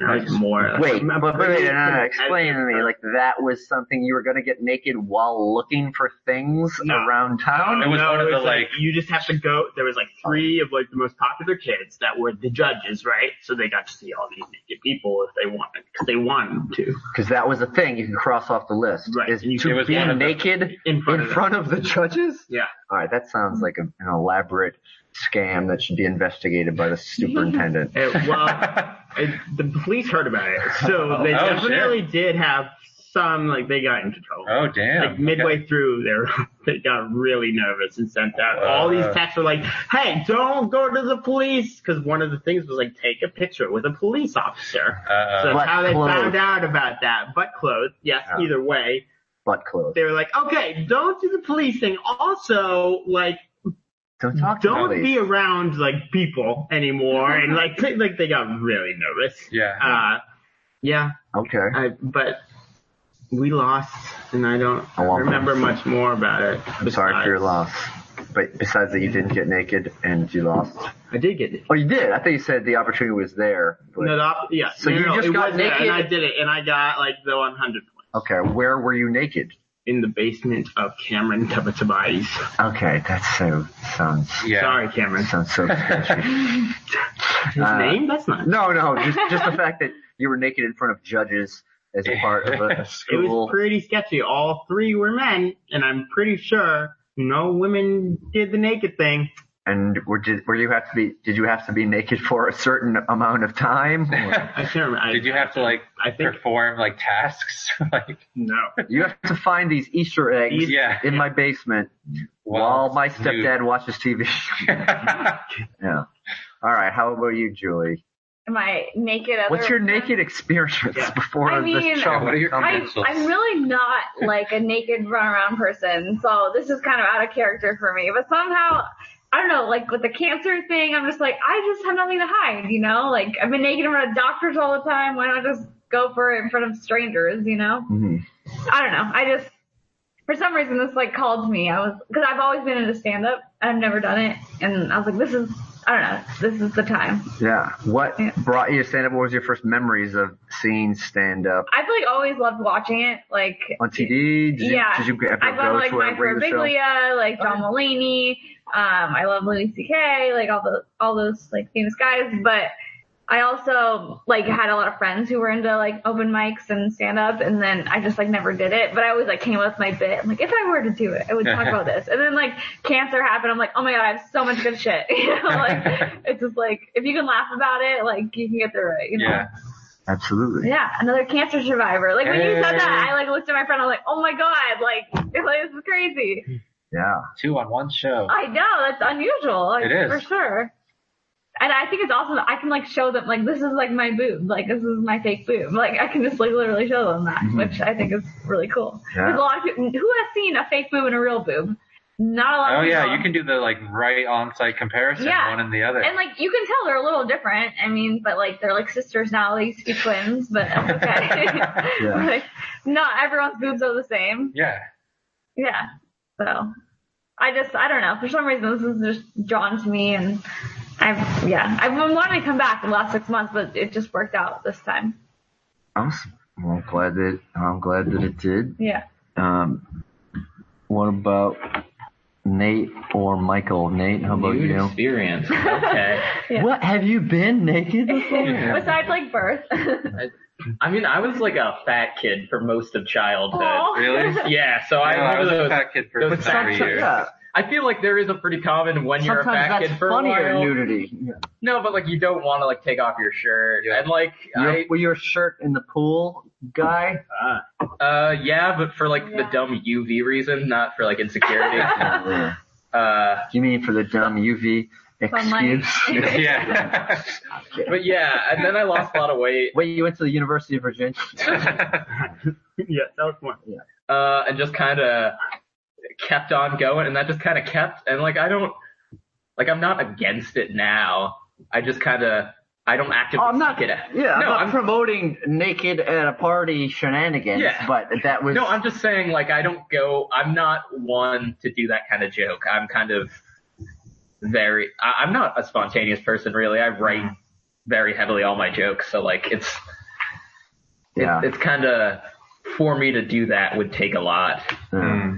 Speaker 12: I was more.
Speaker 2: Wait,
Speaker 12: I'm
Speaker 2: but wait,
Speaker 12: pretty-
Speaker 2: no, no, no, explain to me. Like that was something you were going to get naked while looking for things
Speaker 12: No.
Speaker 2: around town.
Speaker 14: It was
Speaker 12: No,
Speaker 14: one of
Speaker 12: it
Speaker 14: the,
Speaker 12: was
Speaker 14: like-
Speaker 12: you just have to go. There was like three of like the most popular kids that were the judges, right? So they got to see all these naked people if they wanted, because they wanted to.
Speaker 2: Because that was the thing you can cross off the list.
Speaker 12: Right.
Speaker 2: Is
Speaker 12: You-
Speaker 14: it
Speaker 2: to
Speaker 14: was
Speaker 2: be
Speaker 14: one of the-
Speaker 2: naked
Speaker 12: in front
Speaker 2: in
Speaker 12: of
Speaker 2: front of the judges?
Speaker 12: Yeah.
Speaker 2: All right, that sounds like a, an elaborate scam that should be investigated by the superintendent.
Speaker 12: It, well, it, the police heard about it, so they
Speaker 14: Oh, shit.
Speaker 12: definitely did have some. Like they got into trouble.
Speaker 14: Oh damn.
Speaker 12: Like midway through, they were- they got really nervous and sent out
Speaker 14: Oh,
Speaker 12: all these
Speaker 14: Wow.
Speaker 12: texts. Were like, "Hey, don't go to the police," because one of the things was like, take a picture with a police officer.
Speaker 14: Uh,
Speaker 12: so
Speaker 2: But
Speaker 12: that's how they
Speaker 2: clothed.
Speaker 12: found out about that. But clothed, yes.
Speaker 2: Yeah.
Speaker 12: Either way,
Speaker 2: Butt clothes.
Speaker 12: they were like, "Okay, don't do the police thing." Also, like,
Speaker 2: Don't talk to
Speaker 12: don't
Speaker 2: police.
Speaker 12: be around like people anymore. and like, they- like they got really nervous.
Speaker 14: yeah.
Speaker 12: Uh, yeah.
Speaker 2: Okay.
Speaker 12: I but we lost, and I don't
Speaker 2: A lot.
Speaker 12: remember much more about it.
Speaker 2: I'm sorry for your loss. But besides that, you didn't get naked and you lost.
Speaker 12: I did get it.
Speaker 2: Oh, you did. I thought you said the opportunity was there. but-
Speaker 12: No, the op- yeah.
Speaker 2: So
Speaker 12: no,
Speaker 2: you
Speaker 12: no,
Speaker 2: just
Speaker 12: it
Speaker 2: got
Speaker 12: was there,
Speaker 2: naked?
Speaker 12: and I did it, and I got like the 100 point
Speaker 2: Okay, where were you naked?
Speaker 12: in the basement of Cameron Tabatabatis.
Speaker 2: Okay, that so sounds
Speaker 14: yeah.
Speaker 12: Sorry, Cameron.
Speaker 2: sounds so fishy.
Speaker 12: His
Speaker 2: Uh,
Speaker 12: name? That's not.
Speaker 2: No, no, just just the fact that you were naked in front of judges as a part of a
Speaker 12: It
Speaker 2: school.
Speaker 12: was pretty sketchy. All three were men, and I'm pretty sure no women did the naked thing.
Speaker 2: and were did were you have to be did you have to be naked for a certain amount of time?
Speaker 12: I can't remember. I-
Speaker 14: Did you have to like
Speaker 12: I think
Speaker 14: perform like tasks? like
Speaker 12: no.
Speaker 2: you have to find these Easter eggs
Speaker 14: yeah.
Speaker 2: in my basement
Speaker 14: Well,
Speaker 2: while my
Speaker 14: dude.
Speaker 2: stepdad watches TV. yeah. All right. How about you, Julie?
Speaker 9: Am I naked? Other
Speaker 2: What's your naked experience
Speaker 12: Yeah.
Speaker 2: before
Speaker 9: I mean, uh,
Speaker 2: this show?
Speaker 14: what are your
Speaker 9: I,
Speaker 14: credentials?
Speaker 9: I'm really not like a naked run around person, so this is kind of out of character for me. But somehow, I don't know, like with the cancer thing, I'm just like, I just have nothing to hide, you know? Like I've been naked in front of doctors all the time. Why not just go for it in front of strangers, you know?
Speaker 2: Mhm.
Speaker 9: I don't know. I just for some reason this like called to me. I was because I've always been into stand up. I've never done it, and I was like, this is I don't know. This is the time.
Speaker 2: Yeah. What
Speaker 9: Yeah.
Speaker 2: brought you to stand up? What was your first memories of seeing stand up
Speaker 9: I've like always loved watching it. Like
Speaker 2: on TV? Did
Speaker 9: Yeah.
Speaker 2: You, did you ever
Speaker 9: I've
Speaker 2: go
Speaker 9: gone like
Speaker 2: to
Speaker 9: Mike
Speaker 2: a regular show?
Speaker 9: Birbiglia, like John Mulaney. Um, I love Louis C.K. Like all the all those like famous guys. But I also like had a lot of friends who were into like open mics and stand up, and then I just like never did it. But I always like came up with my bit. I'm like, if I were to do it, I would talk about this. And then like cancer happened. I'm like, oh my god, I have so much good shit. You know, like it's just like if you can laugh about it, like you can get through it. You know.
Speaker 14: yeah.
Speaker 2: Absolutely.
Speaker 9: Yeah, another cancer survivor. Like when you said that,
Speaker 14: Hey.
Speaker 9: I like looked at my friend. I was like, "Oh my god! Like, it's like this is crazy."
Speaker 2: Yeah.
Speaker 14: Two on one show.
Speaker 9: I know that's unusual. Like,
Speaker 14: It is.
Speaker 9: for sure. And I think it's awesome that I can like show them like this is like my boob, like this is my fake boob. Like I can just like literally show them that, which I think is really cool.
Speaker 2: Yeah.
Speaker 9: Because a lot of people, who has seen a fake boob and a real boob? Not a lot.
Speaker 3: Oh
Speaker 9: of
Speaker 3: yeah,
Speaker 9: people.
Speaker 3: you can do the like right on site comparison,
Speaker 9: Yeah.
Speaker 3: one and the other.
Speaker 9: And like you can tell they're a little different. I mean, but like they're like sisters now. They used to be twins, but that's okay.
Speaker 2: Yeah.
Speaker 9: like, not everyone's boobs are the same.
Speaker 3: yeah.
Speaker 9: Yeah. So I just I don't know. For some reason this is just drawn to me and I've yeah. I've been wanting to come back the last six months, but it just worked out this time.
Speaker 2: I'm s- well, I'm glad that I'm glad that it did.
Speaker 9: Yeah.
Speaker 2: Um, what about Nate or Michael? Nate, how about
Speaker 5: Nude
Speaker 2: you?
Speaker 5: experience. Okay.
Speaker 9: Yeah.
Speaker 2: What have you been naked before?
Speaker 9: Besides like birth.
Speaker 5: I mean, I was like a fat kid for most of childhood.
Speaker 9: Aw.
Speaker 3: Really?
Speaker 5: Yeah, so
Speaker 3: I,
Speaker 5: I
Speaker 3: no, I
Speaker 5: remember
Speaker 3: was a
Speaker 5: those.
Speaker 3: fat kid for
Speaker 5: those
Speaker 3: about
Speaker 5: socks
Speaker 3: three
Speaker 5: are-
Speaker 3: years.
Speaker 2: yeah.
Speaker 5: I feel like there is a pretty common when you're a fat
Speaker 2: Sometimes
Speaker 5: kid
Speaker 2: that's
Speaker 5: for a
Speaker 2: funnier
Speaker 5: while.
Speaker 2: nudity. Yeah.
Speaker 5: No, but like you don't want to like take off your shirt
Speaker 3: Yeah.
Speaker 5: and like
Speaker 2: Your, well, your shirt in the pool, guy.
Speaker 5: I uh yeah, but for like the
Speaker 9: Yeah.
Speaker 5: dumb UV reason, not for like insecurity.
Speaker 2: Oh,
Speaker 5: uh,
Speaker 2: You mean for the dumb UV
Speaker 9: Sunlight.
Speaker 2: excuse?
Speaker 3: yeah.
Speaker 5: but yeah, and then I lost a lot of weight.
Speaker 2: Wait, you went to the University of Virginia?
Speaker 12: yeah, that was one.
Speaker 5: uh, and just kind of kept on going, and that just kind of kept, and like I don't, like I'm not against it now. I just kind of, I don't actively
Speaker 2: Oh, I'm not.
Speaker 5: seek it
Speaker 2: Yeah,
Speaker 5: out.
Speaker 2: I'm
Speaker 5: no,
Speaker 2: not
Speaker 5: I'm,
Speaker 2: promoting naked at a party shenanigans.
Speaker 5: Yeah.
Speaker 2: but that was
Speaker 5: no, I'm just saying like I don't go, I'm not one to do that kind of joke. I'm kind of very, I, I'm not a spontaneous person really. I write very heavily all my jokes, so like it's,
Speaker 2: yeah.
Speaker 5: it's kind of for me to do that would take a lot.
Speaker 2: yeah.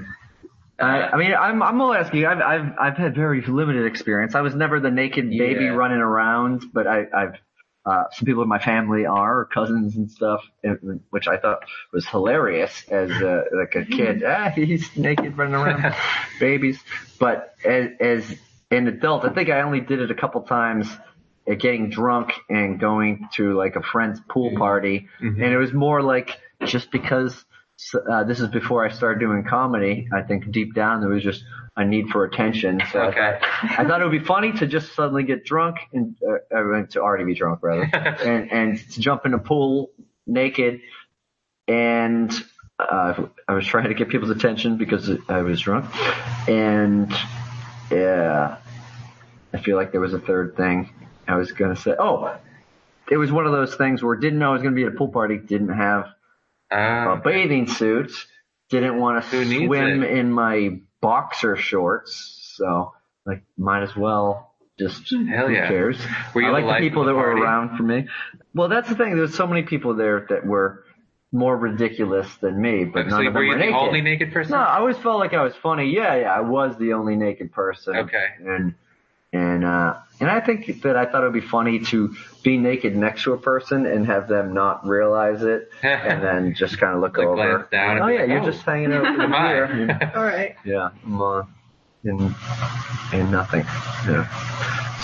Speaker 2: I, I mean, I'm I'm gonna ask you. I've I've I've had very limited experience. I was never the naked baby
Speaker 5: Yeah.
Speaker 2: running around, but I, I've uh, some people in my family are or cousins and stuff, and- which I thought was hilarious as uh like a kid.
Speaker 5: Mm.
Speaker 2: ah, he's naked running around, babies. But as as an adult, I think I only did it a couple times. At getting drunk and going to like a friend's pool party, and it was more like just because so, uh, this is before I started doing comedy. I think deep down there was just a need for attention. So I
Speaker 3: Okay.
Speaker 2: thought- I, thought it would be funny to just suddenly get drunk and uh, uh, to already be drunk rather, and and to jump in a pool naked. And uh, I was trying to get people's attention because I was drunk, and yeah, I feel like there was a third thing I was gonna say. Oh, it was one of those things where didn't know I was gonna be at a pool party, didn't have a
Speaker 3: Um,
Speaker 2: bathing suit. Didn't want to
Speaker 3: Who needs
Speaker 2: swim
Speaker 3: it?
Speaker 2: in my boxer shorts, so like might as well just
Speaker 3: Hell
Speaker 2: who
Speaker 3: yeah.
Speaker 2: cares.
Speaker 3: Were you
Speaker 2: I
Speaker 3: the
Speaker 2: like
Speaker 3: life
Speaker 2: the
Speaker 3: of
Speaker 2: people
Speaker 3: the
Speaker 2: that were
Speaker 3: party?
Speaker 2: around for me. Well, that's the thing. There's so many people there that were more ridiculous than me, but
Speaker 3: so
Speaker 2: none of them
Speaker 3: were you
Speaker 2: were
Speaker 3: the
Speaker 2: naked.
Speaker 3: only naked person?
Speaker 2: No, I always felt like I was funny. Yeah, yeah, I was the only naked person.
Speaker 3: Okay.
Speaker 2: And and uh and I think that I thought it would be funny to be naked next to a person and have them not realize it and then just kind of look
Speaker 3: Like,
Speaker 2: over.
Speaker 3: glance down and
Speaker 2: oh
Speaker 3: be
Speaker 2: yeah,
Speaker 3: like,
Speaker 2: you're
Speaker 3: "Oh,
Speaker 2: just hanging out
Speaker 3: am I?"
Speaker 2: here.
Speaker 9: All right.
Speaker 2: yeah, I'm uh, in in nothing. Yeah.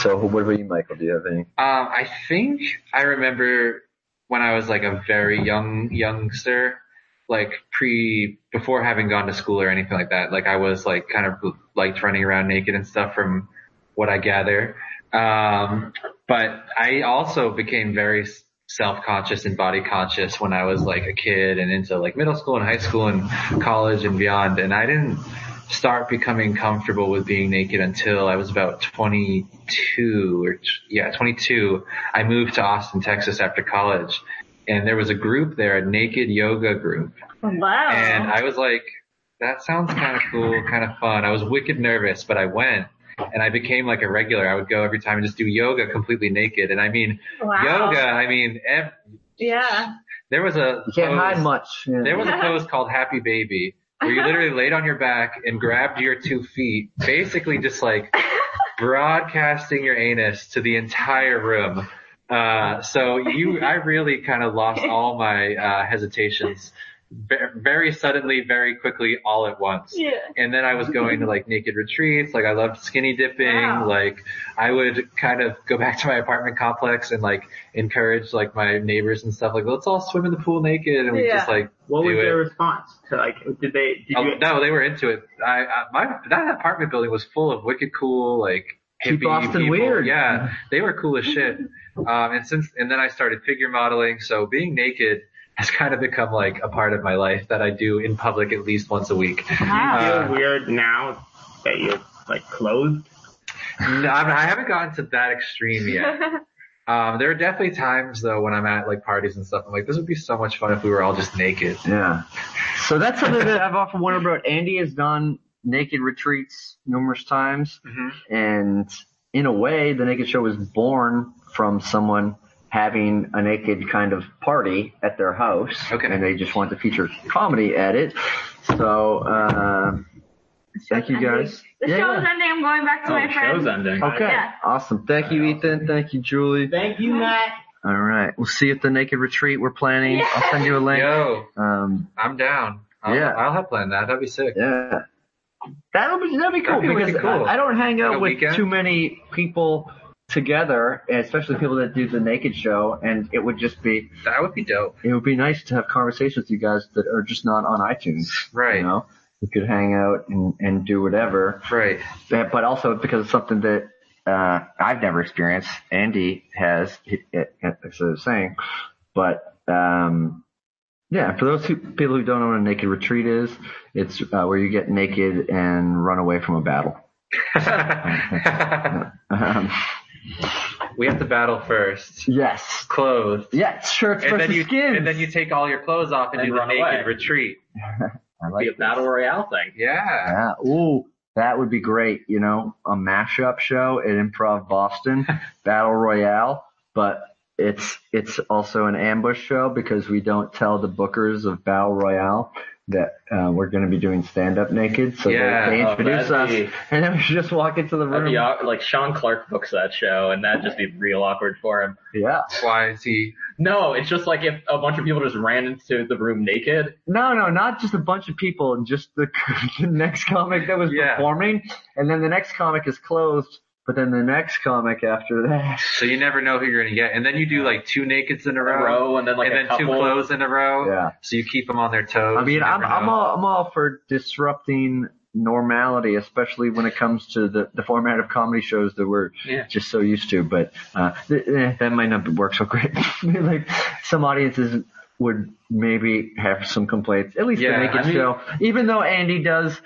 Speaker 2: So what about you, Michael? Do you have any?
Speaker 3: Um, I think I remember when I was like a very young youngster, like pre before having gone to school or anything like that. Like I was like kind of liked running around naked and stuff from what I gather. Um, but I also became very self conscious and body conscious when I was like a kid and into like middle school and high school and college and beyond. And I didn't start becoming comfortable with being naked until I was about 22 or t- yeah, 22. I moved to Austin, Texas after college and there was a group there, a naked yoga group.
Speaker 9: Wow.
Speaker 3: And uh, I was like, that sounds kind of cool, kind of fun. I was wicked nervous, but I went and I became like a regular. I would go every time and just do yoga completely naked. And I mean,
Speaker 9: wow.
Speaker 3: yoga, I mean, ev-
Speaker 9: Yeah.
Speaker 3: there was a,
Speaker 2: You can't hide
Speaker 3: pose-
Speaker 2: much. Yeah.
Speaker 3: Oh, there was a pose called Happy Baby where you literally laid on your back and grabbed your two feet, basically just like broadcasting your anus to the entire room. Uh, so you, I really kind of lost all my, uh, hesitations ve- very suddenly, very quickly, all at once
Speaker 9: Yeah.
Speaker 3: and then I was going to like naked retreats. Like I loved skinny dipping.
Speaker 9: Wow.
Speaker 3: Like I would kind of go back to my apartment complex and like encourage like my neighbors and stuff. Like let's all swim in the pool naked, and we
Speaker 9: Yeah.
Speaker 3: just like
Speaker 12: What
Speaker 3: do
Speaker 12: was
Speaker 3: it.
Speaker 12: their response to like? Did they? Did
Speaker 3: Oh,
Speaker 12: you?
Speaker 3: no, they were into it. I, I my that apartment building was full of wicked cool like
Speaker 2: Keep
Speaker 3: hippie
Speaker 2: Austin
Speaker 3: people.
Speaker 2: weird.
Speaker 3: Yeah, they were cool as shit. Um, and since and then I started figure modeling, so being naked has kind of become like a part of my life that I do in public at least once a week.
Speaker 12: do you
Speaker 3: Uh,
Speaker 12: feel weird now that you're like clothed?
Speaker 3: No, I, mean, I haven't gotten to that extreme yet. Um, there are definitely times though when I'm at like parties and stuff. I'm like, this would be so much fun if we were all just naked.
Speaker 15: Yeah.
Speaker 2: So that's something that I've often wondered about. Andy has done naked retreats numerous times, and in a way, the naked show was born from someone having a naked kind of party at their house,
Speaker 3: Okay.
Speaker 2: and they just wanted to feature comedy at it. So uh, thank you guys.
Speaker 9: The
Speaker 2: Yeah,
Speaker 9: show's
Speaker 2: yeah.
Speaker 9: ending. I'm going back to
Speaker 12: Oh,
Speaker 9: my friends.
Speaker 12: show's ending.
Speaker 2: Okay.
Speaker 9: Yeah.
Speaker 2: Awesome. Thank you, Ethan. Thank you, Julie.
Speaker 16: Thank you, Matt.
Speaker 2: All right. We'll see you at the naked retreat we're planning. I'll send you a link.
Speaker 3: Yo,
Speaker 2: Um,
Speaker 3: I'm down. I'll,
Speaker 2: Yeah.
Speaker 3: I'll help plan that. That'd be sick.
Speaker 2: yeah. That'll be that'd be cool
Speaker 3: That'd be
Speaker 2: because
Speaker 3: really cool.
Speaker 2: I, I don't hang out
Speaker 3: Like a
Speaker 2: with
Speaker 3: weekend?
Speaker 2: too many people together, especially people that do the naked show, and it would just be
Speaker 3: That would be dope.
Speaker 2: it would be nice to have conversations with you guys that are just not on iTunes.
Speaker 3: Right.
Speaker 2: You know, we could hang out and and do whatever.
Speaker 3: Right.
Speaker 2: Yeah, but also because it's something that uh, I've never experienced. Andy has, he- it- it- as I was saying, but um, yeah, for those who, people who don't know what a naked retreat is, it's uh, where you get naked and run away from a battle. Um,
Speaker 3: we have to battle first,
Speaker 2: yes,
Speaker 3: clothed,
Speaker 2: yes, shirts
Speaker 3: and
Speaker 2: versus
Speaker 3: then you
Speaker 2: skins.
Speaker 3: and then you take all your clothes off and,
Speaker 5: And
Speaker 3: do the
Speaker 5: run
Speaker 3: naked
Speaker 5: away.
Speaker 3: retreat.
Speaker 2: I like
Speaker 5: Be a battle royale thing.
Speaker 3: Yeah.
Speaker 2: Yeah. Ooh, that would be great. You know, a mashup show at Improv Boston, Battle Royale, but it's it's also an ambush show because we don't tell the bookers of Battle Royale that uh, we're going to be doing stand up naked. So they-
Speaker 3: Yeah.
Speaker 2: they,
Speaker 5: Oh,
Speaker 2: introduce
Speaker 5: that'd
Speaker 2: us,
Speaker 5: be-
Speaker 2: and then we just walk into the
Speaker 5: That'd be
Speaker 2: room.
Speaker 5: aw- like Sean Clark books that show, and that'd just be real awkward for him.
Speaker 2: Yeah.
Speaker 3: Why is he?
Speaker 5: No, it's just like if a bunch of people just ran into the room naked.
Speaker 2: No, no, not just a bunch of people and just the, the next comic that was
Speaker 3: Yeah.
Speaker 2: performing, and then the next comic is closed, but then the next comic after that.
Speaker 3: So you never know who you're gonna get, and then you do like two nakeds in a
Speaker 5: A
Speaker 3: row,
Speaker 5: row, and then like
Speaker 3: and
Speaker 5: a
Speaker 3: then
Speaker 5: couple.
Speaker 3: two clothes in a row.
Speaker 2: Yeah.
Speaker 3: So you keep them on their toes.
Speaker 2: I mean,
Speaker 3: You
Speaker 2: I'm
Speaker 3: never
Speaker 2: I'm
Speaker 3: know.
Speaker 2: all, I'm all for disrupting normality, especially when it comes to the, the format of comedy shows that we're
Speaker 5: Yeah.
Speaker 2: just so used to. But uh, th- eh, that might not work so great. like some audiences would maybe have some complaints. At least
Speaker 3: Yeah,
Speaker 2: the naked
Speaker 3: I mean-
Speaker 2: show, even though Andy does.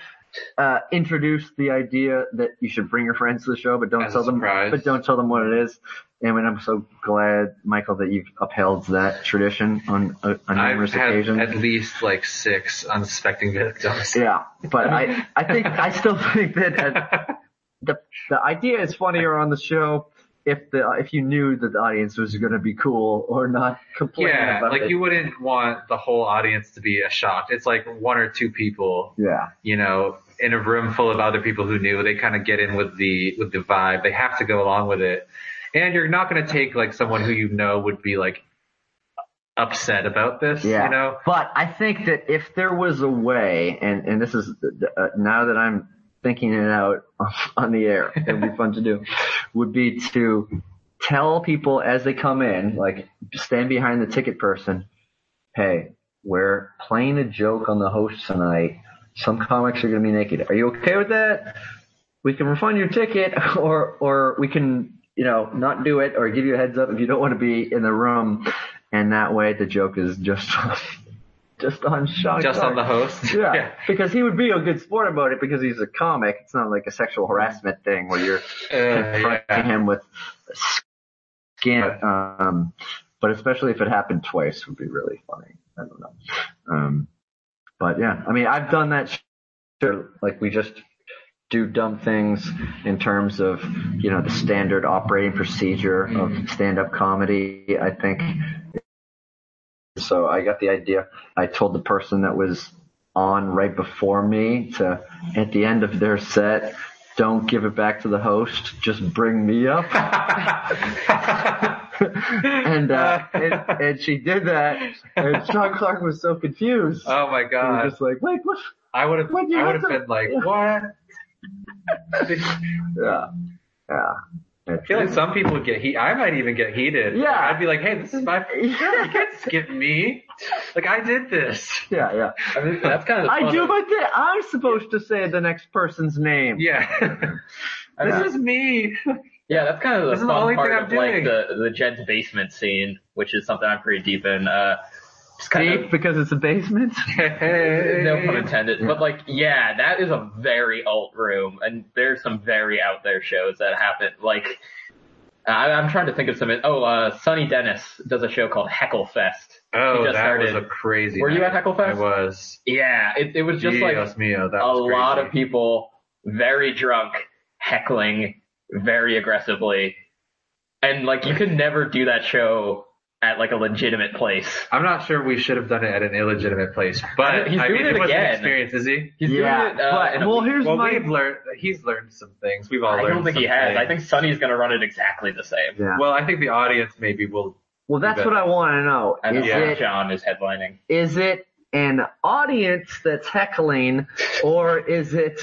Speaker 2: Uh, introduce the idea that you should bring your friends to the show, but don't
Speaker 3: As a
Speaker 2: tell them.
Speaker 3: surprise.
Speaker 2: But don't tell them what it is. And I'm so glad, Michael, that you've upheld that tradition on uh, on
Speaker 3: I've
Speaker 2: numerous
Speaker 3: had
Speaker 2: occasions.
Speaker 3: at least like six unsuspecting victims.
Speaker 2: Yeah, but I, I think I still think that uh, the the idea is funnier on the show if the if you knew that the audience was going to be cool or not complain
Speaker 3: Yeah,
Speaker 2: about
Speaker 3: like
Speaker 2: it.
Speaker 3: you wouldn't want the whole audience to be shocked. It's like one or two people,
Speaker 2: yeah,
Speaker 3: you know, in a room full of other people who knew. They kind of get in with the with the vibe. They have to go along with it, and you're not going to take like someone who you know would be like upset about this.
Speaker 2: yeah.
Speaker 3: You know,
Speaker 2: But I think that if there was a way, and and this is uh, now that I'm thinking it out on the air, it would be fun to do. Would be to tell people as they come in, like stand behind the ticket person, hey, we're playing a joke on the host tonight. Some comics are going to be naked. Are you okay with that? We can refund your ticket, or or we can you know not do it, or give you a heads up if you don't want to be in the room. And that way, the joke is just just on Sean.
Speaker 3: just on
Speaker 2: Clark.
Speaker 3: the host.
Speaker 2: Yeah, because he would be a good sport about it because he's a comic. It's not like a sexual harassment thing where you're
Speaker 3: Uh,
Speaker 2: confronting
Speaker 3: yeah.
Speaker 2: him with skin. Um, but especially if it happened twice, would be really funny. I don't know. Um, but yeah, I mean, I've done that. Sure, like we just do dumb things in terms of you know the standard operating procedure of stand-up comedy. I think. So I got the idea. I told the person that was on right before me to at the end of their set, don't give it back to the host. Just bring me up. and uh, and, and she did that, and Sean Clark was so confused.
Speaker 3: Oh my
Speaker 2: he
Speaker 3: god.
Speaker 2: was just like, wait, what?
Speaker 3: I would have. I
Speaker 2: What do you
Speaker 3: would
Speaker 2: have
Speaker 3: have
Speaker 2: to-
Speaker 3: been like, what? I
Speaker 2: Yeah, yeah. It's-
Speaker 3: feel like some people get heat. I might even get heated.
Speaker 2: Yeah.
Speaker 3: I'd be like, hey, this is my. You can't skip me. Like I did this.
Speaker 2: yeah, yeah.
Speaker 5: I mean, that's kind of. the
Speaker 2: I
Speaker 5: fun
Speaker 2: do,
Speaker 5: of-
Speaker 2: but they- I'm supposed to say the next person's name.
Speaker 3: Yeah. this
Speaker 2: Yeah.
Speaker 3: is me.
Speaker 5: Yeah, that's kind of the
Speaker 3: This is
Speaker 5: fun
Speaker 3: the only
Speaker 5: part
Speaker 3: thing I'm
Speaker 5: of like
Speaker 3: doing.
Speaker 5: the the Jed's basement scene, which is something I'm pretty deep in. Uh,
Speaker 17: Just kind
Speaker 18: Deep because it's a basement.
Speaker 5: no pun intended. But like, yeah, that is a very alt room, and there's some very out there shows that happen. Like, I, I'm trying to think of some. Oh, uh, Sonny Dennis does a show called Heckle Fest.
Speaker 3: Oh,
Speaker 5: He
Speaker 3: that
Speaker 5: just started.
Speaker 3: was a crazy.
Speaker 5: Were you
Speaker 3: night.
Speaker 5: at Hecklefest?
Speaker 3: I was.
Speaker 5: yeah, it, it was just
Speaker 3: Dios
Speaker 5: like
Speaker 3: mio, that
Speaker 5: a
Speaker 3: was crazy.
Speaker 5: lot of people very drunk heckling very aggressively, and like you could never do that show at like a legitimate place.
Speaker 3: I'm not sure we should have done it at an illegitimate place, but
Speaker 5: He's
Speaker 3: I
Speaker 5: doing
Speaker 3: mean,
Speaker 5: it
Speaker 3: was an
Speaker 5: again.
Speaker 3: experience, is he?
Speaker 5: He's doing Yeah, it, uh, but- in a
Speaker 3: well,
Speaker 5: week.
Speaker 3: here's
Speaker 5: Well,
Speaker 3: my.
Speaker 5: we've
Speaker 3: learned. He's learned some things. We've all
Speaker 5: I
Speaker 3: learned.
Speaker 5: don't think he
Speaker 3: some
Speaker 5: has.
Speaker 3: things.
Speaker 5: I think Sonny's gonna run it exactly the same.
Speaker 3: Well, I think the audience maybe will.
Speaker 2: Well, that's what I want to know.
Speaker 5: I don't
Speaker 2: Is
Speaker 5: know why
Speaker 2: it
Speaker 5: John is headlining.
Speaker 2: is it an audience that's heckling, or is it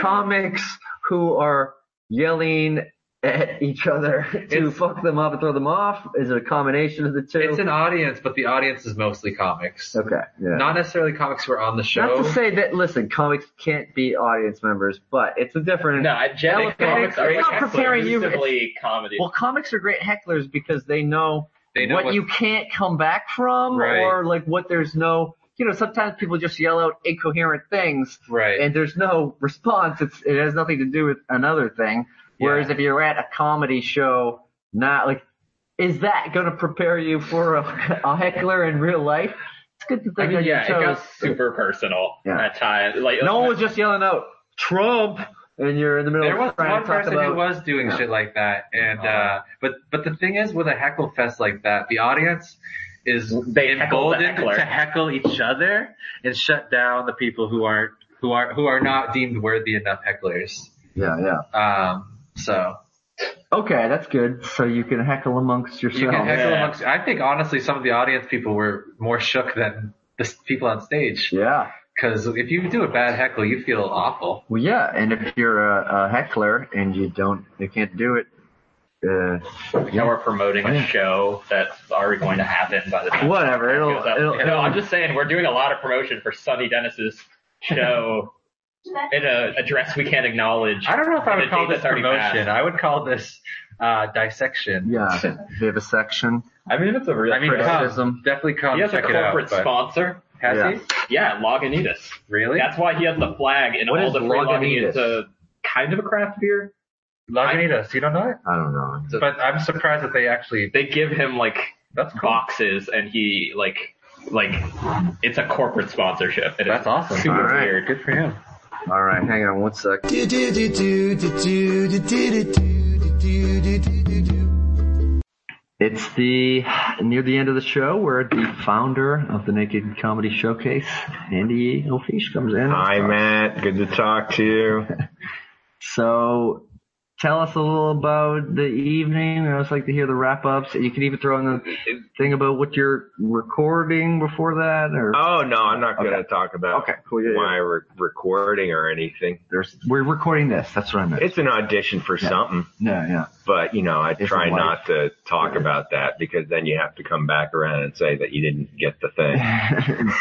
Speaker 2: comics who are yelling at each other to fuck them up and throw them off? Is it a combination of the two?
Speaker 3: It's an audience, but the audience is mostly comics.
Speaker 2: Okay. Yeah.
Speaker 3: Not necessarily comics who are on the show.
Speaker 2: Not to say that, listen, comics can't be audience members, but it's a different.
Speaker 5: No, I generally
Speaker 2: Well,
Speaker 5: comics are
Speaker 2: it's
Speaker 5: like
Speaker 2: not preparing you.
Speaker 5: exclusively comedy.
Speaker 2: Well, comics are great hecklers because they know,
Speaker 3: They know
Speaker 2: what,
Speaker 3: what-
Speaker 2: you can't come back from
Speaker 3: Right.
Speaker 2: or like what there's no, you know, sometimes people just yell out incoherent things
Speaker 3: Right.
Speaker 2: and there's no response. It's, it has nothing to do with another thing. Whereas if you're at a comedy show, not like, is that going to prepare you for a, a heckler in real life? It's good to
Speaker 5: I
Speaker 2: think
Speaker 5: mean,
Speaker 2: that
Speaker 5: yeah, it
Speaker 2: you chose.
Speaker 5: got super personal
Speaker 2: Yeah.
Speaker 5: at times. Like,
Speaker 2: no one was just yelling out Trump and you're in the middle
Speaker 3: There was
Speaker 2: of trying
Speaker 3: one
Speaker 2: to talk
Speaker 3: person
Speaker 2: about
Speaker 3: who was doing
Speaker 2: Yeah. Uh-huh.
Speaker 3: shit like that, and uh, but but the thing is, with a heckle fest like that, the audience is
Speaker 5: They heckle the
Speaker 3: emboldened
Speaker 5: heckler.
Speaker 3: to heckle each other and shut down the people who aren't who are who are not deemed worthy enough hecklers.
Speaker 2: Yeah, yeah.
Speaker 3: Um, so
Speaker 2: Okay, that's good. So you can heckle amongst yourselves.
Speaker 3: you can heckle amongst. I think honestly, some of the audience people were more shook than the s- people on stage
Speaker 2: Yeah.
Speaker 3: because if you do a bad heckle, you feel awful.
Speaker 2: Well, yeah, and if you're a, a heckler and you don't, you can't do it. Uh,
Speaker 5: Now we're promoting a show that's already going to happen by the time.
Speaker 2: Whatever,
Speaker 5: it
Speaker 2: it'll-
Speaker 5: goes up.
Speaker 2: it'll-
Speaker 5: You know,
Speaker 2: it'll-
Speaker 5: I'm just saying we're doing a lot of promotion for Sonny Dennis's show in a address we can't acknowledge.
Speaker 3: I don't know if I
Speaker 5: and a
Speaker 3: would call
Speaker 5: date
Speaker 3: this
Speaker 5: that's already
Speaker 3: promotion.
Speaker 5: passed.
Speaker 3: I would call this uh, dissection.
Speaker 2: yeah, vivisection.
Speaker 5: I mean, it's a real.
Speaker 3: I mean,
Speaker 2: Criticism.
Speaker 3: come, definitely come
Speaker 5: he has a
Speaker 3: check it out.
Speaker 5: corporate
Speaker 3: but-
Speaker 5: sponsor.
Speaker 3: Has
Speaker 2: Yeah.
Speaker 3: he?
Speaker 5: Yeah, Lagunitas.
Speaker 3: Really?
Speaker 5: That's why he has the flag and
Speaker 2: What
Speaker 5: all
Speaker 2: is
Speaker 5: the free logging
Speaker 2: Lagunitas?
Speaker 5: into kind of a craft beer.
Speaker 3: Lagunitas. You don't know it?
Speaker 2: I don't know.
Speaker 3: But I'm surprised that they actually.
Speaker 5: They give him like
Speaker 3: That's cool.
Speaker 5: boxes and he like like it's a corporate sponsorship. It is
Speaker 3: That's awesome.
Speaker 5: Super
Speaker 2: All right.
Speaker 5: weird.
Speaker 3: Good for him.
Speaker 2: All right, hang on one sec. It's the near the end of the show where the founder of the Naked Comedy Showcase, Andy O'Fish, comes in.
Speaker 6: Hi, Matt. Good to talk to you.
Speaker 2: So tell us a little about the evening. I always like to hear the wrap ups. You could even throw in the thing about what you're recording before that or
Speaker 6: Oh, no, I'm not going to talk about
Speaker 2: Okay, cool, yeah, yeah.
Speaker 6: my re- recording or anything.
Speaker 2: there's we're recording this. That's what I meant.
Speaker 6: It's an audition for something,
Speaker 2: yeah, yeah.
Speaker 6: but, you know, I
Speaker 2: It's
Speaker 6: try
Speaker 2: a life.
Speaker 6: not to talk about that because then you have to come back around and say that you didn't get the thing.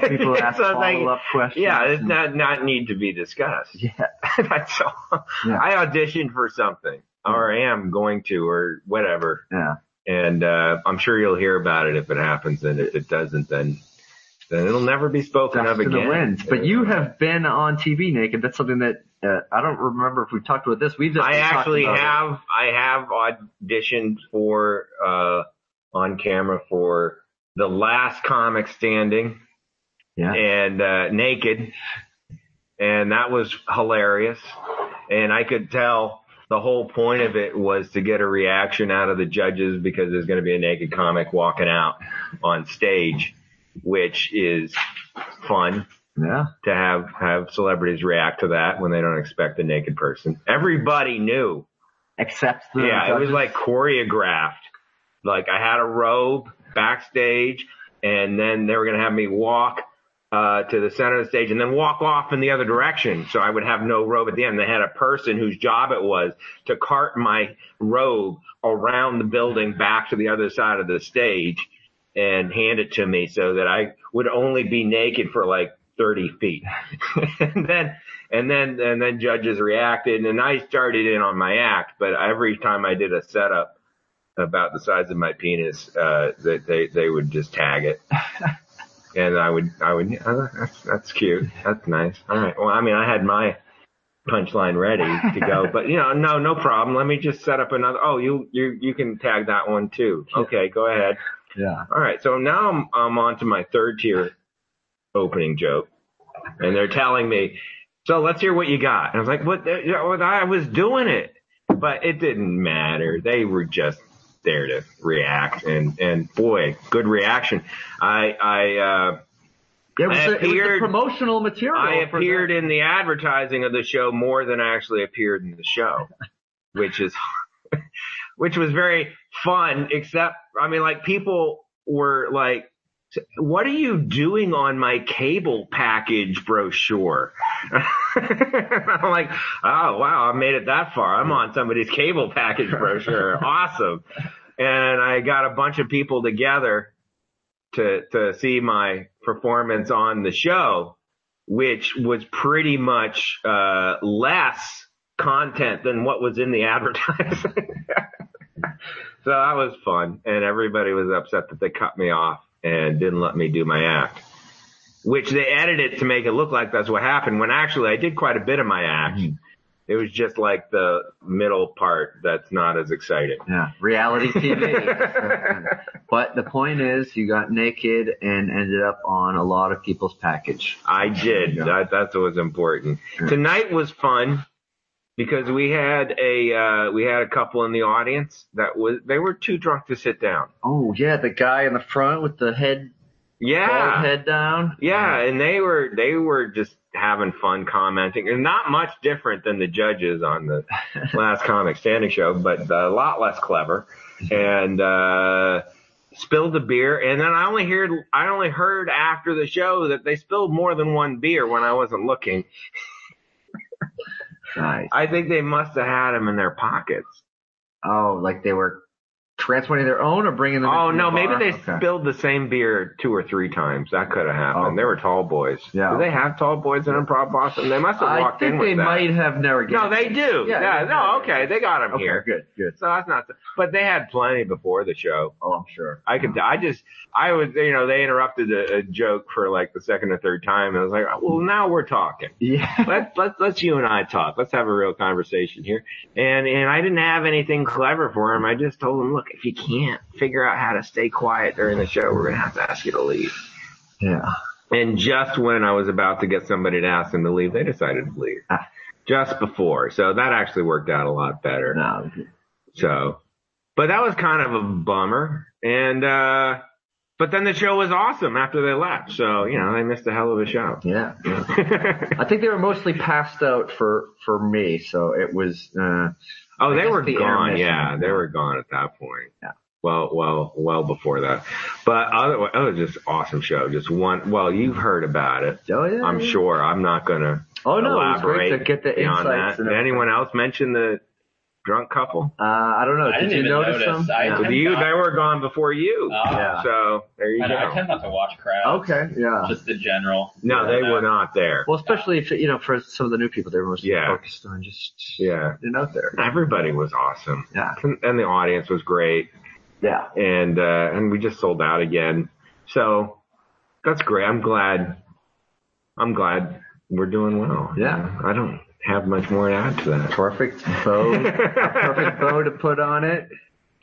Speaker 2: People ask
Speaker 6: So, like,
Speaker 2: follow up questions.
Speaker 6: Yeah, it's
Speaker 2: and-
Speaker 6: not, not need to be discussed.
Speaker 2: Yeah.
Speaker 6: That's all.
Speaker 2: Yeah.
Speaker 6: I auditioned for something or I am going to or whatever.
Speaker 2: Yeah.
Speaker 6: and uh, I'm sure you'll hear about it if it happens. And if it doesn't, then then it'll never be spoken
Speaker 2: Dust
Speaker 6: of
Speaker 2: in
Speaker 6: again.
Speaker 2: the wind. But you have been on TV naked. That's something that uh, I don't remember if we talked about this. We've
Speaker 6: I
Speaker 2: definitely talked
Speaker 6: actually
Speaker 2: about it.
Speaker 6: have. I have auditioned for uh, on camera for the last comic standing.
Speaker 2: Yeah.
Speaker 6: And uh, naked, and that was hilarious. And I could tell the whole point of it was to get a reaction out of the judges because there's going to be a naked comic walking out on stage, which is fun
Speaker 2: Yeah.
Speaker 6: to have have celebrities react to that when they don't expect a naked person. Everybody knew.
Speaker 2: Except the
Speaker 6: yeah, it was
Speaker 2: judges.
Speaker 6: like choreographed. Like I had a robe backstage, and then they were gonna have me walk uh, to the center of the stage and then walk off in the other direction. So I would have no robe at the end. They had a person whose job it was to cart my robe around the building back to the other side of the stage and hand it to me so that I would only be naked for like 30 feet. and then, and then, and then judges reacted and I started in on my act, but every time I did a setup about the size of my penis, uh, that they, they would just tag it. and I would, I would, oh, that's, that's cute. That's nice. All right. Well, I mean, I had my punchline ready to go, but you know, no, no problem. Let me just set up another. Oh, you, you, you can tag that one too. Okay, go ahead.
Speaker 19: Yeah.
Speaker 6: All right. So now I'm, I'm on to my third tier opening joke and they're telling me, so let's hear what you got. And I was like, what? the- you know, I was doing it, but it didn't matter. They were just there to react and, and boy, good reaction. I, I, uh,
Speaker 20: It was,
Speaker 6: I
Speaker 20: the- it was the
Speaker 6: appeared-
Speaker 20: promotional material.
Speaker 6: I
Speaker 20: for
Speaker 6: appeared in the advertising of the show more than I actually appeared in the show, which is, which was very fun, except, I mean, like people were like, what are you doing on my cable package brochure? I'm like, oh wow, I made it that far. I'm on somebody's cable package brochure. Awesome. And I got a bunch of people together to, to see my performance on the show, which was pretty much, uh, less content than what was in the advertising. So that was fun, and everybody was upset that they cut me off and didn't let me do my act, which they edited to make it look like that's what happened. When actually, I did quite a bit of my act. It was just like the middle part that's not as exciting.
Speaker 3: Yeah, reality TV. but the point is, you got naked and ended up on a lot of people's package.
Speaker 6: I did. That, that's what was important. Tonight was fun because we had a uh, we had a couple in the audience that was they were too drunk to sit down.
Speaker 3: Oh yeah, the guy in the front with the head,
Speaker 6: Yeah,
Speaker 3: bald head down.
Speaker 6: Yeah, and they were they were just having fun commenting, and not much different than the judges on the last Comic Standing show, but a lot less clever. And uh, spilled the beer, and then I only heard I only heard after the show that they spilled more than one beer when I wasn't looking.
Speaker 3: Nice.
Speaker 6: I think they must have had them in their pockets.
Speaker 3: Oh, like they were transporting their own or bringing them.
Speaker 6: Oh
Speaker 3: into
Speaker 6: no,
Speaker 3: the
Speaker 6: maybe
Speaker 3: bar?
Speaker 6: they
Speaker 3: Okay. Oh.
Speaker 6: spilled the same beer two or three times. That could have happened. They were tall boys.
Speaker 3: Yeah.
Speaker 6: Do they have tall boys in improv Boston? They must have
Speaker 3: I
Speaker 6: walked
Speaker 3: think
Speaker 6: in with
Speaker 3: they
Speaker 6: that.
Speaker 3: might have never.
Speaker 6: No, they do. Yeah, no, okay, they got them
Speaker 3: Okay,
Speaker 6: here.
Speaker 3: good, good.
Speaker 6: So that's not. But they had plenty before the show.
Speaker 3: Oh, I'm sure.
Speaker 6: I could. I just. I was. You know, they interrupted a, a joke for like the second or third time, and I was like, well, now we're talking.
Speaker 3: Yeah.
Speaker 6: Let's let's let's you and I talk. Let's have a real conversation here. And and I didn't have anything clever for him. I just told him, look, if you can't figure out how to stay quiet during the show, we're gonna have to ask you to leave.
Speaker 3: Yeah.
Speaker 6: And just when I was about to get somebody to ask them to leave, they decided to leave. Just before. So that actually worked out a lot better. So, but that was kind of a bummer. And, uh, but then the show was awesome after they left. So, you know, they missed a hell of a show.
Speaker 3: Yeah. I think they were mostly passed out for for me, so it was. Uh,
Speaker 6: Oh,
Speaker 3: I
Speaker 6: they
Speaker 3: guess
Speaker 6: were
Speaker 3: the
Speaker 6: gone.
Speaker 3: intermission.
Speaker 6: Yeah, they were gone at that point. Yeah. Well, well, well before that. But otherwise, it was just awesome show. Just one. Well, you've heard about it.
Speaker 3: Oh yeah.
Speaker 6: I'm
Speaker 3: yeah.
Speaker 6: sure. I'm not gonna.
Speaker 3: Oh, no, it was
Speaker 6: Elaborate
Speaker 3: great to get the
Speaker 6: beyond
Speaker 3: insights
Speaker 6: That.
Speaker 3: and
Speaker 6: Did anyone else mention the drunk couple?
Speaker 3: Uh, I don't know. Did
Speaker 6: I didn't
Speaker 3: you
Speaker 6: even
Speaker 3: notice,
Speaker 6: notice.
Speaker 3: them?
Speaker 6: I-
Speaker 3: Yeah.
Speaker 6: I Did you- they thought- were gone before
Speaker 5: Uh,
Speaker 6: you.
Speaker 3: Yeah.
Speaker 6: So there you
Speaker 5: I,
Speaker 6: go.
Speaker 5: know, I tend not to watch crowds.
Speaker 3: Okay. Yeah.
Speaker 5: Just in general.
Speaker 6: No, they
Speaker 5: Uh,
Speaker 6: were not there.
Speaker 3: Well, especially if you know for some of the new people, they were mostly
Speaker 6: Yeah.
Speaker 3: focused on just
Speaker 6: Yeah.
Speaker 3: getting out there.
Speaker 6: Everybody was awesome.
Speaker 3: Yeah.
Speaker 6: And the audience was great.
Speaker 3: Yeah.
Speaker 6: And, uh, and we just sold out again. So that's great. I'm glad. I'm glad we're doing well.
Speaker 3: Yeah.
Speaker 6: I don't have much more to add to that.
Speaker 3: Perfect bow, a perfect bow to put on it.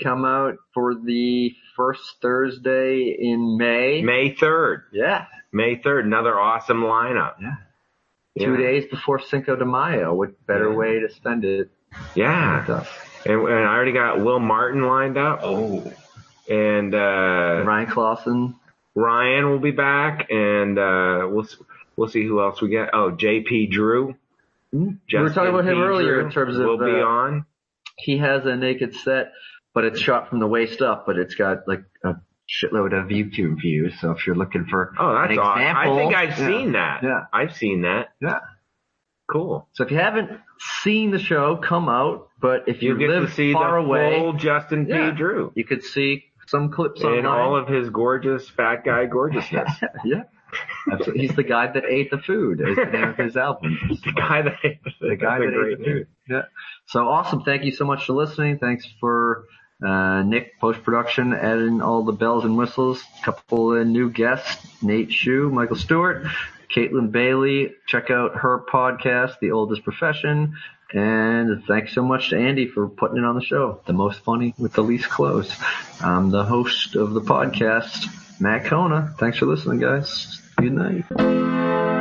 Speaker 3: Come out for the first Thursday in May.
Speaker 6: May 3rd.
Speaker 3: Yeah.
Speaker 6: May 3rd. Another awesome lineup.
Speaker 3: Yeah. Two
Speaker 6: Yeah.
Speaker 3: days before Cinco de Mayo. What better way to spend it? uh,
Speaker 6: Yeah. And, and I already got Will Martin lined up.
Speaker 5: Oh.
Speaker 6: And uh,
Speaker 3: Ryan Clausen.
Speaker 6: Ryan will be back, and uh, we'll s- we'll see who else we get. Oh, JP Drew.
Speaker 3: Hmm. we were talking about him
Speaker 6: P.
Speaker 3: earlier
Speaker 6: Drew
Speaker 3: in terms of
Speaker 6: will be
Speaker 3: uh,
Speaker 6: on.
Speaker 3: He has a naked set, but it's shot from the waist up, but it's got like a shitload of YouTube views. So if you're looking for
Speaker 6: Oh, that's
Speaker 3: an
Speaker 6: awesome. I
Speaker 3: example-
Speaker 6: think I've
Speaker 3: Yeah.
Speaker 6: seen that.
Speaker 3: Yeah.
Speaker 6: I've seen that.
Speaker 3: Yeah.
Speaker 6: Cool.
Speaker 3: So if you haven't seen the show, come out. But if you
Speaker 6: You get to
Speaker 3: live
Speaker 6: see
Speaker 3: far
Speaker 6: the
Speaker 3: away,
Speaker 6: full Justin P.
Speaker 3: Yeah.
Speaker 6: Drew
Speaker 3: you could see some clips
Speaker 6: in
Speaker 3: online.
Speaker 6: all of his gorgeous fat guy gorgeousness.
Speaker 3: yeah. Absolutely. He's the guy that ate the food. Is the name of his album. the
Speaker 6: guy that ate the,
Speaker 3: guy
Speaker 6: that's a
Speaker 3: that ate
Speaker 6: great
Speaker 3: the
Speaker 6: name.
Speaker 3: food. Yeah. So awesome. Thank you so much for listening. Thanks for
Speaker 2: Uh, Nick, post production, adding all the bells and whistles. Couple of new guests: Nate Shue, Michael Stewart, Caitlin Bailey. Check out her podcast, The Oldest Profession. And thanks so much to Andy for putting it on the show. The most funny with the least clothes. I'm the host of the podcast, Matt Kona. Thanks for listening, guys. Good night.